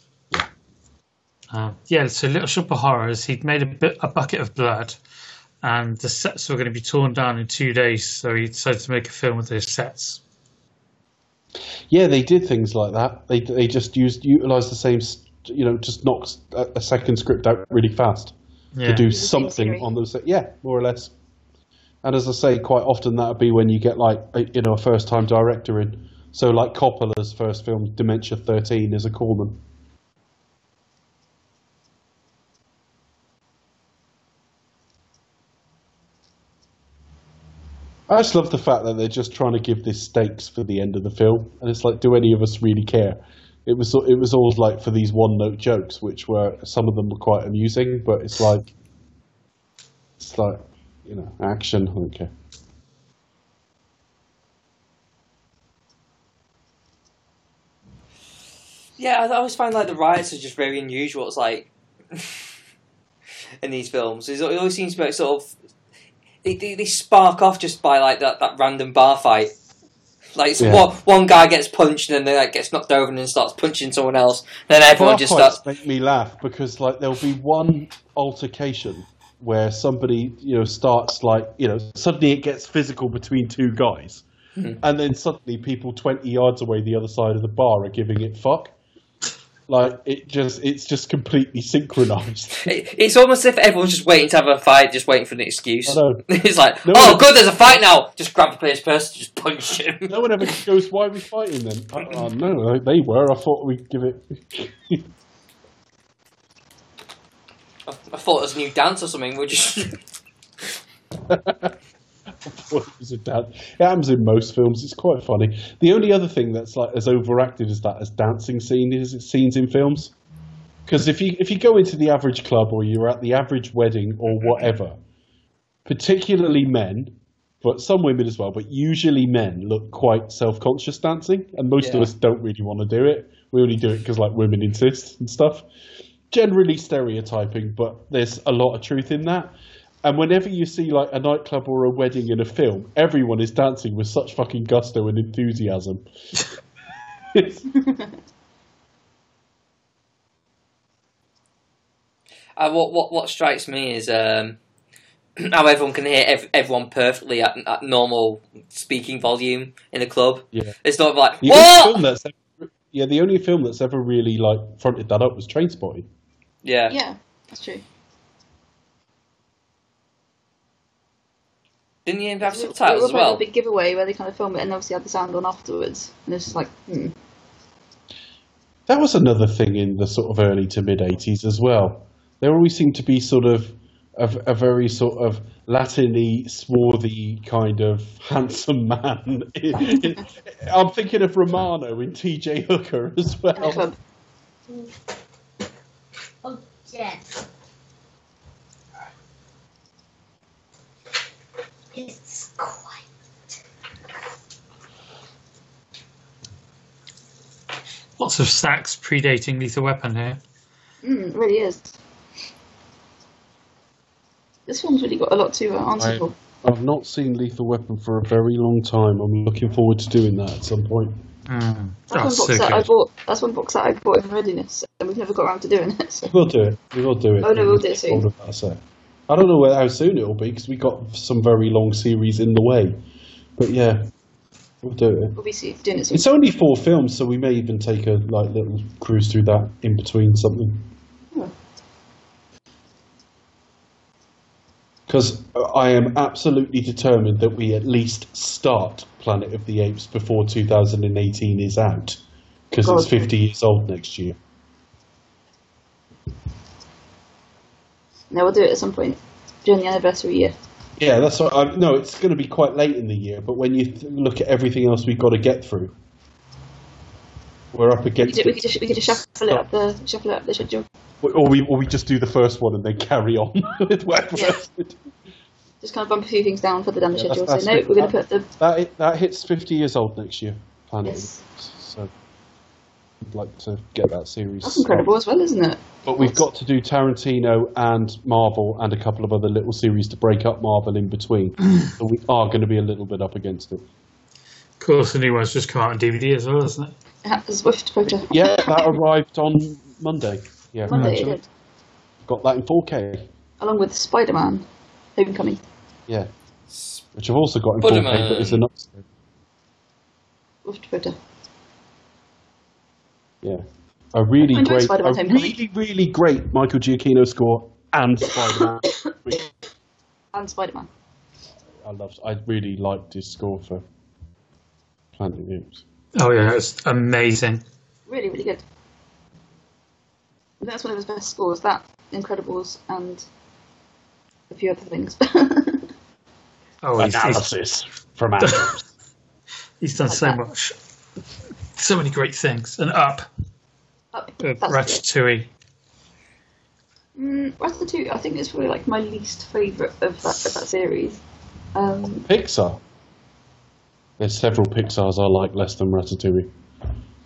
Speaker 4: Um, yeah, so Little Shop of Horrors, he'd made a, bit, a bucket of blood, and the sets were going to be torn down in two days, so he decided to make a film with those sets.
Speaker 2: Yeah, they did things like that. They they just used utilized the same, s- you know, just knocked a, a second script out really fast
Speaker 4: Yeah.
Speaker 2: to do
Speaker 3: same
Speaker 2: something
Speaker 3: theory.
Speaker 2: on those. Yeah, more or less. And as I say, quite often that'd be when you get like a, you know a first time director in. So like Coppola's first film, Dementia Thirteen, is a Corman. I just love the fact that they're just trying to give this stakes for the end of the film, and it's like, do any of us really care? It was it was always like for these one note jokes, which were some of them were quite amusing, but it's like, it's like, you know, action. I don't care.
Speaker 1: Yeah, I, I always find like the riots are just very unusual. It's like (laughs) in these films, It's- it always seems about sort of they, they, they spark off just by like that, that random bar fight. Like it's
Speaker 2: Yeah.
Speaker 1: one one guy gets punched and then they, like gets knocked over and then starts punching someone else. Then everyone just
Speaker 2: Bar fights
Speaker 1: starts.
Speaker 2: make me laugh because like there'll be one altercation where somebody you know starts like you know suddenly it gets physical between two guys, and then suddenly people twenty yards away the other side of the bar are giving it fuck. Like it just it's just completely synchronized.
Speaker 1: (laughs) It, it's almost as if everyone's just waiting to have a fight, just waiting for an excuse.
Speaker 2: I know.
Speaker 1: (laughs) it's like,
Speaker 2: No
Speaker 1: oh,
Speaker 2: one-
Speaker 1: good, there's a fight now. Just grab the first person, just punch him.
Speaker 2: No one ever goes, "Why are we fighting them?" I, I don't know. They were. I thought we'd give it.
Speaker 1: (laughs)
Speaker 2: (laughs)
Speaker 1: I, I thought it was a new dance or something. We're just
Speaker 2: (laughs) Well, it was a dance. It happens in most films. It's quite funny. The only other thing that's like as overacted as that as dancing scene is scenes in films. Because if you if you go into the average club or you're at the average wedding or whatever, particularly men, but some women as well, but usually men look quite self conscious dancing, and most
Speaker 1: Yeah.
Speaker 2: of us don't really want to do it. We only do it because like women insist and stuff generally stereotyping, but there's a lot of truth in that. And whenever you see like a nightclub or a wedding in a film, everyone is dancing with such fucking gusto and enthusiasm. It's-
Speaker 1: Uh, what what what strikes me is um, (clears throat) how everyone can hear ev- everyone perfectly at, at normal speaking volume in the club.
Speaker 2: Yeah.
Speaker 1: It's not like
Speaker 2: the only film
Speaker 1: what?
Speaker 2: that's ever, yeah, the only film that's ever really like fronted that up was Trainspotting.
Speaker 1: Yeah.
Speaker 3: Yeah, that's true.
Speaker 1: Didn't you have
Speaker 3: That's
Speaker 1: subtitles as well?
Speaker 3: A big giveaway where they kind of film it and obviously had the sound on afterwards. And it's just like, hmm.
Speaker 2: That was another thing in the sort of early to mid '80s as well. There always seemed to be sort of a, a very sort of Latin-y, swarthy kind of (laughs) handsome man. (laughs) I'm
Speaker 1: Oh.
Speaker 2: thinking of Romano in T.J. Hooker as
Speaker 3: in the
Speaker 2: well.
Speaker 3: club.
Speaker 5: Yeah. It's quite.
Speaker 4: Lots of sacks predating Lethal Weapon here.
Speaker 3: Mm, it really is. This one's really got a lot to uh, answer
Speaker 2: I-
Speaker 3: for.
Speaker 2: I've not seen Lethal Weapon for a very long time. I'm looking forward to doing that at some point.
Speaker 4: Mm.
Speaker 2: Oh,
Speaker 3: That's one
Speaker 4: That's so
Speaker 3: box set I
Speaker 4: good.
Speaker 3: bought. That's one box set I bought in readiness, and we've never got around to doing it. (laughs) So.
Speaker 2: We'll do it. We will do it.
Speaker 3: Oh, no, we'll do it soon.
Speaker 2: Hold on, that's it. I don't know where- how soon it'll be because we got some very long series in the way. But yeah, we'll do it.
Speaker 3: We'll be soon, doing it soon.
Speaker 2: It's only four films, so we may even take a like little cruise through that in between something.
Speaker 3: Oh.
Speaker 2: Because I am absolutely determined that we at least start Planet of the Apes before 2018 is out, because it's
Speaker 3: God.
Speaker 2: 50 years old next year.
Speaker 3: No, we'll do it at some point during the anniversary year.
Speaker 2: Yeah, that's what I, no. It's going to be quite late in the year, but when you th- look at everything else we've got to get through, we're up
Speaker 3: We
Speaker 2: against
Speaker 3: could, we could
Speaker 2: it.
Speaker 3: just we could just shuffle it up the shuffle it up the schedule.
Speaker 2: Or we, or we just do the first one and then carry on (laughs) with whatever
Speaker 3: Yeah.
Speaker 2: else. we do.
Speaker 3: Just kind of bump a few things down further down the
Speaker 2: Yeah,
Speaker 3: schedule.
Speaker 2: that's-
Speaker 3: so no,
Speaker 2: that's
Speaker 3: we're going to
Speaker 2: good.
Speaker 3: put the
Speaker 2: That i- that hits 50 years old next year, Planet. of the
Speaker 3: Yes.
Speaker 2: Apes. So I'd like to get that series.
Speaker 3: that's incredible as well, isn't it?
Speaker 2: But we've got to do Tarantino and Marvel and a couple of other little series to break up Marvel in
Speaker 3: (laughs)
Speaker 2: between. so we are going to be a little bit up against it.
Speaker 4: Of course, the new one's just come out on DVD as well, isn't it?
Speaker 3: Ha- Swift photo.
Speaker 2: Yeah, that arrived on Monday. Yeah,
Speaker 3: Monday it
Speaker 2: actually.
Speaker 3: did,
Speaker 2: Got that in 4K.
Speaker 3: along with Spider Man, Homecoming.
Speaker 2: Yeah. Which I've also got in
Speaker 1: Spider-Man.
Speaker 2: 4K, but it's an upscale.
Speaker 3: Swift photo.
Speaker 2: Yeah. A really
Speaker 3: I enjoy
Speaker 2: great,
Speaker 3: Spider-Man
Speaker 2: a
Speaker 3: Homecoming.
Speaker 2: really, really great Michael Giacchino score and Spider-Man. (coughs)
Speaker 3: and Spider Man.
Speaker 2: I loved, I really liked his score for Planet of the Apes.
Speaker 4: Oh yeah, it's amazing.
Speaker 3: Really, really good. And that's one of his best scores. That Incredibles and a few other things. (laughs)
Speaker 4: Oh, he's, he's,
Speaker 2: from Adams.
Speaker 4: he's done so
Speaker 3: that.
Speaker 4: much, so many great things. And up,
Speaker 3: Up,
Speaker 4: uh,
Speaker 3: that's
Speaker 4: Ratatouille.
Speaker 3: Mm, Ratatouille, I think it's probably like my least favourite of that, of that series. Um,
Speaker 2: (laughs) Pixar. There's several Pixars I like less than Ratatouille.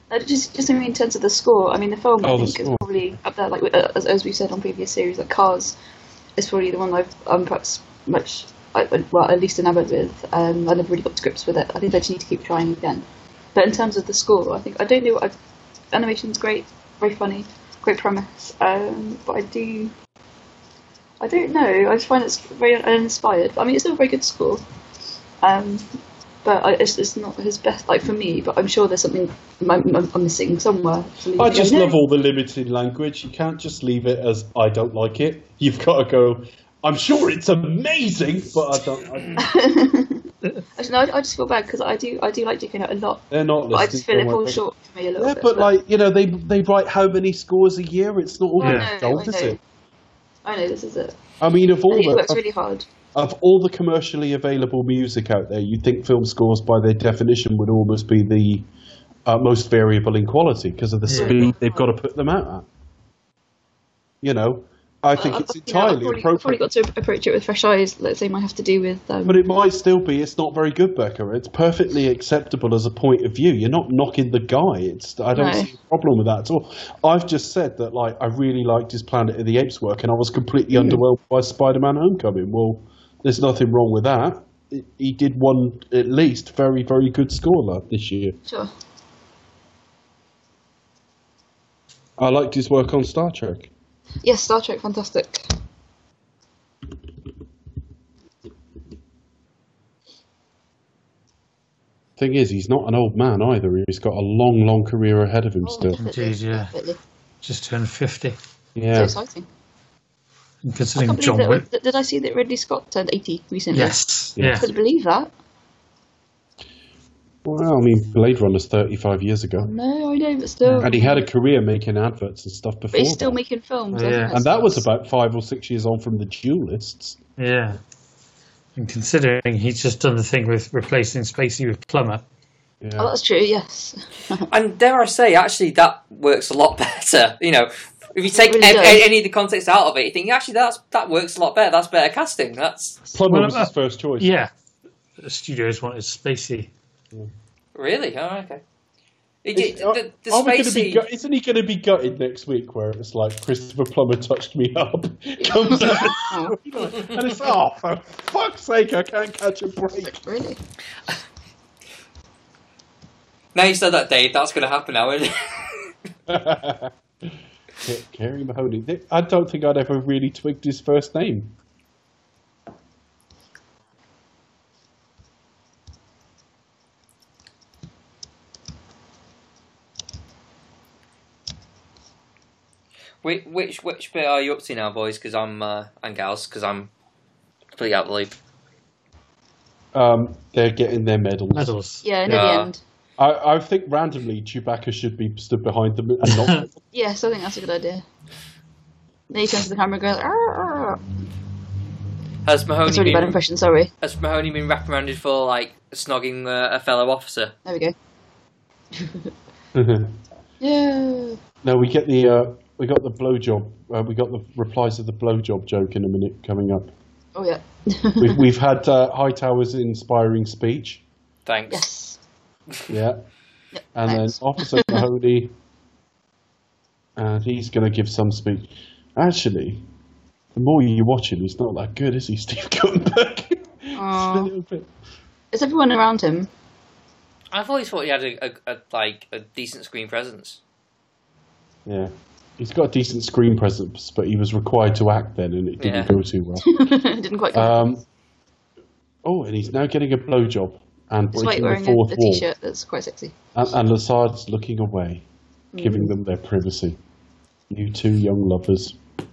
Speaker 3: I Uh, just, just I mean, in terms of the score, I mean, the film
Speaker 2: Oh,
Speaker 3: I
Speaker 2: the
Speaker 3: think is
Speaker 2: score.
Speaker 3: probably up there, like with- uh, as, as we said on previous series, like Cars is probably the one I've um, perhaps much, I, well, at least enamoured with. Um, I never really got to grips with it. I think I just need to keep trying again. But in terms of the score, I think I don't know. what I, animation's great, very funny, great premise. Um, but I do, I don't know. I just find it's very uninspired. I mean, it's still a very good score. Um, but I, it's, it's not his best, like for me. But I'm sure there's something I'm, I'm, I'm missing somewhere. for me
Speaker 2: I
Speaker 3: to
Speaker 2: just
Speaker 3: go, "No."
Speaker 2: love all the limited language. You can't just leave it as I don't like it. You've got to go. I'm sure it's amazing, but I don't. I,
Speaker 3: Actually, no, I, I just feel bad because I do, I do like J.K. Rowling a lot.
Speaker 2: they're not
Speaker 3: But
Speaker 2: listening.
Speaker 3: I just feel it
Speaker 2: don't worry.
Speaker 3: falls short for me a little
Speaker 2: Yeah,
Speaker 3: bit.
Speaker 2: but like you know, they they write how many scores a year? It's not all
Speaker 4: I
Speaker 2: that
Speaker 3: know,
Speaker 2: gold,
Speaker 3: I
Speaker 2: is
Speaker 3: know.
Speaker 2: it?
Speaker 3: I know this is it.
Speaker 2: I mean, of all
Speaker 3: And he
Speaker 2: the
Speaker 3: works really hard.
Speaker 2: of all the commercially available music out there, you'd think film scores, by their definition, would almost be the uh, most variable in quality because of the
Speaker 4: Yeah.
Speaker 2: speed they've got to put them out at. You know, I think
Speaker 3: I- I-
Speaker 2: it's
Speaker 3: Uh, you know, I've
Speaker 2: entirely
Speaker 3: probably, I've
Speaker 2: appropriate.
Speaker 3: probably got to approach it with fresh eyes. Let's say might have to do with. Um,
Speaker 2: But it might still be. It's not very good, Becca. It's perfectly acceptable as a point of view. You're not knocking the guy. It's I don't
Speaker 3: No.
Speaker 2: see a problem with that at all. I've just said that like I really liked his Planet of the Apes work, and I was completely underwhelmed by Spider-Man: Homecoming. Well, there's nothing wrong with that. It- He did one at least very very good score like, this year.
Speaker 3: sure.
Speaker 2: I liked his work on Star Trek.
Speaker 3: Yes, Star Trek, fantastic.
Speaker 2: Thing is, he's not an old man either. He's got a long long career ahead
Speaker 3: Oh.
Speaker 2: of him still.
Speaker 3: Definitely,
Speaker 4: Indeed, Oh, yeah.
Speaker 3: definitely.
Speaker 4: Just turned fifty.
Speaker 2: Yeah.
Speaker 3: So exciting.
Speaker 4: And
Speaker 3: I
Speaker 4: considering
Speaker 3: can't
Speaker 4: John
Speaker 3: believe
Speaker 4: Wick,
Speaker 3: that, that- Did I see that Ridley Scott turned 80 recently?
Speaker 4: yes,
Speaker 2: Yeah.
Speaker 4: yeah.
Speaker 3: I couldn't believe that.
Speaker 2: Well, I mean, Blade Runner's 35 years ago.
Speaker 3: No, I know, but still.
Speaker 2: And he had a career making adverts and stuff before.
Speaker 3: But he's still
Speaker 2: that.
Speaker 3: making films.
Speaker 4: Oh, Yeah.
Speaker 3: I think
Speaker 4: And
Speaker 2: and
Speaker 3: that's-
Speaker 2: that was about five or six years on from the duelists.
Speaker 4: Yeah. And considering he's just done the thing with replacing Spacey with Plummer.
Speaker 2: Yeah.
Speaker 3: Oh, that's true. Yes.
Speaker 1: And dare I say, actually, that works a lot (laughs) better. You know, If you take
Speaker 3: really
Speaker 1: ev-
Speaker 3: does.
Speaker 1: any of the context out of it, you think actually that's that works a lot better. That's better casting. That's
Speaker 2: Plummer
Speaker 4: Well,
Speaker 2: was
Speaker 4: uh,
Speaker 2: his first choice.
Speaker 4: Yeah, the studios wanted spacey.
Speaker 1: really oh, okay. It,
Speaker 2: Is-
Speaker 1: it, the the
Speaker 2: are we gonna be
Speaker 1: spacey.
Speaker 2: gut- isn't he going to be gutted next week where it's like Christopher Plummer touched me up? (laughs) Comes out
Speaker 3: Oh,
Speaker 1: (laughs)
Speaker 2: and it's oh for fuck's sake I can't catch a break. (laughs)
Speaker 3: really?
Speaker 1: Now you said that, Dave. That's going to happen now. Isn't it?
Speaker 2: Ca- Carey Mahoney. Th- I don't think I'd ever really twigged his first name.
Speaker 1: Which, which which bit are you up to now, boys? Because I'm uh, and gals, because I'm completely out of the loop.
Speaker 2: Um, they're getting their medals.
Speaker 4: Medals.
Speaker 3: Yeah, near
Speaker 1: Yeah.
Speaker 3: the end.
Speaker 2: I, I think randomly Chewbacca should be stood behind them and not.
Speaker 3: Yes, I think that's a good idea. Then he turns to the camera and goes, "Arr, arr."
Speaker 1: Has Mahoney
Speaker 3: That's a really
Speaker 1: been,
Speaker 3: bad impression, sorry.
Speaker 1: has Mahoney been reprimanded for like snogging uh, a fellow officer?
Speaker 3: There we go. Mm-hmm. Yeah.
Speaker 2: no, we get the uh, we got the blowjob. Uh, we got the replies of the blowjob joke in a minute coming
Speaker 3: (laughs)
Speaker 2: up.
Speaker 3: Oh, yeah.
Speaker 2: We've, we've had uh, Hightower's inspiring speech.
Speaker 1: Thanks.
Speaker 3: (laughs) yes.
Speaker 2: Yeah.
Speaker 3: Yep,
Speaker 2: And then
Speaker 3: thanks. (laughs)
Speaker 2: Officer Mahoney, and he's going to give some speech. Actually, the more you watch him, he's not that good, is he, (laughs) Steve Guttenberg? (laughs) It's a
Speaker 3: Aw.
Speaker 2: little bit-
Speaker 3: Is everyone around him? (laughs)
Speaker 1: I've always thought he had a, a, a like a decent screen presence.
Speaker 2: yeah. He's got a decent screen presence, but he was required to act then, and it didn't
Speaker 1: Yeah.
Speaker 2: go too well.
Speaker 3: Didn't quite come.
Speaker 2: Um, oh, and he's now getting a blowjob and
Speaker 3: Despite
Speaker 2: breaking the
Speaker 3: wearing a,
Speaker 2: fourth
Speaker 3: a
Speaker 2: wall.
Speaker 3: t-shirt that's quite sexy.
Speaker 2: And, and Lasard's looking away,
Speaker 3: Mm.
Speaker 2: giving them their privacy. You two young lovers.
Speaker 1: Do,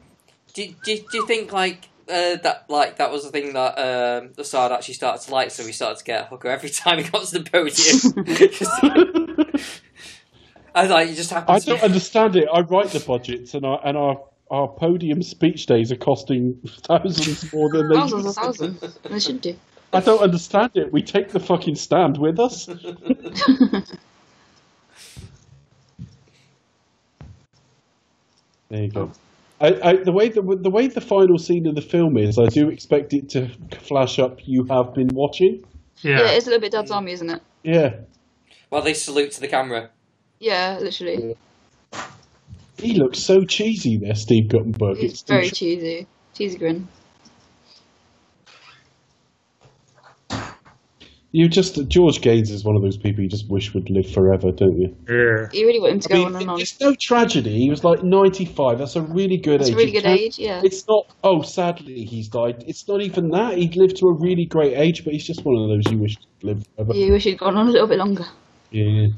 Speaker 1: do, do you think like uh, that like that was the thing that um, Lassard actually started to like? So he started to get a hooker every (laughs) time he got to the podium. (laughs) I was like, you just happen
Speaker 2: I
Speaker 1: to
Speaker 2: don't understand it. I write the budgets, and our and our, our podium speech days are costing thousands more than they.
Speaker 3: Thousands and thousands. And they should do.
Speaker 2: I don't understand it. We take the fucking stand with (laughs) us. there you go. I, I, the way the, the way the final scene of the film is, I do expect it to flash up. You have been watching.
Speaker 3: Yeah,
Speaker 4: Yeah.
Speaker 3: it's a little bit Dad's Army, isn't it?
Speaker 2: Yeah,
Speaker 1: Well, they salute to the camera. (laughs)
Speaker 3: Yeah, literally.
Speaker 2: he looks so cheesy there, Steve Guttenberg.
Speaker 3: It's
Speaker 2: It's
Speaker 3: very cheesy. Cheesy grin.
Speaker 2: you just George Gaines is one of those people you just wish would live forever, don't you?
Speaker 4: yeah.
Speaker 3: You really want him to
Speaker 2: I
Speaker 3: go
Speaker 2: mean,
Speaker 3: on and on.
Speaker 2: It's no tragedy. He was like 95. That's a really good
Speaker 3: It's a
Speaker 2: age.
Speaker 3: really
Speaker 2: You
Speaker 3: good
Speaker 2: can't-
Speaker 3: age, yeah.
Speaker 2: It's not, oh, sadly, he's died. It's not even that. He'd lived to a really great age, but he's just one of those you wish to live forever.
Speaker 3: You wish he'd gone on a little bit longer.
Speaker 2: Yeah.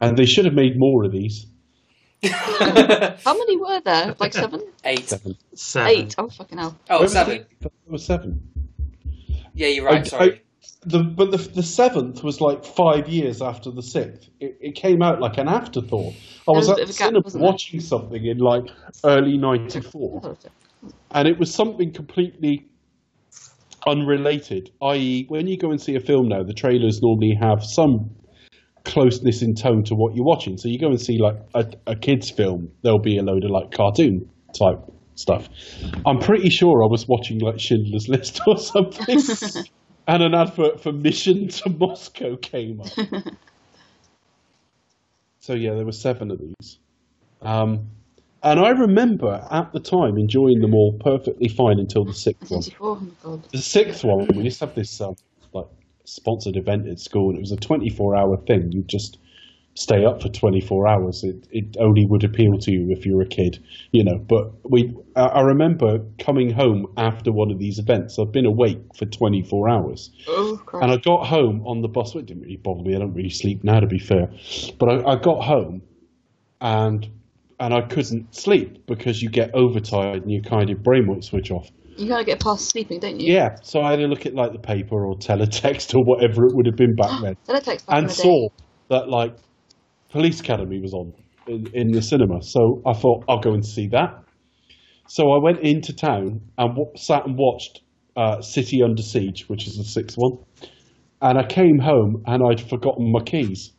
Speaker 2: And they should have made more of these.
Speaker 3: How many were there? Like seven?
Speaker 2: Uh-huh.
Speaker 1: Eight.
Speaker 2: Seven.
Speaker 4: Seven.
Speaker 3: Eight. Oh, fucking hell.
Speaker 1: Oh, seven.
Speaker 2: There was seven.
Speaker 1: Yeah, you're
Speaker 2: I-
Speaker 1: right. Sorry.
Speaker 2: The, but the, the seventh was like five years after the sixth. It, it came out like an afterthought. I was
Speaker 3: was a
Speaker 2: at
Speaker 3: bit
Speaker 2: the
Speaker 3: of a gap,
Speaker 2: cinema
Speaker 3: wasn't there?
Speaker 2: watching something in like early 94. and it was something completely unrelated. I.e., when you go and see a film now, the trailers normally have some closeness in tone to what you're watching. So you go and see like a, a kids' film, there'll be a load of like cartoon type stuff. I'm pretty sure I was watching like Schindler's List or something, and an advert for Mission to Moscow came up. so yeah, there were seven of these. Um, and I remember at the time enjoying them all perfectly fine until the sixth one.
Speaker 3: 94. Oh, my God.
Speaker 2: The sixth one, we used to have this um, like sponsored event at school, and it was a twenty-four hour thing. You just stay up for twenty-four hours. It it only would appeal to you if you were a kid, you know. But we, I, I remember coming home after one of these events. I've been awake for twenty-four hours,
Speaker 3: Oh,
Speaker 2: and
Speaker 3: crap.
Speaker 2: I got home on the bus. Well, it didn't really bother me. I don't really sleep now, to be fair. But I, I got home, and and I couldn't sleep because you get overtired and your kind of brain won't switch off.
Speaker 3: You gotta get past sleeping, don't you?
Speaker 2: Yeah, so I had a look at like the paper or (laughs) teletext or whatever it would have been back then,
Speaker 3: That takes back in
Speaker 2: and
Speaker 3: the day.
Speaker 2: saw that like Police Academy was on in, in the cinema. So I thought I'll go and see that. So I went into town and w- sat and watched uh, City Under Siege, which is the sixth one. And I came home and I'd forgotten my keys.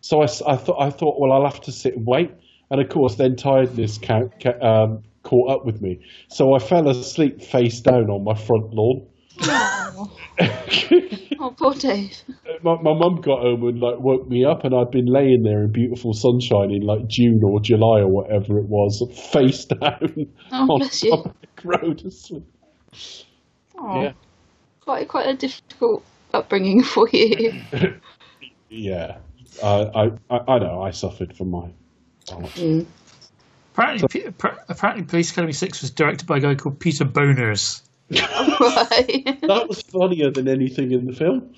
Speaker 2: So I, s- I thought I thought well I'll have to sit and wait. And of course, then tiredness ca- ca- um, caught up with me. So I fell asleep face down on my front lawn.
Speaker 3: oh,
Speaker 2: (laughs)
Speaker 3: oh, poor Dave.
Speaker 2: my, my mum got home and like woke me up, and I'd been laying there in beautiful sunshine in like June or July or whatever it was, face (laughs) down
Speaker 3: Oh,
Speaker 2: on
Speaker 3: bless you.
Speaker 2: public road asleep.
Speaker 3: Oh,
Speaker 2: Yeah.
Speaker 3: quite quite a difficult upbringing (laughs) for
Speaker 2: (laughs)
Speaker 3: you.
Speaker 2: Yeah, I I, I, I know I suffered from my.
Speaker 3: Mm.
Speaker 4: Apparently, P- pr- apparently, Police Academy Six was directed by a guy called Peter Boners.
Speaker 3: right. (laughs)
Speaker 2: That was funnier than anything in the film.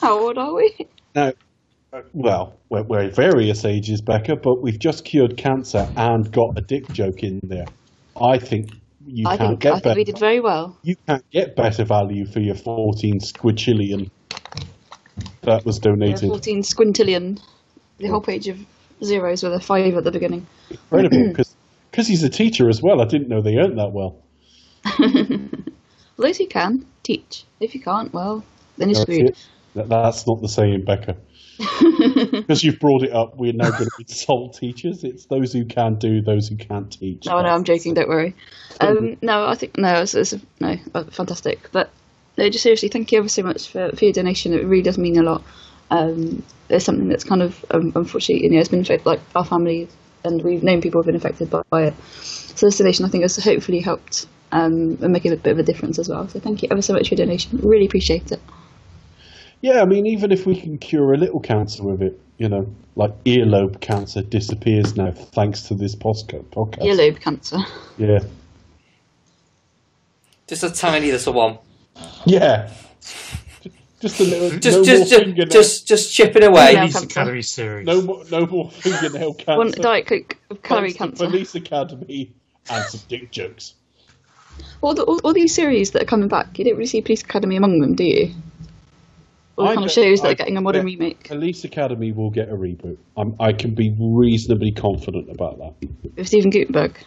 Speaker 3: How old are we?
Speaker 2: Now, uh, well, we're, we're various ages, Becca, but we've just cured cancer and got a dick joke in there. I think you
Speaker 3: I
Speaker 2: can't
Speaker 3: think
Speaker 2: get
Speaker 3: I think we
Speaker 2: better.
Speaker 3: did very well.
Speaker 2: you can't get better value for your 14 squidchillion that was donated.
Speaker 3: Fourteen squintillion. The whole page of zeros with a five at the beginning.
Speaker 2: Incredible, because he's a teacher as well. I didn't know they earned that well.
Speaker 3: Those who can teach. If you can't, well, then you're
Speaker 2: That's,
Speaker 3: screwed.
Speaker 2: it. That- that's not the same, Becca. Because you've brought it up, we're now going to insult teachers. It's those who can do, those who can't teach.
Speaker 3: Oh, No, no, I'm joking. Don't worry. Um, no, I think no, it's, it's no, uh, fantastic. But no, just seriously, thank you ever so much for, for your donation. It really does mean a lot. Um, it's something that's kind of um, unfortunately, you know, it's been affected, like our family and we've known people have been affected by, by it. So this donation, I think, has hopefully helped um, and making a bit of a difference as well. So thank you ever so much for your donation. Really appreciate it.
Speaker 2: Yeah, I mean, even if we can cure a little cancer with it, you know, like earlobe cancer disappears now thanks to this posca- podcast.
Speaker 3: Yellow cancer.
Speaker 2: Yeah.
Speaker 1: Just a tiny little
Speaker 2: (laughs)
Speaker 1: one.
Speaker 2: Yeah. Just a little.
Speaker 1: Just,
Speaker 2: no
Speaker 1: just,
Speaker 2: more
Speaker 1: just,
Speaker 2: fingernail-
Speaker 1: just, just chipping away.
Speaker 3: Yeah.
Speaker 4: Police
Speaker 3: cancer.
Speaker 4: Academy series.
Speaker 2: No more, no more fingernail cancer.
Speaker 3: (laughs) One diet coke of calorie
Speaker 2: Thanks to
Speaker 3: cancer.
Speaker 2: Police Academy and some dick jokes.
Speaker 3: All, the, all, all these series that are coming back, you don't really see Police Academy among them, do you? All
Speaker 2: I
Speaker 3: the kind of
Speaker 2: don't-
Speaker 3: shows that
Speaker 2: I
Speaker 3: are getting a modern
Speaker 2: bet-
Speaker 3: remake.
Speaker 2: Police Academy will get a reboot. I'm, I can be reasonably confident about that.
Speaker 3: with Stephen Gutenberg.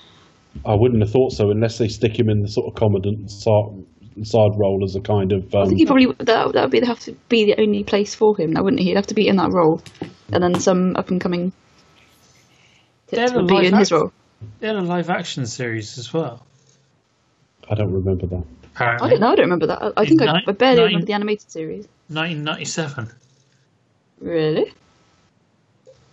Speaker 2: I wouldn't have thought so unless they stick him in the sort of commandant and sard, sard role as a kind of.
Speaker 3: I
Speaker 2: Um,
Speaker 3: think he probably that that would be have to be the only place for him now, wouldn't he? He'd have to be in that role, and then some up and coming
Speaker 4: They're
Speaker 3: tips would be
Speaker 4: alive
Speaker 3: in his
Speaker 4: act-
Speaker 3: role.
Speaker 4: They had a live action series as well.
Speaker 2: I don't remember that.
Speaker 4: Apparently,
Speaker 3: I don't know. I don't remember that. I, I think I,
Speaker 4: Nine-
Speaker 3: I barely
Speaker 4: nine-
Speaker 3: remember the animated series.
Speaker 4: 1997,
Speaker 3: Really?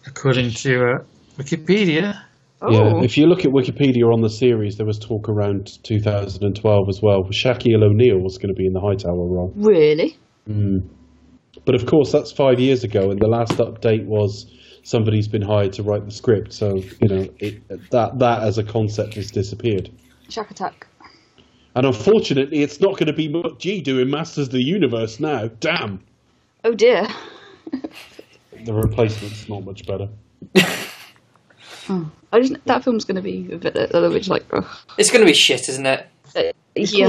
Speaker 4: according to uh, Wikipedia.
Speaker 3: Oh,
Speaker 2: Yeah, if you look at Wikipedia on the series, there was talk around 2012 as well. Shaquille O'Neal was going to be in the Hightower role.
Speaker 3: really?
Speaker 2: But of course, that's five years ago, and the last update was somebody's been hired to write the script. So you know it, that that as a concept has disappeared.
Speaker 3: Shack Attack.
Speaker 2: And unfortunately, it's not going to be Mutt G doing Masters of the Universe now. Damn,
Speaker 3: Oh dear.
Speaker 2: the replacement's not much better.
Speaker 3: I just, that film's going to be a bit a little bit like ugh.
Speaker 1: It's going to be shit, isn't it?
Speaker 3: Uh, yeah.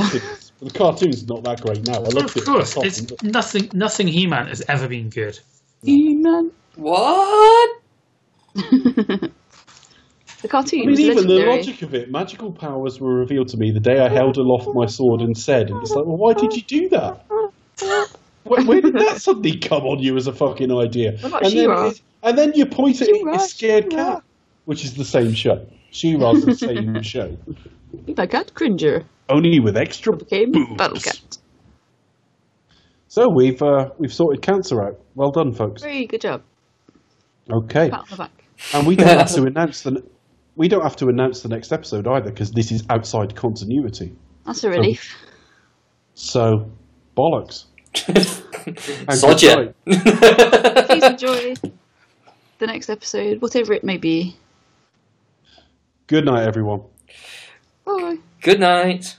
Speaker 2: the cartoon's not that great now. I
Speaker 4: Of
Speaker 2: looked at
Speaker 4: course,
Speaker 2: it.
Speaker 4: it's nothing. Nothing He-Man has ever been good.
Speaker 3: E-Man.
Speaker 1: What?
Speaker 3: (laughs)
Speaker 1: (laughs)
Speaker 3: The
Speaker 2: I
Speaker 3: cartoon
Speaker 2: mean,
Speaker 3: was
Speaker 2: even the
Speaker 3: legendary.
Speaker 2: logic of it, magical powers were revealed to me the day I held aloft my sword and said, and it's like, well, why did you do that? Where, where did that suddenly come on you as a fucking idea?
Speaker 3: about
Speaker 2: and, then,
Speaker 3: She-Ra?
Speaker 2: it- and then you point at it,
Speaker 3: She-Ra,
Speaker 2: a scared
Speaker 3: She-Ra.
Speaker 2: cat, which is the same show. She-Ra's the
Speaker 3: (laughs)
Speaker 2: same show,
Speaker 3: My God, Cringer
Speaker 2: only with extra
Speaker 3: became
Speaker 2: boobs.
Speaker 3: Battlecat.
Speaker 2: So we've uh, we've sorted cancer out. Well done, folks.
Speaker 3: Very good job.
Speaker 2: Okay,
Speaker 3: Pat on the back.
Speaker 2: and we don't have
Speaker 3: (laughs)
Speaker 2: to announce the we don't have to announce the next episode either because this is outside continuity.
Speaker 3: That's a relief. (laughs)
Speaker 2: So bollocks. And
Speaker 1: Sod
Speaker 2: good
Speaker 1: ya.
Speaker 2: night.
Speaker 3: please enjoy the next episode, whatever it may be.
Speaker 2: Good night, everyone.
Speaker 3: Bye.
Speaker 1: Good night.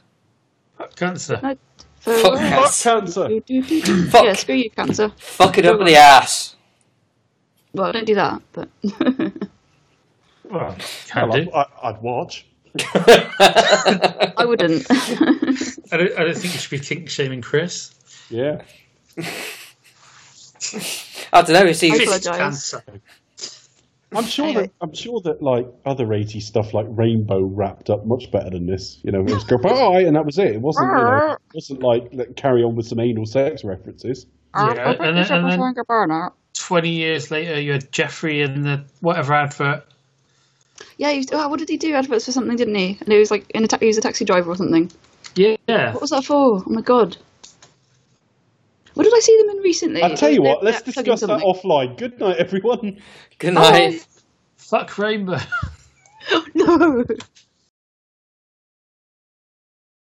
Speaker 4: Fuck Cancer.
Speaker 3: Night.
Speaker 1: Fuck
Speaker 3: Farewell.
Speaker 2: Fuck
Speaker 1: cancer.
Speaker 2: cancer.
Speaker 3: Do, do, do, do.
Speaker 1: Fuck.
Speaker 3: Yeah, screw you, cancer.
Speaker 1: Fuck it up the ass.
Speaker 3: Well, don't do that, but (laughs)
Speaker 4: Well, can
Speaker 2: Well,
Speaker 4: do.
Speaker 2: I, I, I'd watch.
Speaker 3: I (laughs) wouldn't.
Speaker 4: I don't, I don't think you should be kink shaming Chris.
Speaker 2: Yeah.
Speaker 1: I don't know. It's
Speaker 3: I
Speaker 1: either
Speaker 3: thought-
Speaker 4: Chris
Speaker 3: apologise.
Speaker 4: Cancer.
Speaker 2: I'm sure
Speaker 3: Anyway.
Speaker 2: that I'm sure that like other 80 stuff like Rainbow wrapped up much better than this. You know, it was (laughs) go bye and that was it. It wasn't you know, it wasn't like, like carry on with some anal sex references.
Speaker 4: Yeah, and, and, and then
Speaker 3: Burnout.
Speaker 4: 20 years later, you had Jeffrey in the whatever advert.
Speaker 3: Yeah, he, oh, what did he do? Adverts for something, didn't he? And he was like in a ta- he was a taxi driver or something.
Speaker 4: Yeah.
Speaker 3: What was that for? Oh my god. What did I see them in recently?
Speaker 2: I tell you
Speaker 3: They're-
Speaker 2: what, let's
Speaker 3: they're plugging
Speaker 2: discuss that
Speaker 3: something.
Speaker 2: offline. Good
Speaker 3: Oh.
Speaker 2: night, everyone.
Speaker 4: (laughs)
Speaker 1: Good night.
Speaker 4: Fuck Rainbow.
Speaker 3: (laughs) no.